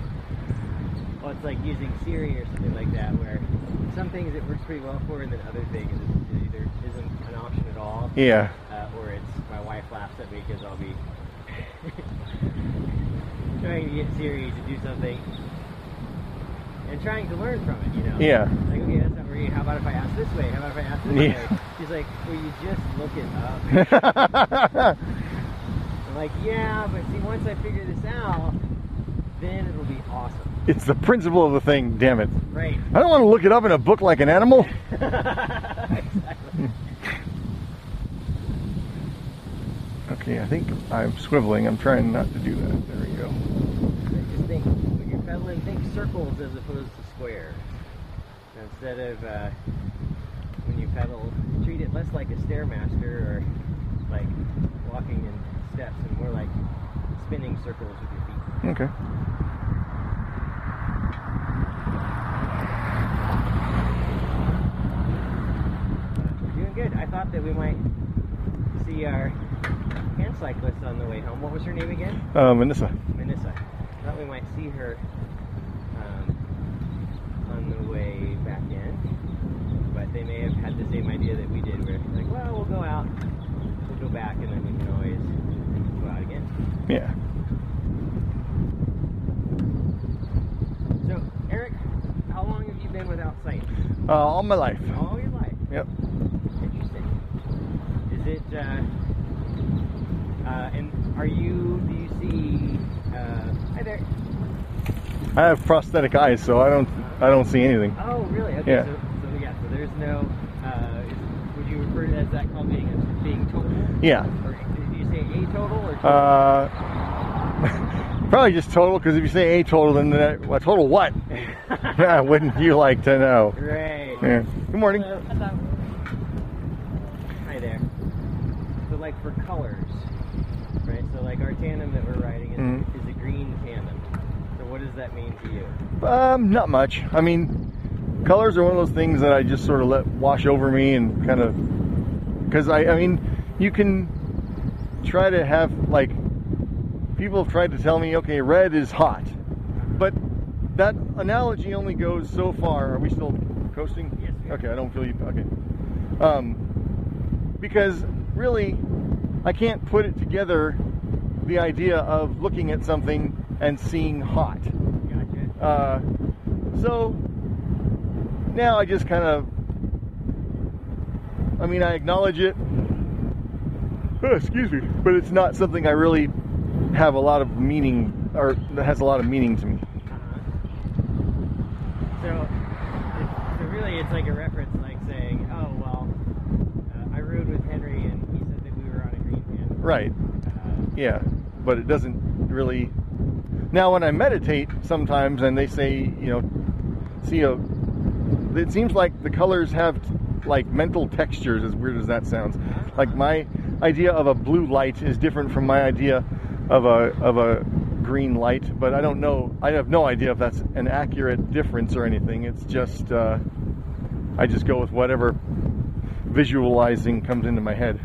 [SPEAKER 14] Well, it's like using Siri or something like that, where some things it works pretty well for, and then other things it either isn't an option at all.
[SPEAKER 1] Yeah.
[SPEAKER 14] Uh, or it's my wife laughs at me because I'll be trying to get Siri to do something and trying to learn from it. You know.
[SPEAKER 1] Yeah.
[SPEAKER 14] Like okay, that's not right. How about if I ask this way? How about if I ask this
[SPEAKER 1] Yeah.
[SPEAKER 14] way? She's like, will you just look it up? I'm like, yeah, but see, once I figure this out, then it'll be awesome.
[SPEAKER 1] it's the principle of the thing. Damn it!
[SPEAKER 14] Right.
[SPEAKER 1] I don't want to look it up in a book like an animal. Hmm.
[SPEAKER 14] Exactly.
[SPEAKER 1] Okay, I think I'm swiveling. I'm trying not to do that. There we go.
[SPEAKER 14] Just think when you're pedaling, think circles as opposed to squares. Instead of uh, when you pedal, treat it less like a stairmaster or like walking in steps, and more like spinning circles with your feet.
[SPEAKER 1] Okay.
[SPEAKER 14] Doing good. I thought that we might see our hand cyclist on the way home. What was her name again?
[SPEAKER 1] Uh, Vanessa.
[SPEAKER 14] Manissa. I thought we might see her um, on the way back in, but they may have had the same idea that we did, where it's like, well, we'll go out, we'll go back, and then we can always go out again.
[SPEAKER 1] Yeah.
[SPEAKER 14] So, Eric, how long have you been without sight?
[SPEAKER 1] Uh, all my life.
[SPEAKER 14] All your life.
[SPEAKER 1] Yep.
[SPEAKER 14] Interesting. Is it? Uh, uh, and are you? Do you see? Uh, hi there.
[SPEAKER 1] I have prosthetic eyes, so I don't I don't see anything.
[SPEAKER 14] Oh, really? Okay.
[SPEAKER 1] Yeah.
[SPEAKER 14] So, so yeah. So there's no. Uh, is, would you refer to as that called being being total?
[SPEAKER 1] Yeah.
[SPEAKER 14] Or do you say atotal or total?
[SPEAKER 1] Uh, probably just total, because if you say a total, then that, well, total what? Ah, Wouldn't you like to know?
[SPEAKER 14] Right.
[SPEAKER 1] Yeah. Good morning.
[SPEAKER 14] Hello. Hi there. So like for colors, right? So like our tandem that we're riding is,
[SPEAKER 1] Mhm.
[SPEAKER 14] is a green tandem. So what does that mean to you?
[SPEAKER 1] Um, not much. I mean, colors are one of those things that I just sort of let wash over me and kind of, because I, I mean, you can try to have like people have tried to tell me, okay, red is hot, but that analogy only goes so far. Are we still coasting? Yes. Okay, I don't feel you. Okay. Um, because really, I can't put it together. The idea of looking at something and seeing hot. Uh, so now I just kind of, I mean, I acknowledge it. Oh, excuse me, but it's not something I really have a lot of meaning or that has a lot of meaning to me.
[SPEAKER 14] So, so really, it's like a reference, like saying, "Oh well, uh, I rode with Henry, and he said that we were on a green tandem."
[SPEAKER 1] Right. Yeah, but it doesn't really. Now, when I meditate sometimes and they say, you know, see a. It seems like the colors have like mental textures, as weird as that sounds. Like my idea of a blue light is different from my idea of a of a green light, but I don't know. I have no idea if that's an accurate difference or anything. It's just uh, I just go with whatever visualizing comes into my head.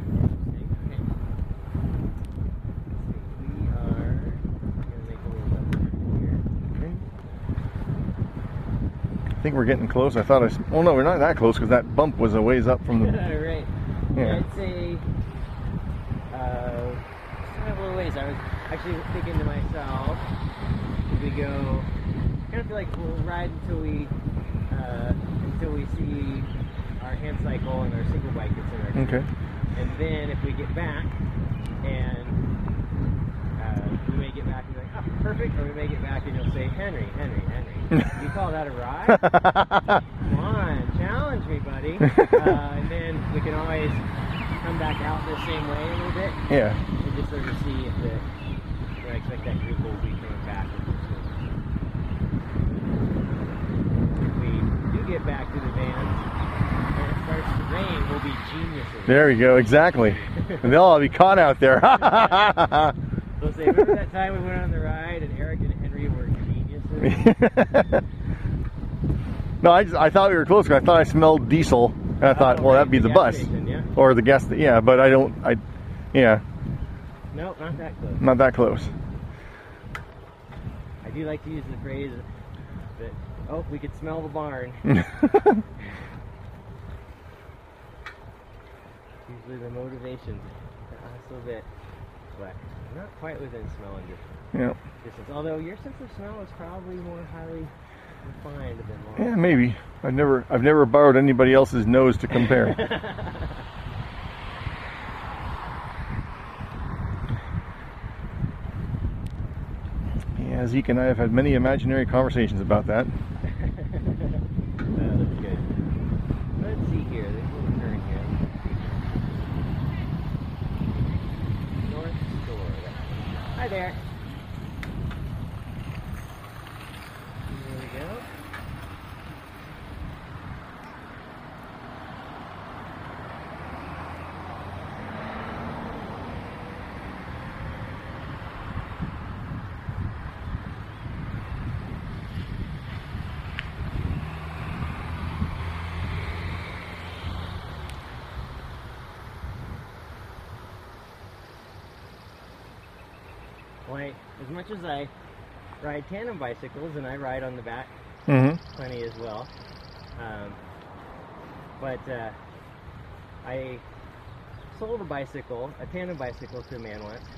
[SPEAKER 14] We are gonna make a little left turn here.
[SPEAKER 1] Okay. I think we're getting close. I thought I. s- Oh no, we're not that close because that bump was a ways up from the.
[SPEAKER 14] right.
[SPEAKER 1] Yeah.
[SPEAKER 14] I'd say uh, just kind of a little ways. I was actually thinking to myself, if we go, kind of feel like we'll ride until we uh, until we see our hand cycle and our single bike that's in our group.
[SPEAKER 1] Okay.
[SPEAKER 14] And then if we get back and uh, we may make it back and be like, oh, perfect, or we make it back and you'll say, Henry, Henry, Henry. you call that a ride? Come on, challenge me, buddy. Uh, and then we can always come back out the same way a little bit.
[SPEAKER 1] Yeah.
[SPEAKER 14] And just sort of see if the, you know, I expect that group will be coming back. If we do get back to the van and it starts to rain, we'll be geniuses.
[SPEAKER 1] There we go, exactly. And they'll all be caught out there.
[SPEAKER 14] We'll say, remember that time we went on the ride and Eric and Henry were geniuses?
[SPEAKER 1] no, I, just, I thought we were close. 'cause I thought I smelled diesel, and I thought, well, that'd be the
[SPEAKER 14] Oh, gas
[SPEAKER 1] bus
[SPEAKER 14] station, yeah.
[SPEAKER 1] or the gas. sta- Yeah, but I don't. I, yeah,
[SPEAKER 14] no, not that close.
[SPEAKER 1] not that close.
[SPEAKER 14] I do like to use the phrase that, oh, we could smell the barn. Usually the motivation, just a bit, but not quite within smelling
[SPEAKER 1] Yeah.
[SPEAKER 14] distance. distance. Although your sense of smell is probably more highly refined than mine.
[SPEAKER 1] Yeah, maybe. I've never I've never borrowed anybody else's nose to compare. yeah, Zeke and I have had many imaginary conversations about that.
[SPEAKER 14] that looks Oh, good. Let's see here. There's a little turn here. North Store. Hi there. There we go. Why, as much as I ride tandem bicycles and I ride on the back
[SPEAKER 1] Mhm.
[SPEAKER 14] plenty as well, um, but uh, I sold a bicycle, a tandem bicycle, to a man once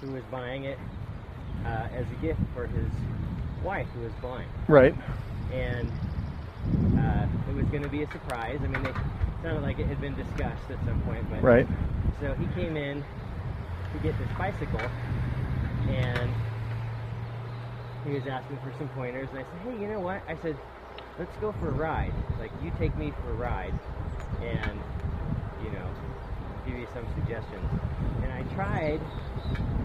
[SPEAKER 14] who was buying it uh, as a gift for his wife who was blind
[SPEAKER 1] Right.
[SPEAKER 14] and uh, it was going to be a surprise. I mean, it sounded like it had been discussed at some point, but
[SPEAKER 1] Right.
[SPEAKER 14] So he came in to get this bicycle, and he was asking for some pointers. And I said, "Hey, you know what?" I said, "Let's go for a ride. Like, you take me for a ride, and you know, give you some suggestions." And I tried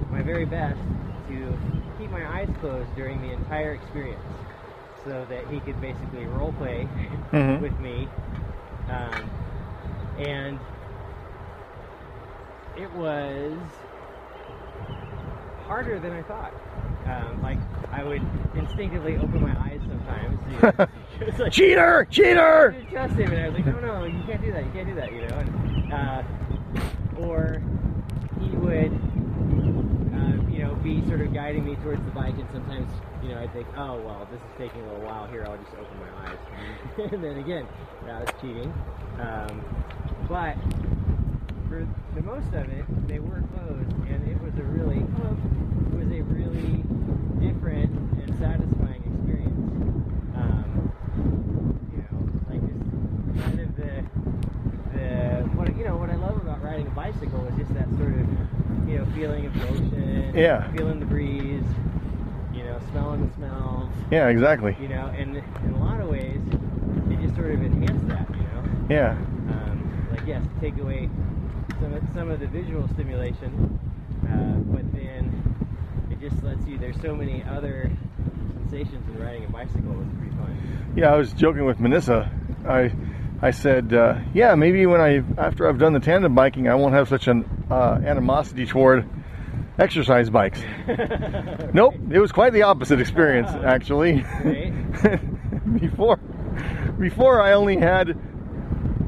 [SPEAKER 14] my very best to keep my eyes closed during the entire experience so that he could basically role play
[SPEAKER 1] Mhm.
[SPEAKER 14] with me. Um, and it was harder than I thought. Um, like I would instinctively open my eyes sometimes. You know, it's like,
[SPEAKER 1] Cheater! Cheater!
[SPEAKER 14] You Trust him, and I was like, no, no, you can't do that. You can't do that. You know, and uh, or he would, um, you know, be sort of guiding me towards the bike, and sometimes, you know, I'd think, oh well, this is taking a little while here. I'll just open my eyes, and then again, that was cheating. Um, but for the most of it, they were closed, and it was a really, it was a really different and satisfying experience. Um, you know, like just kind of the the what you know what I love about riding a bicycle is just that sort of you know feeling of motion,
[SPEAKER 1] Yeah.
[SPEAKER 14] feeling the breeze, you know, smelling the smells.
[SPEAKER 1] Yeah, exactly.
[SPEAKER 14] You know, and in a lot of ways, it just sort of enhanced that. You know.
[SPEAKER 1] Yeah.
[SPEAKER 14] Um, like yes, take away some of, some of the visual stimulation, uh, but then it just lets you. There's so many other sensations in riding a bicycle. It's pretty fun.
[SPEAKER 1] Yeah, I was joking with Manissa. I I said, uh, yeah, maybe when I after I've done the tandem biking, I won't have such an uh, animosity toward exercise bikes. Nope, it was quite the opposite experience actually. before before I only had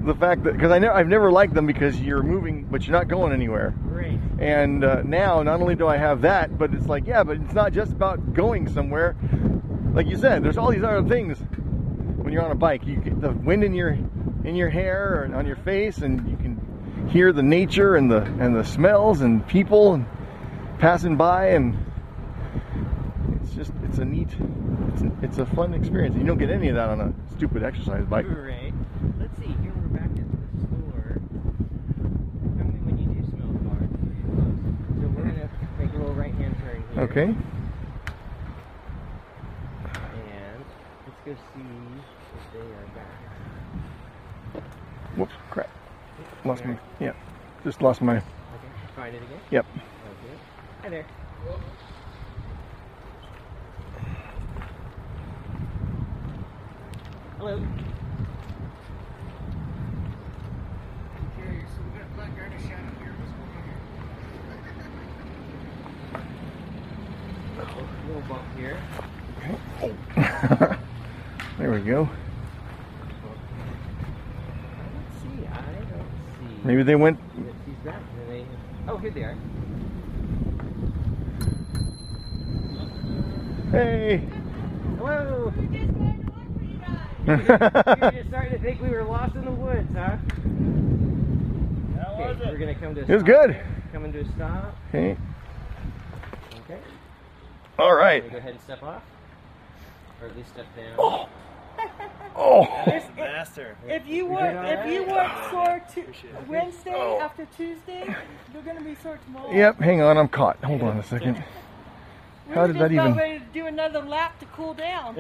[SPEAKER 1] the fact that because I never I've never liked them because you're moving but you're not going anywhere.
[SPEAKER 14] Great.
[SPEAKER 1] And uh, now, not only do I have that, but it's like, yeah, but it's not just about going somewhere. Like you said, there's all these other things when you're on a bike. You get the wind in your in your hair and on your face, and you can hear the nature and the and the smells and people and passing by, and it's just it's a neat, it's a, it's a fun experience. You don't get any of that on a stupid exercise bike.
[SPEAKER 14] Right. Let's see. Here we're back at the store. I mean, when you do smell the barn, it's closed. so we're gonna make a little right-hand turn here.
[SPEAKER 1] Okay.
[SPEAKER 24] And let's go see if they are back.
[SPEAKER 1] Whoops, crap. Lost my. Yeah. Just lost my.
[SPEAKER 24] Okay, find it again?
[SPEAKER 1] Yep.
[SPEAKER 24] Okay. Hi there.
[SPEAKER 3] Hello.
[SPEAKER 25] Okay, so we got Black Garden shot up here. What's going on here?
[SPEAKER 24] A little bump here.
[SPEAKER 1] there we go.
[SPEAKER 24] Let's see, I don't see.
[SPEAKER 1] Maybe they went-
[SPEAKER 24] that She's back. Do they- Oh, here they are.
[SPEAKER 1] Hey.
[SPEAKER 24] Hello. We just
[SPEAKER 1] you guys.
[SPEAKER 24] You're just starting to think we were lost in the woods, huh? okay, We're gonna come to. A
[SPEAKER 1] It was
[SPEAKER 24] stop
[SPEAKER 1] good.
[SPEAKER 24] here. Coming to a stop.
[SPEAKER 1] Okay.
[SPEAKER 24] Okay.
[SPEAKER 1] All
[SPEAKER 24] I'm
[SPEAKER 1] right.
[SPEAKER 24] gonna Go ahead and step off, or at least step down.
[SPEAKER 1] Oh. Oh.
[SPEAKER 3] If, if-
[SPEAKER 8] Master.
[SPEAKER 3] if you
[SPEAKER 24] You're
[SPEAKER 3] weren't
[SPEAKER 24] doing
[SPEAKER 3] if you
[SPEAKER 24] all
[SPEAKER 3] weren't
[SPEAKER 24] right.
[SPEAKER 3] sore to
[SPEAKER 8] Appreciate it.
[SPEAKER 3] Wednesday
[SPEAKER 8] Oh.
[SPEAKER 3] after Tuesday, you're gonna be sore tomorrow.
[SPEAKER 1] Yep. Hang on. I'm caught. Hold on a second.
[SPEAKER 3] We
[SPEAKER 1] How
[SPEAKER 3] were
[SPEAKER 1] did
[SPEAKER 3] just
[SPEAKER 1] that
[SPEAKER 3] about
[SPEAKER 1] even-
[SPEAKER 3] ready to do another lap to cool down.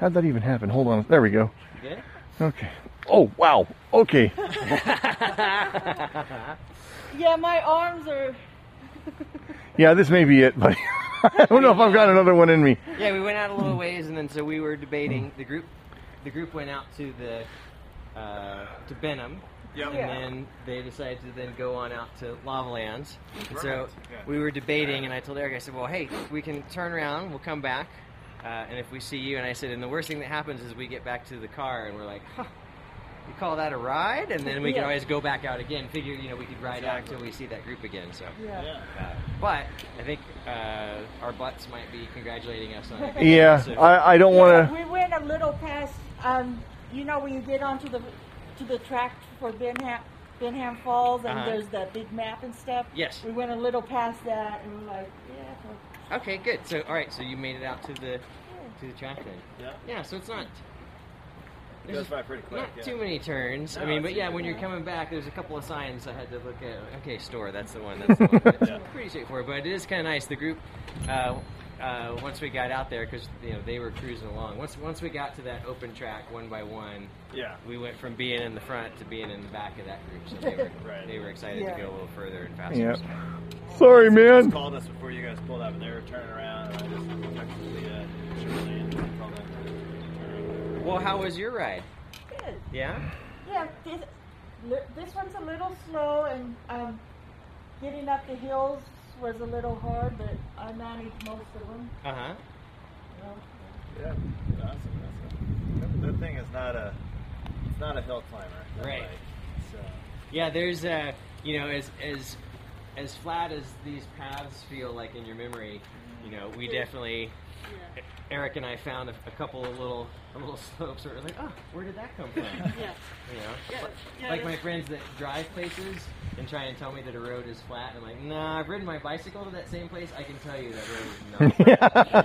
[SPEAKER 1] How'd that even happen? Hold on. There we go.
[SPEAKER 24] You good?
[SPEAKER 1] Okay. Oh wow. Okay.
[SPEAKER 3] yeah, my arms are
[SPEAKER 1] Yeah, this may be it, buddy. I don't know if I've got another one in me.
[SPEAKER 14] Yeah, we went out a little ways, and then so we were debating. The group, the group went out to the uh, to Benham,
[SPEAKER 8] Yep.
[SPEAKER 14] and
[SPEAKER 8] Yeah.
[SPEAKER 14] then they decided to then go on out to Lava Lands. And so
[SPEAKER 8] Right, yeah.
[SPEAKER 14] we were debating, and I told Eric, I said, "Well, hey, we can turn around. We'll come back, uh, and if we see you." And I said, "And the worst thing that happens is we get back to the car, and we're like." Huh. You call that a ride, and then we can
[SPEAKER 24] Yeah.
[SPEAKER 14] always go back out again. Figure, you know, we could ride out until we see that group again. So,
[SPEAKER 24] Yeah. Yeah.
[SPEAKER 14] Uh, but I think uh, our butts might be congratulating us on it.
[SPEAKER 1] Yeah,
[SPEAKER 14] So-
[SPEAKER 1] I, I don't want
[SPEAKER 3] We went a little past, um, you know, when you get onto the to the track for Benham, Benham Falls, and
[SPEAKER 14] Uh-huh.
[SPEAKER 3] there's that big map and stuff.
[SPEAKER 14] Yes.
[SPEAKER 3] We went a little past that, and we're like, yeah. so-
[SPEAKER 14] Okay, good. So, all right. So you made it out to the to the track then. Yeah. Yeah. So it's not.
[SPEAKER 8] It goes by pretty quick.
[SPEAKER 14] Not
[SPEAKER 8] yeah.
[SPEAKER 14] too many turns. I
[SPEAKER 8] No,
[SPEAKER 14] mean,
[SPEAKER 8] it's
[SPEAKER 14] but yeah,
[SPEAKER 8] easy.
[SPEAKER 14] when you're coming back, there's a couple of signs I had to look at. Okay, store. That's the one. That's the one. It's pretty straightforward, but it is kind of nice. The group, uh, uh, once we got out there, because you know they were cruising along. Once once we got to that open track, one by one.
[SPEAKER 8] Yeah.
[SPEAKER 14] We went from being in the front to being in the back of that group, so they were they were excited
[SPEAKER 8] Yeah.
[SPEAKER 14] to go a little further and
[SPEAKER 1] to.
[SPEAKER 14] faster.
[SPEAKER 1] Yeah.
[SPEAKER 14] so.
[SPEAKER 1] Sorry,
[SPEAKER 8] They
[SPEAKER 1] man.
[SPEAKER 8] just called us before you guys pulled up, and they were turning around, and I just texted the uh, Chevrolet and they called up.
[SPEAKER 14] Well, how was your ride?
[SPEAKER 3] Good.
[SPEAKER 14] Yeah.
[SPEAKER 3] Yeah. This, li- this one's a little slow, and um, getting up the hills was a little hard, but I managed most of them.
[SPEAKER 14] Uh huh.
[SPEAKER 3] you know.
[SPEAKER 8] Yeah, awesome. awesome. That thing is not a, it's not a hill climber. that
[SPEAKER 14] Right.
[SPEAKER 8] bike. So,
[SPEAKER 14] Yeah, there's uh, you know, as as as flat as these paths feel like in your memory, you know, we definitely Eric and I found a, a couple of little little slopes where we're like, oh, where did that come from?
[SPEAKER 26] Yeah.
[SPEAKER 14] You know,
[SPEAKER 26] Yeah,
[SPEAKER 14] Like-
[SPEAKER 26] yeah,
[SPEAKER 14] like my
[SPEAKER 26] that's-
[SPEAKER 14] friends that drive places and try and tell me that a road is flat. I'm like, nah, I've ridden my bicycle to that same place. I can tell you that road is not. flat."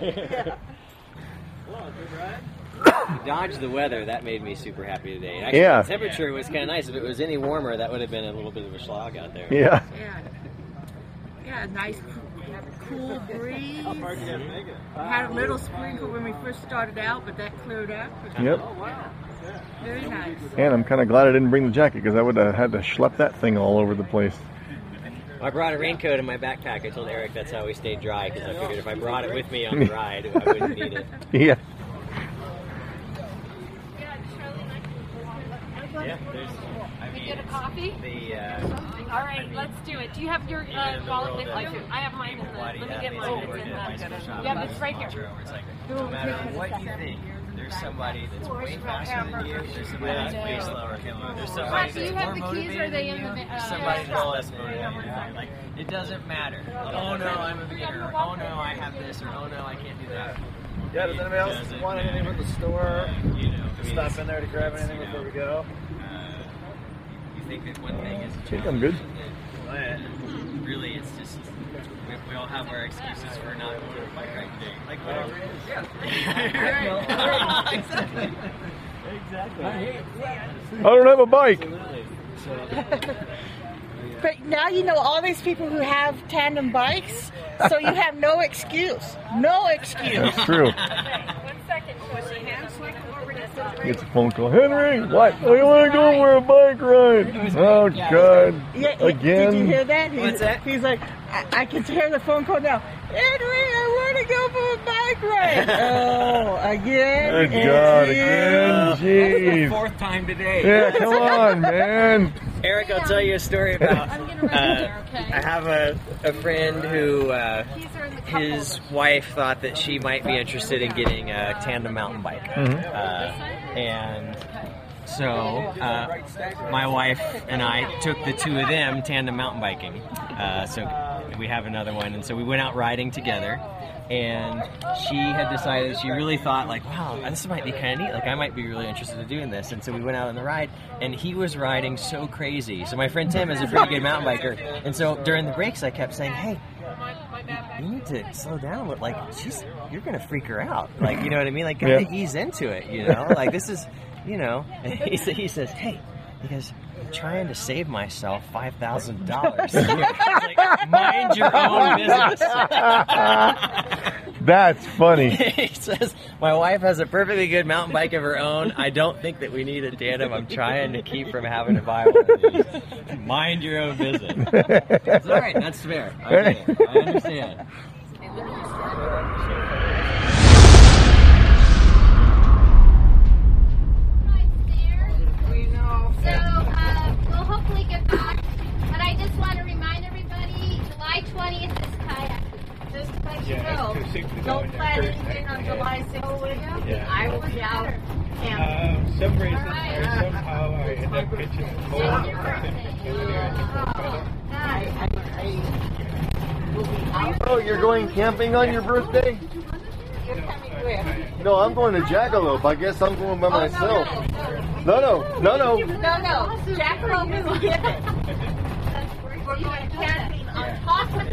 [SPEAKER 8] hello, good ride.
[SPEAKER 14] We dodged the weather. That made me super happy today.
[SPEAKER 1] Actually, Yeah. the
[SPEAKER 14] temperature was kind of nice. If it was any warmer, that would have been a little bit of a slog out there.
[SPEAKER 1] Yeah.
[SPEAKER 27] Yeah. Yeah, nice cool breeze. Had a little sprinkle when we first started out, but that cleared up.
[SPEAKER 1] Yep.
[SPEAKER 27] Oh, wow. Very nice.
[SPEAKER 1] And I'm kind of glad I didn't bring the jacket because I would have had to schlep that thing all over the place.
[SPEAKER 14] I brought a raincoat in my backpack. I told Eric that's how we stayed dry because I figured if I brought it with me on the ride, I wouldn't need it.
[SPEAKER 1] Yeah.
[SPEAKER 14] Yeah, there's. I
[SPEAKER 2] We
[SPEAKER 14] mean,
[SPEAKER 2] get a coffee?
[SPEAKER 14] The uh,
[SPEAKER 2] All right, let's do it. Do you have your uh, wallet with you? I have mine in the. Let me get mine. It's in the. Yeah, it's right here.
[SPEAKER 14] It's like no matter what you think, there's somebody that's way faster than you. There's somebody that's way slower than
[SPEAKER 8] Oh,
[SPEAKER 14] you. There's somebody
[SPEAKER 2] Do
[SPEAKER 14] that's
[SPEAKER 2] you
[SPEAKER 14] more
[SPEAKER 2] have the uh, keys? Are
[SPEAKER 14] motivated
[SPEAKER 2] they
[SPEAKER 14] than
[SPEAKER 2] in
[SPEAKER 14] you.
[SPEAKER 2] the?
[SPEAKER 14] There's somebody that's less motivated. than you. Like it doesn't matter. Oh no, I'm a beginner. Oh no, I have this. Or oh no, I can't do that.
[SPEAKER 8] Yeah, does anybody else want anything from the store?
[SPEAKER 14] You know, I mean,
[SPEAKER 8] Stop in there to grab anything before we go.
[SPEAKER 14] uh, You think that one thing is
[SPEAKER 1] I think I'm good.
[SPEAKER 14] really it's just we, we all have our excuses for not doing the right thing. Like whatever it is. Yeah. exactly.
[SPEAKER 8] Exactly.
[SPEAKER 1] I don't have a bike.
[SPEAKER 8] Absolutely. So,
[SPEAKER 3] But now you know all these people who have tandem bikes, so you have no excuse. No excuse.
[SPEAKER 1] That's true. Gets a phone call. Henry, what? I want to go for a bike ride. Oh God! Again.
[SPEAKER 3] Did you hear that? He's, He's like, I, I can hear the phone call now. Henry, I want to go for a bike ride. oh, again.
[SPEAKER 1] Good
[SPEAKER 3] and
[SPEAKER 1] God!
[SPEAKER 3] you.
[SPEAKER 1] Again, jeez.
[SPEAKER 28] Fourth time today.
[SPEAKER 1] Yeah, come on, man.
[SPEAKER 14] Eric, I'll tell you a story about. uh, I have a, a friend who uh, his wife thought that she might be interested in getting a tandem mountain bike,
[SPEAKER 28] Mhm.
[SPEAKER 14] uh, and so uh, my wife and I took the two of them tandem mountain biking. Uh, so we have another one, and so we went out riding together. And she had decided she really thought like, wow, this might be kind of neat. Like I might be really interested in doing this. And so we went out on the ride, and he was riding so crazy. So my friend Tim is a pretty good mountain biker, and so during the breaks I kept saying, hey, you need to slow down. But like, she's you're gonna freak her out. Like, you know what I mean? Like, gotta
[SPEAKER 28] Yeah.
[SPEAKER 14] ease into it. You know, like this is, you know. And he, sa- he says, hey, he goes, I'm trying to save myself five thousand dollars. Mind your own business.
[SPEAKER 1] That's funny.
[SPEAKER 14] he says, my wife has a perfectly good mountain bike of her own. I don't think that we need a tandem. I'm trying to keep from having to buy one. of these." Mind your own business. It's all right. That's fair. I get it. I understand.
[SPEAKER 9] We know. So uh, we'll hopefully get back. But I just want to remind everybody, July 20th is kayak. Just to let you
[SPEAKER 8] Yeah,
[SPEAKER 9] know.
[SPEAKER 8] it's too soon to
[SPEAKER 9] Don't
[SPEAKER 8] go
[SPEAKER 9] plan
[SPEAKER 8] in there.
[SPEAKER 9] anything on July 6th.
[SPEAKER 8] Yeah.
[SPEAKER 9] I will be out.
[SPEAKER 8] Um, some reason or somehow I end up pitching a pole or
[SPEAKER 1] Oh, you're going camping on your birthday? No, I'm going to Jackalope. I guess I'm going by myself. No, no, no, no.
[SPEAKER 9] No, no. Jackalope is given. We're going camping on top of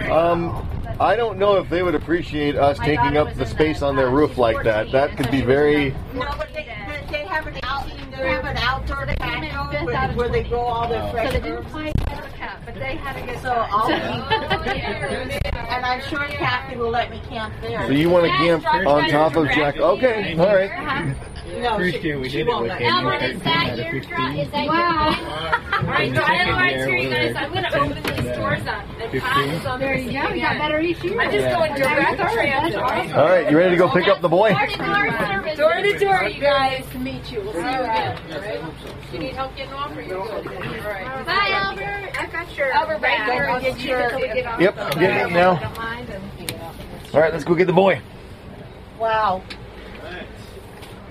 [SPEAKER 9] that.
[SPEAKER 1] Um, I don't know if they would appreciate us taking up the space on their roof like that. That could be very.
[SPEAKER 3] No, but they, they- they have an outing. They have an outdoor patio where, where they grow all their
[SPEAKER 1] Oh.
[SPEAKER 3] fresh
[SPEAKER 1] So they
[SPEAKER 3] herbs.
[SPEAKER 29] But they had a good
[SPEAKER 3] So I'll be, and I'm sure Kathy will let me camp there.
[SPEAKER 1] So you want to camp on top of Jack? Okay, all right.
[SPEAKER 3] No, she,
[SPEAKER 28] we
[SPEAKER 3] she won't let me.
[SPEAKER 9] Albert, is that your truck? Is that
[SPEAKER 2] All
[SPEAKER 9] your
[SPEAKER 2] right, so I don't know why I
[SPEAKER 28] Second
[SPEAKER 2] cheer you
[SPEAKER 28] year,
[SPEAKER 2] guys. I'm going to open these doors up. And Pat is on
[SPEAKER 9] There you go. You got better eat you.
[SPEAKER 2] I'm just going direct
[SPEAKER 9] That's
[SPEAKER 2] transit.
[SPEAKER 9] awesome.
[SPEAKER 1] All right, you ready to go pick up the boy?
[SPEAKER 2] Door to door, you guys. To meet you. We'll see you again. All right. If you need help getting off, or you're good. All right.
[SPEAKER 9] Bye, Albert. I've got your
[SPEAKER 2] Albert, right there. I'll get your.
[SPEAKER 1] Yep, getting it now. All right, let's go get the boy.
[SPEAKER 3] Wow.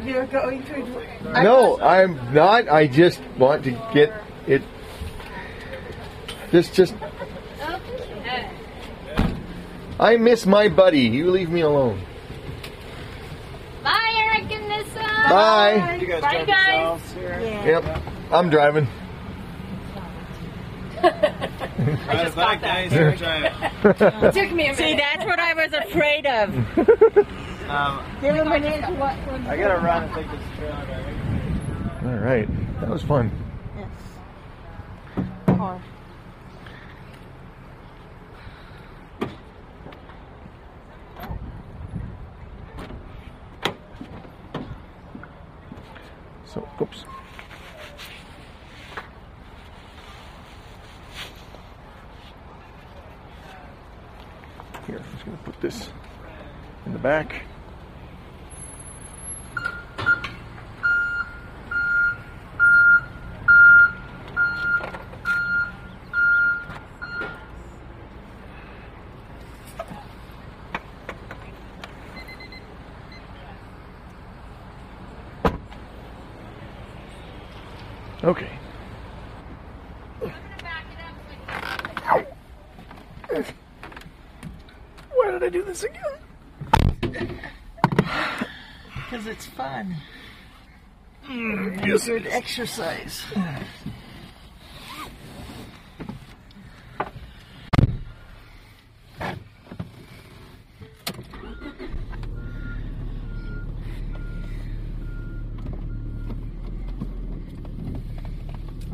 [SPEAKER 3] You're going to. I
[SPEAKER 1] No, I'm not. I just want to get it. This just. I miss my buddy. You leave me alone.
[SPEAKER 9] Bye, Eric and Nissa.
[SPEAKER 1] Bye. You guys
[SPEAKER 9] Bye,
[SPEAKER 1] drive
[SPEAKER 9] guys.
[SPEAKER 1] Yep, I'm driving.
[SPEAKER 30] I just thought that.
[SPEAKER 3] It
[SPEAKER 30] took
[SPEAKER 3] me a See, that's what I was afraid of.
[SPEAKER 30] Um,
[SPEAKER 3] Give him an inch. What?
[SPEAKER 30] I gotta run and take this trailer back.
[SPEAKER 1] All right, that was fun.
[SPEAKER 3] Yes. Car.
[SPEAKER 1] So, oops. Here, I'm just gonna put this in the back. Okay. Why did I do this again?
[SPEAKER 3] Because it's fun.
[SPEAKER 1] Mm,
[SPEAKER 3] And
[SPEAKER 1] yes, it
[SPEAKER 3] good
[SPEAKER 1] is.
[SPEAKER 3] exercise.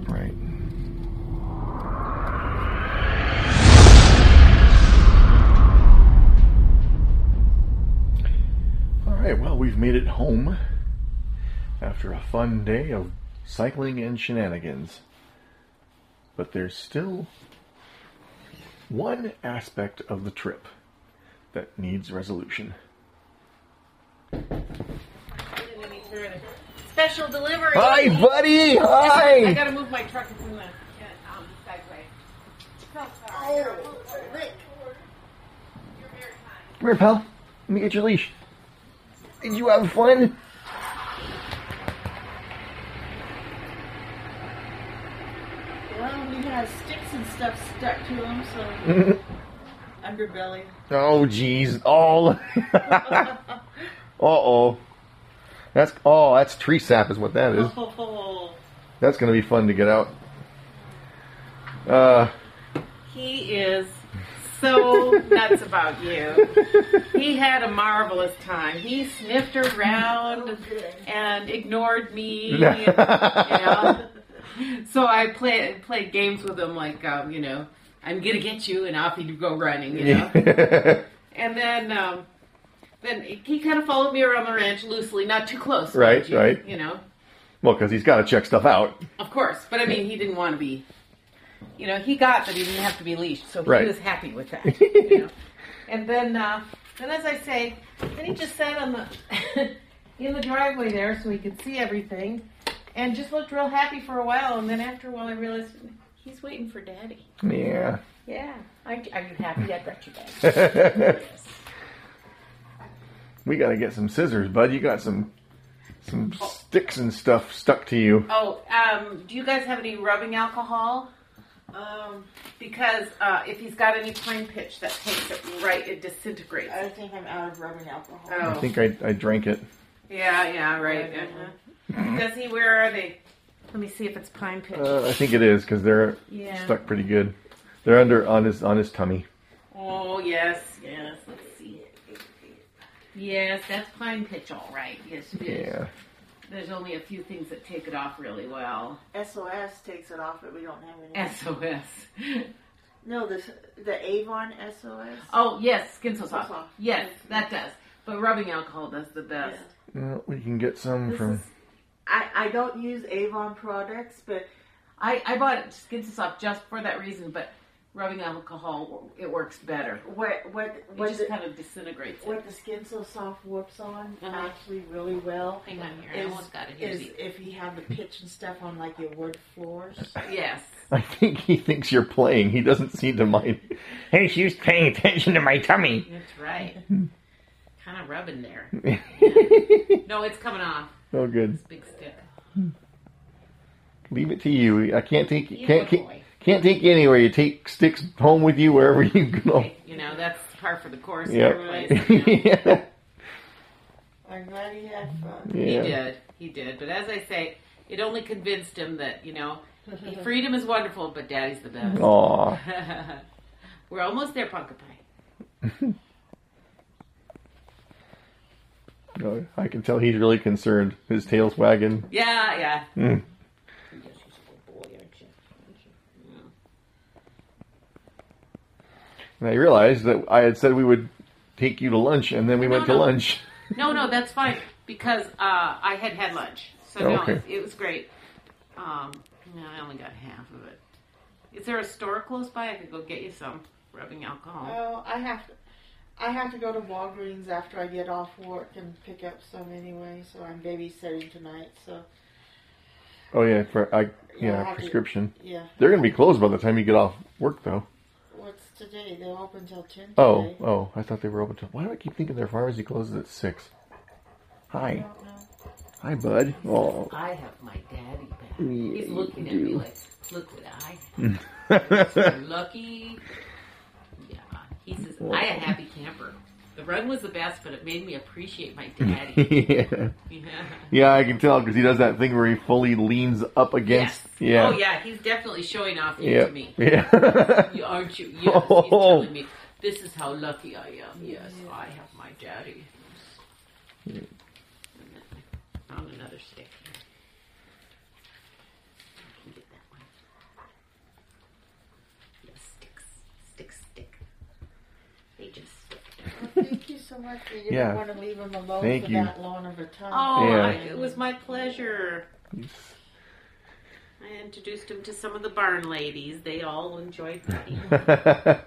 [SPEAKER 1] Right. right, well, we've made it home after a fun day of cycling and shenanigans. But there's still one aspect of the trip that needs resolution.
[SPEAKER 13] Special delivery.
[SPEAKER 1] Hi, buddy. Hi.
[SPEAKER 13] I gotta move my truck. It's in the um, sideway.
[SPEAKER 20] Oh, Rick.
[SPEAKER 1] Come here, pal. Let me get your leash. Did you have fun?
[SPEAKER 3] Well, we had sticks and stuff stuck to them, so
[SPEAKER 1] Mhm.
[SPEAKER 3] underbelly.
[SPEAKER 1] Oh, jeez. Oh. uh oh. That's oh, that's tree sap is what that is. That's gonna be fun to get out. Uh,
[SPEAKER 13] He is so nuts about you. He had a marvelous time. He sniffed around and ignored me. and, you know. So I play, played games with him, like, um, you know, I'm going to get you, and off he'd go running, you know. and then. Um, then he kind of followed me around the ranch loosely, not too close.
[SPEAKER 1] Right,
[SPEAKER 13] mind you,
[SPEAKER 1] right.
[SPEAKER 13] You know,
[SPEAKER 1] well, because he's got to check stuff out.
[SPEAKER 13] of course, but I mean, he didn't want to be. You know, he got that he didn't have to be leashed, so he
[SPEAKER 1] Right.
[SPEAKER 13] was happy with that. you know? And then, uh, then as I say, then he just sat on the in the driveway there, so he could see everything, and just looked real happy for a while. And then after a while, I realized he's waiting for Daddy.
[SPEAKER 1] Yeah.
[SPEAKER 13] Yeah. Are, are you happy? I brought you Daddy.
[SPEAKER 1] we gotta get some scissors, bud. You got some some sticks and stuff stuck to you.
[SPEAKER 13] Oh, um, do you guys have any rubbing alcohol? Um, because uh, if he's got any pine pitch, that takes it right. It disintegrates. I think I'm out of rubbing alcohol. Oh,
[SPEAKER 1] I think I, I drank it.
[SPEAKER 13] yeah, yeah, right. Uh-huh. Does he? Where are they? Let me see if it's pine pitch.
[SPEAKER 1] Uh, I think it is because they're
[SPEAKER 13] Yeah.
[SPEAKER 1] stuck pretty good. They're under on his on his tummy.
[SPEAKER 13] Oh yes, yes. Let's see. Yes, that's pine pitch, all right. Yes, it is.
[SPEAKER 1] Yeah.
[SPEAKER 13] There's only a few things that take it off really well.
[SPEAKER 31] SOS takes it off, but we don't have any.
[SPEAKER 13] SOS.
[SPEAKER 31] No, this the Avon SOS.
[SPEAKER 13] Oh yes, skin so soft.
[SPEAKER 31] Soft.
[SPEAKER 13] Yes, that does. But rubbing alcohol does the best.
[SPEAKER 1] Well, we can get some
[SPEAKER 31] This
[SPEAKER 1] from.
[SPEAKER 31] I, I don't use Avon products, but
[SPEAKER 13] I, I bought skin so soft just for that reason, but rubbing alcohol it works better.
[SPEAKER 31] what what
[SPEAKER 13] It
[SPEAKER 31] what
[SPEAKER 13] just
[SPEAKER 31] the-
[SPEAKER 13] kind of disintegrates.
[SPEAKER 31] what the skin so soft warps on actually really well.
[SPEAKER 13] Uh-huh. Hang on here, I
[SPEAKER 31] is,
[SPEAKER 13] almost got it. Here's
[SPEAKER 31] is if you have the pitch and stuff on like your wood floors.
[SPEAKER 13] Yes.
[SPEAKER 1] I think he thinks you're playing. He doesn't seem to mind. Hey, she was paying attention to my tummy.
[SPEAKER 13] That's right. kind of rubbing there. no, it's coming off.
[SPEAKER 1] Oh, good.
[SPEAKER 13] This big stick.
[SPEAKER 1] Leave it to you. I can't take
[SPEAKER 13] You
[SPEAKER 1] can't
[SPEAKER 13] good boy.
[SPEAKER 1] can't, can't take you anywhere. You take sticks home with you wherever you go.
[SPEAKER 13] You know that's par for the course. in
[SPEAKER 1] Yep.
[SPEAKER 13] our lives.
[SPEAKER 1] yeah.
[SPEAKER 31] I'm glad he had fun.
[SPEAKER 13] He
[SPEAKER 1] Yeah.
[SPEAKER 13] did. He did. But as I say, it only convinced him that you know freedom is wonderful, but daddy's the best.
[SPEAKER 1] Aw.
[SPEAKER 13] We're almost there, Punka Pie.
[SPEAKER 1] No, I can tell he's really concerned. His tail's wagging.
[SPEAKER 13] Yeah, yeah.
[SPEAKER 1] Mm. And I realized that I had said we would take you to lunch, and then we went to
[SPEAKER 13] no.
[SPEAKER 1] lunch.
[SPEAKER 13] No, no, that's fine because uh, I had had lunch, so no,
[SPEAKER 1] Okay.
[SPEAKER 13] it, it was great. Um, no, I only got half of it. Is there a store close by? I could go get you some rubbing alcohol.
[SPEAKER 31] Oh, I have to. I have to go to Walgreens after I get off work and pick up some anyway. So I'm babysitting tonight. So
[SPEAKER 1] Oh yeah, for, I
[SPEAKER 31] You'll
[SPEAKER 1] yeah
[SPEAKER 31] have to-
[SPEAKER 1] prescription.
[SPEAKER 31] yeah.
[SPEAKER 1] they're gonna be closed by the time you get off work, though.
[SPEAKER 31] what's today? They're open till ten. Today.
[SPEAKER 1] Oh, oh, I thought they were open till. Why do I keep thinking their pharmacy closes at six?
[SPEAKER 31] I
[SPEAKER 1] Hi,
[SPEAKER 31] don't know.
[SPEAKER 1] hi, bud. Oh,
[SPEAKER 13] I have my daddy back.
[SPEAKER 1] Yeah,
[SPEAKER 13] He's
[SPEAKER 1] you
[SPEAKER 13] looking at
[SPEAKER 1] do.
[SPEAKER 13] me like, look what I have. You're lucky. Yeah, he says, I a happy camper. The run was the best, but it made me appreciate my daddy.
[SPEAKER 1] yeah.
[SPEAKER 13] Yeah.
[SPEAKER 1] yeah, I can tell because he does that thing where he fully leans up against. Yeah.
[SPEAKER 13] Oh yeah, he's definitely showing off you
[SPEAKER 1] Yeah.
[SPEAKER 13] to me.
[SPEAKER 1] Yeah.
[SPEAKER 13] You- aren't you? Yes. He's
[SPEAKER 1] Oh.
[SPEAKER 13] telling me this is how lucky I am. Yes, I have my daddy.
[SPEAKER 1] Yeah.
[SPEAKER 13] Found another stick. I can get that one. Yes, sticks, stick, stick. They just stick.
[SPEAKER 31] Well, thank you so
[SPEAKER 3] much that you
[SPEAKER 1] Yeah.
[SPEAKER 3] didn't want to leave him alone
[SPEAKER 1] Thank
[SPEAKER 3] for
[SPEAKER 1] you.
[SPEAKER 3] that long of a time.
[SPEAKER 13] Oh,
[SPEAKER 1] Yeah.
[SPEAKER 13] I- it was my pleasure. I introduced him to some of the barn ladies. They all enjoyed Uh-huh. meeting him.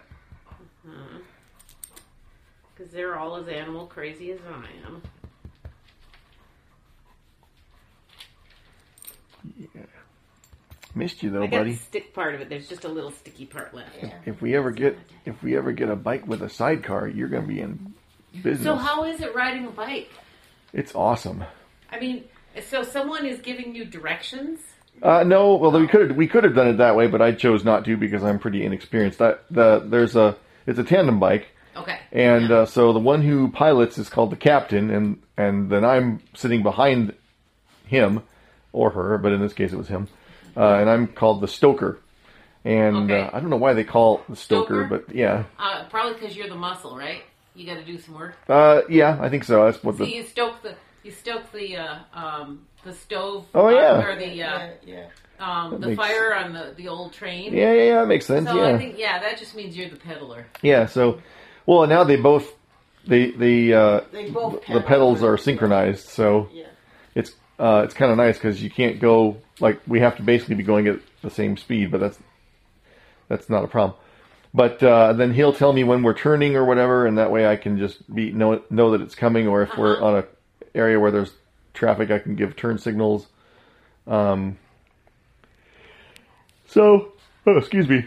[SPEAKER 13] Because they're all as animal crazy as I am.
[SPEAKER 1] Missed you
[SPEAKER 13] I
[SPEAKER 1] though,
[SPEAKER 13] got
[SPEAKER 1] buddy.
[SPEAKER 13] the stick part of it. There's just a little sticky part left.
[SPEAKER 1] If we ever get if we ever get a bike with a sidecar, you're gonna be in business.
[SPEAKER 13] So how is it riding a bike?
[SPEAKER 1] it's awesome.
[SPEAKER 13] I mean, so someone is giving you directions.
[SPEAKER 1] Uh, no, well we could we could have done it that way, but I chose not to because I'm pretty inexperienced. That the there's a it's a tandem bike.
[SPEAKER 13] Okay.
[SPEAKER 1] And uh, so the one who pilots is called the captain, and and then I'm sitting behind him or her, but in this case it was him, uh, and I'm called the stoker. And uh, I don't know why they call it the stoker, but yeah,
[SPEAKER 13] Uh, probably because you're the muscle, right? You got to do some work.
[SPEAKER 1] uh, yeah, I think so. That's what
[SPEAKER 13] so
[SPEAKER 1] the
[SPEAKER 13] you stoke the you stoke the uh, um, the stove.
[SPEAKER 1] Oh,
[SPEAKER 13] uh,
[SPEAKER 1] yeah.
[SPEAKER 13] Or the uh,
[SPEAKER 1] That
[SPEAKER 13] Um, the
[SPEAKER 1] makes-
[SPEAKER 13] fire on the, the old train.
[SPEAKER 1] Yeah, yeah, yeah, that makes sense,
[SPEAKER 13] So
[SPEAKER 1] yeah.
[SPEAKER 13] I think yeah, that just means you're the peddler.
[SPEAKER 1] yeah. So, well, now they both they the uh,
[SPEAKER 13] They both
[SPEAKER 1] the pedals are synchronized, so it's uh, it's kind of nice because you can't go like we have to basically be going at the same speed, but that's that's not a problem. But uh, then he'll tell me when we're turning or whatever, and that way I can just be know know that it's coming, or if
[SPEAKER 13] Uh-huh.
[SPEAKER 1] we're on a area where there's traffic, I can give turn signals. Um, so, oh, excuse me.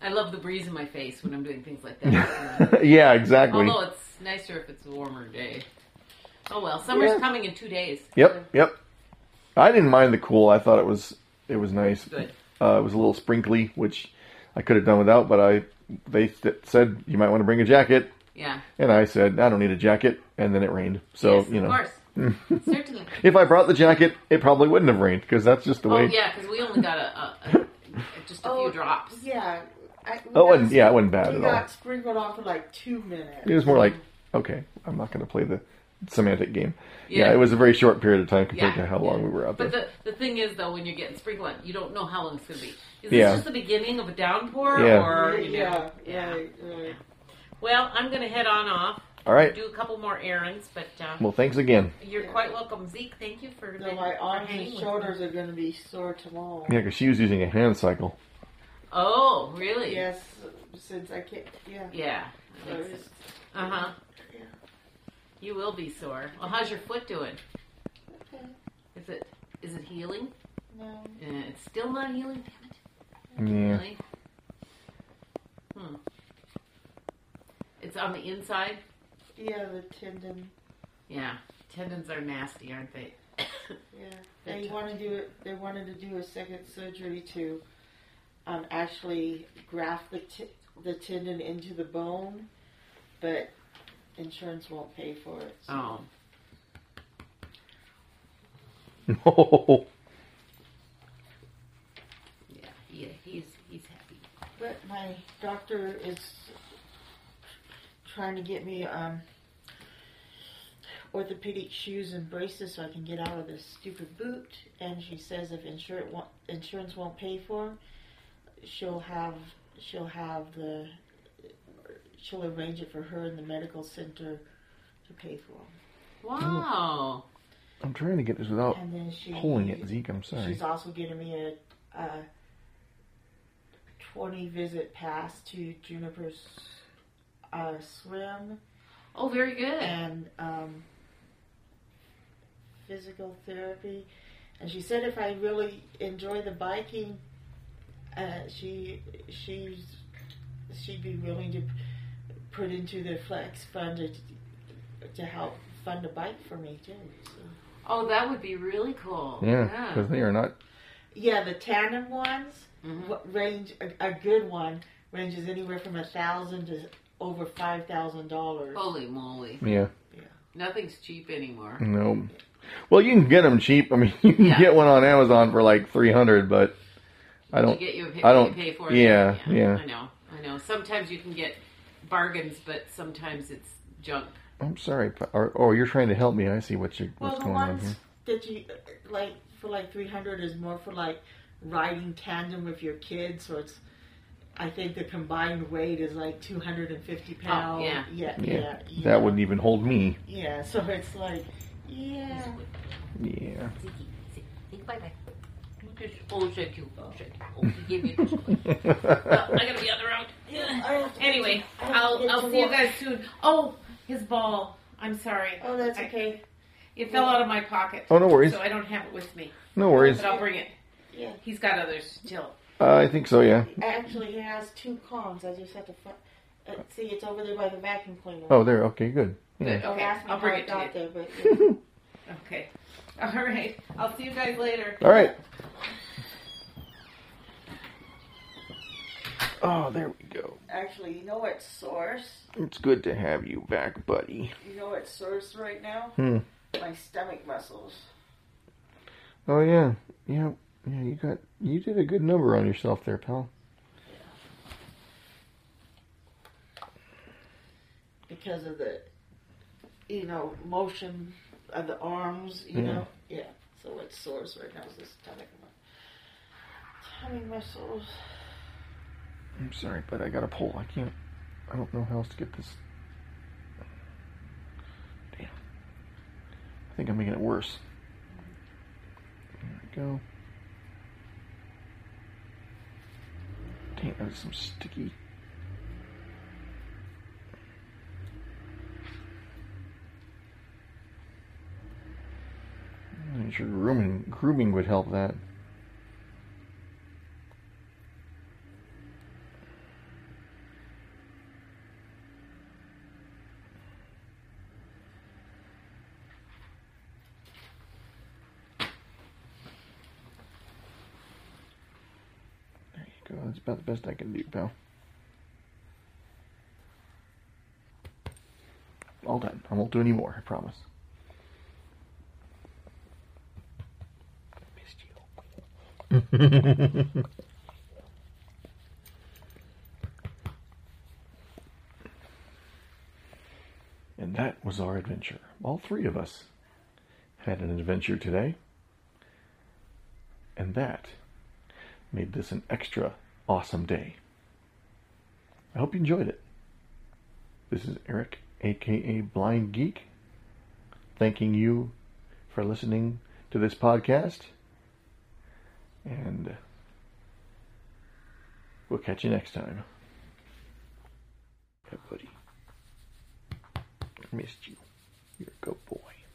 [SPEAKER 13] I love the breeze in my face when I'm doing things like that.
[SPEAKER 1] Yeah, exactly.
[SPEAKER 13] Although it's nicer if it's a warmer day. Oh well, summer's
[SPEAKER 1] Yeah.
[SPEAKER 13] coming in two days.
[SPEAKER 1] Yep, yep. I didn't mind the cool. I thought it was it was nice.
[SPEAKER 13] Good.
[SPEAKER 1] Uh, it was a little sprinkly, which I could have done without, but I they st- said you might want to bring a jacket.
[SPEAKER 13] Yeah.
[SPEAKER 1] And I said I don't need a jacket, and then it rained. So
[SPEAKER 13] Yes,
[SPEAKER 1] you know,
[SPEAKER 13] of course, certainly.
[SPEAKER 1] if I brought the jacket, it probably wouldn't have rained because that's just the
[SPEAKER 13] Oh
[SPEAKER 1] way.
[SPEAKER 13] yeah, because we only got a, a, a just a few drops.
[SPEAKER 3] Oh, Yeah. I,
[SPEAKER 1] Oh, it wasn't- yeah, it wasn't bad
[SPEAKER 3] we
[SPEAKER 1] at
[SPEAKER 3] got
[SPEAKER 1] all.
[SPEAKER 3] sprinkled on for like two minutes.
[SPEAKER 1] It was more like okay, I'm not going to play the semantic game. Yeah.
[SPEAKER 13] Yeah.
[SPEAKER 1] it was a very short period of time compared
[SPEAKER 13] Yeah,
[SPEAKER 1] to how long we were out there.
[SPEAKER 13] But the, the thing is, though, when you're getting spring one, you don't know how long it's going to be. Is
[SPEAKER 1] Yeah.
[SPEAKER 13] this just the beginning of a downpour?
[SPEAKER 1] Yeah.
[SPEAKER 13] Or, you
[SPEAKER 3] Yeah,
[SPEAKER 13] know, yeah, Well, I'm going to head on off.
[SPEAKER 1] All right.
[SPEAKER 13] Do a couple more errands, but. Uh,
[SPEAKER 1] Well, thanks again.
[SPEAKER 13] You're quite welcome, Zeke. Thank you for.
[SPEAKER 3] No, my
[SPEAKER 13] for
[SPEAKER 3] arms
[SPEAKER 13] hanging
[SPEAKER 3] and
[SPEAKER 13] with
[SPEAKER 3] shoulders
[SPEAKER 13] me.
[SPEAKER 3] are going to be sore tomorrow.
[SPEAKER 1] Yeah, because she was using a hand cycle.
[SPEAKER 13] Oh, really?
[SPEAKER 3] Yes, since I can't. Yeah.
[SPEAKER 13] Yeah.
[SPEAKER 3] So it's-
[SPEAKER 13] Uh huh. You will be sore. Well, how's your foot doing?
[SPEAKER 3] Okay.
[SPEAKER 13] Is it is it healing?
[SPEAKER 3] No.
[SPEAKER 13] Eh, it's still not healing. Damn it.
[SPEAKER 1] Yeah.
[SPEAKER 13] Really? Hmm. It's on the inside.
[SPEAKER 3] Yeah, the tendon.
[SPEAKER 13] Yeah. Tendons are nasty, aren't they?
[SPEAKER 3] Yeah, they want to do it. They wanted to do a second surgery to um, actually graft the t- the tendon into the bone, but insurance won't pay for it. So.
[SPEAKER 13] Oh. Oh.
[SPEAKER 1] No.
[SPEAKER 13] Yeah. Yeah. He's he's happy.
[SPEAKER 3] But my doctor is trying to get me um, orthopedic shoes and braces so I can get out of this stupid boot. And she says if insurance won't, insurance won't pay for 'em, she'll have she'll have the she'll arrange it for her in the medical center to pay for 'em.
[SPEAKER 13] Wow.
[SPEAKER 1] I'm trying to get this without
[SPEAKER 3] And then she-
[SPEAKER 1] pulling it, Zeke. I'm sorry.
[SPEAKER 3] She's also giving me a, a 20 visit pass to Juniper's uh, swim.
[SPEAKER 13] Oh, very good.
[SPEAKER 3] And um, physical therapy. And she said if I really enjoy the biking, uh, she she's she'd be willing to put into the flex fund to, to help fund a bike for me too. So.
[SPEAKER 13] Oh, that would be really cool.
[SPEAKER 1] Yeah, because they are not.
[SPEAKER 3] Yeah, the tandem ones
[SPEAKER 13] Mm-hmm.
[SPEAKER 3] wa- range a, a good one ranges anywhere from a thousand to over five thousand dollars.
[SPEAKER 13] Holy moly!
[SPEAKER 1] Yeah,
[SPEAKER 13] Nothing's cheap anymore.
[SPEAKER 1] no. Well, you can get them cheap. I mean, you can
[SPEAKER 13] Yeah.
[SPEAKER 1] get one on Amazon for like three hundred, but I
[SPEAKER 13] You
[SPEAKER 1] don't.
[SPEAKER 13] get your-
[SPEAKER 1] I don't.
[SPEAKER 13] pay for it.
[SPEAKER 1] yeah, yeah,
[SPEAKER 13] I know. I know. Sometimes you can get bargains, but sometimes it's junk.
[SPEAKER 1] I'm sorry. pa- Or, oh, you're trying to help me. I see what you
[SPEAKER 3] Well,
[SPEAKER 1] what's
[SPEAKER 3] the
[SPEAKER 1] going on
[SPEAKER 3] ones
[SPEAKER 1] here.
[SPEAKER 3] that you uh, like for like three hundred is more for like riding tandem with your kids, so it's I think the combined weight is like 250 pounds.
[SPEAKER 13] Oh, yeah.
[SPEAKER 3] yeah,
[SPEAKER 1] Yeah.
[SPEAKER 3] yeah, you
[SPEAKER 1] that
[SPEAKER 3] know.
[SPEAKER 1] wouldn't even hold me.
[SPEAKER 3] Yeah, so it's like, yeah.
[SPEAKER 1] Yeah.
[SPEAKER 15] Oh, thank you. Oh, thank you. Oh, he gave me this one. Well, I gotta be on the road.
[SPEAKER 13] Anyway, I'll, I'll see you guys soon. Oh, his ball. I'm sorry. Oh, that's okay. It fell out of my pocket.
[SPEAKER 1] Oh, no worries.
[SPEAKER 13] So I don't have it with me.
[SPEAKER 1] No worries.
[SPEAKER 13] But I'll bring it. Yeah. He's got others still.
[SPEAKER 1] Uh, I think so. Yeah.
[SPEAKER 32] Actually, it has two cones. I just have to find. Uh, see, it's over there by the vacuum cleaner.
[SPEAKER 1] Oh, there. Okay, good. Yeah.
[SPEAKER 32] Don't ask me
[SPEAKER 13] I'll bring
[SPEAKER 32] how
[SPEAKER 13] it to
[SPEAKER 32] got
[SPEAKER 13] you.
[SPEAKER 32] there, but
[SPEAKER 13] Okay. All right. I'll see you guys later.
[SPEAKER 1] All right. Oh, there we go.
[SPEAKER 3] Actually, you know what source?
[SPEAKER 1] It's good to have you back, buddy.
[SPEAKER 3] You know what source right now?
[SPEAKER 1] Hmm.
[SPEAKER 3] My stomach muscles.
[SPEAKER 1] Oh yeah, yeah, yeah. You got you did a good number on yourself there, pal.
[SPEAKER 3] because of the, you know, motion of the arms, you
[SPEAKER 1] Yeah.
[SPEAKER 3] know? Yeah. So what source right now is the stomach. Tummy muscles.
[SPEAKER 1] I'm sorry, but I got a pull. I can't. I don't know how else to get this. Damn. I think I'm making it worse. There we go. Dang, that was some sticky. I'm sure grooming, grooming would help that. There you go. That's about the best I can do, pal. All done. I won't do any more, I promise. And that was our adventure. All three of us had an adventure today. And that made this an extra awesome day. I hope you enjoyed it. This is Eric, aka Blind Geek, thanking you for listening to this podcast. And we'll catch you next time. Hey, buddy. I missed you. You're a good boy.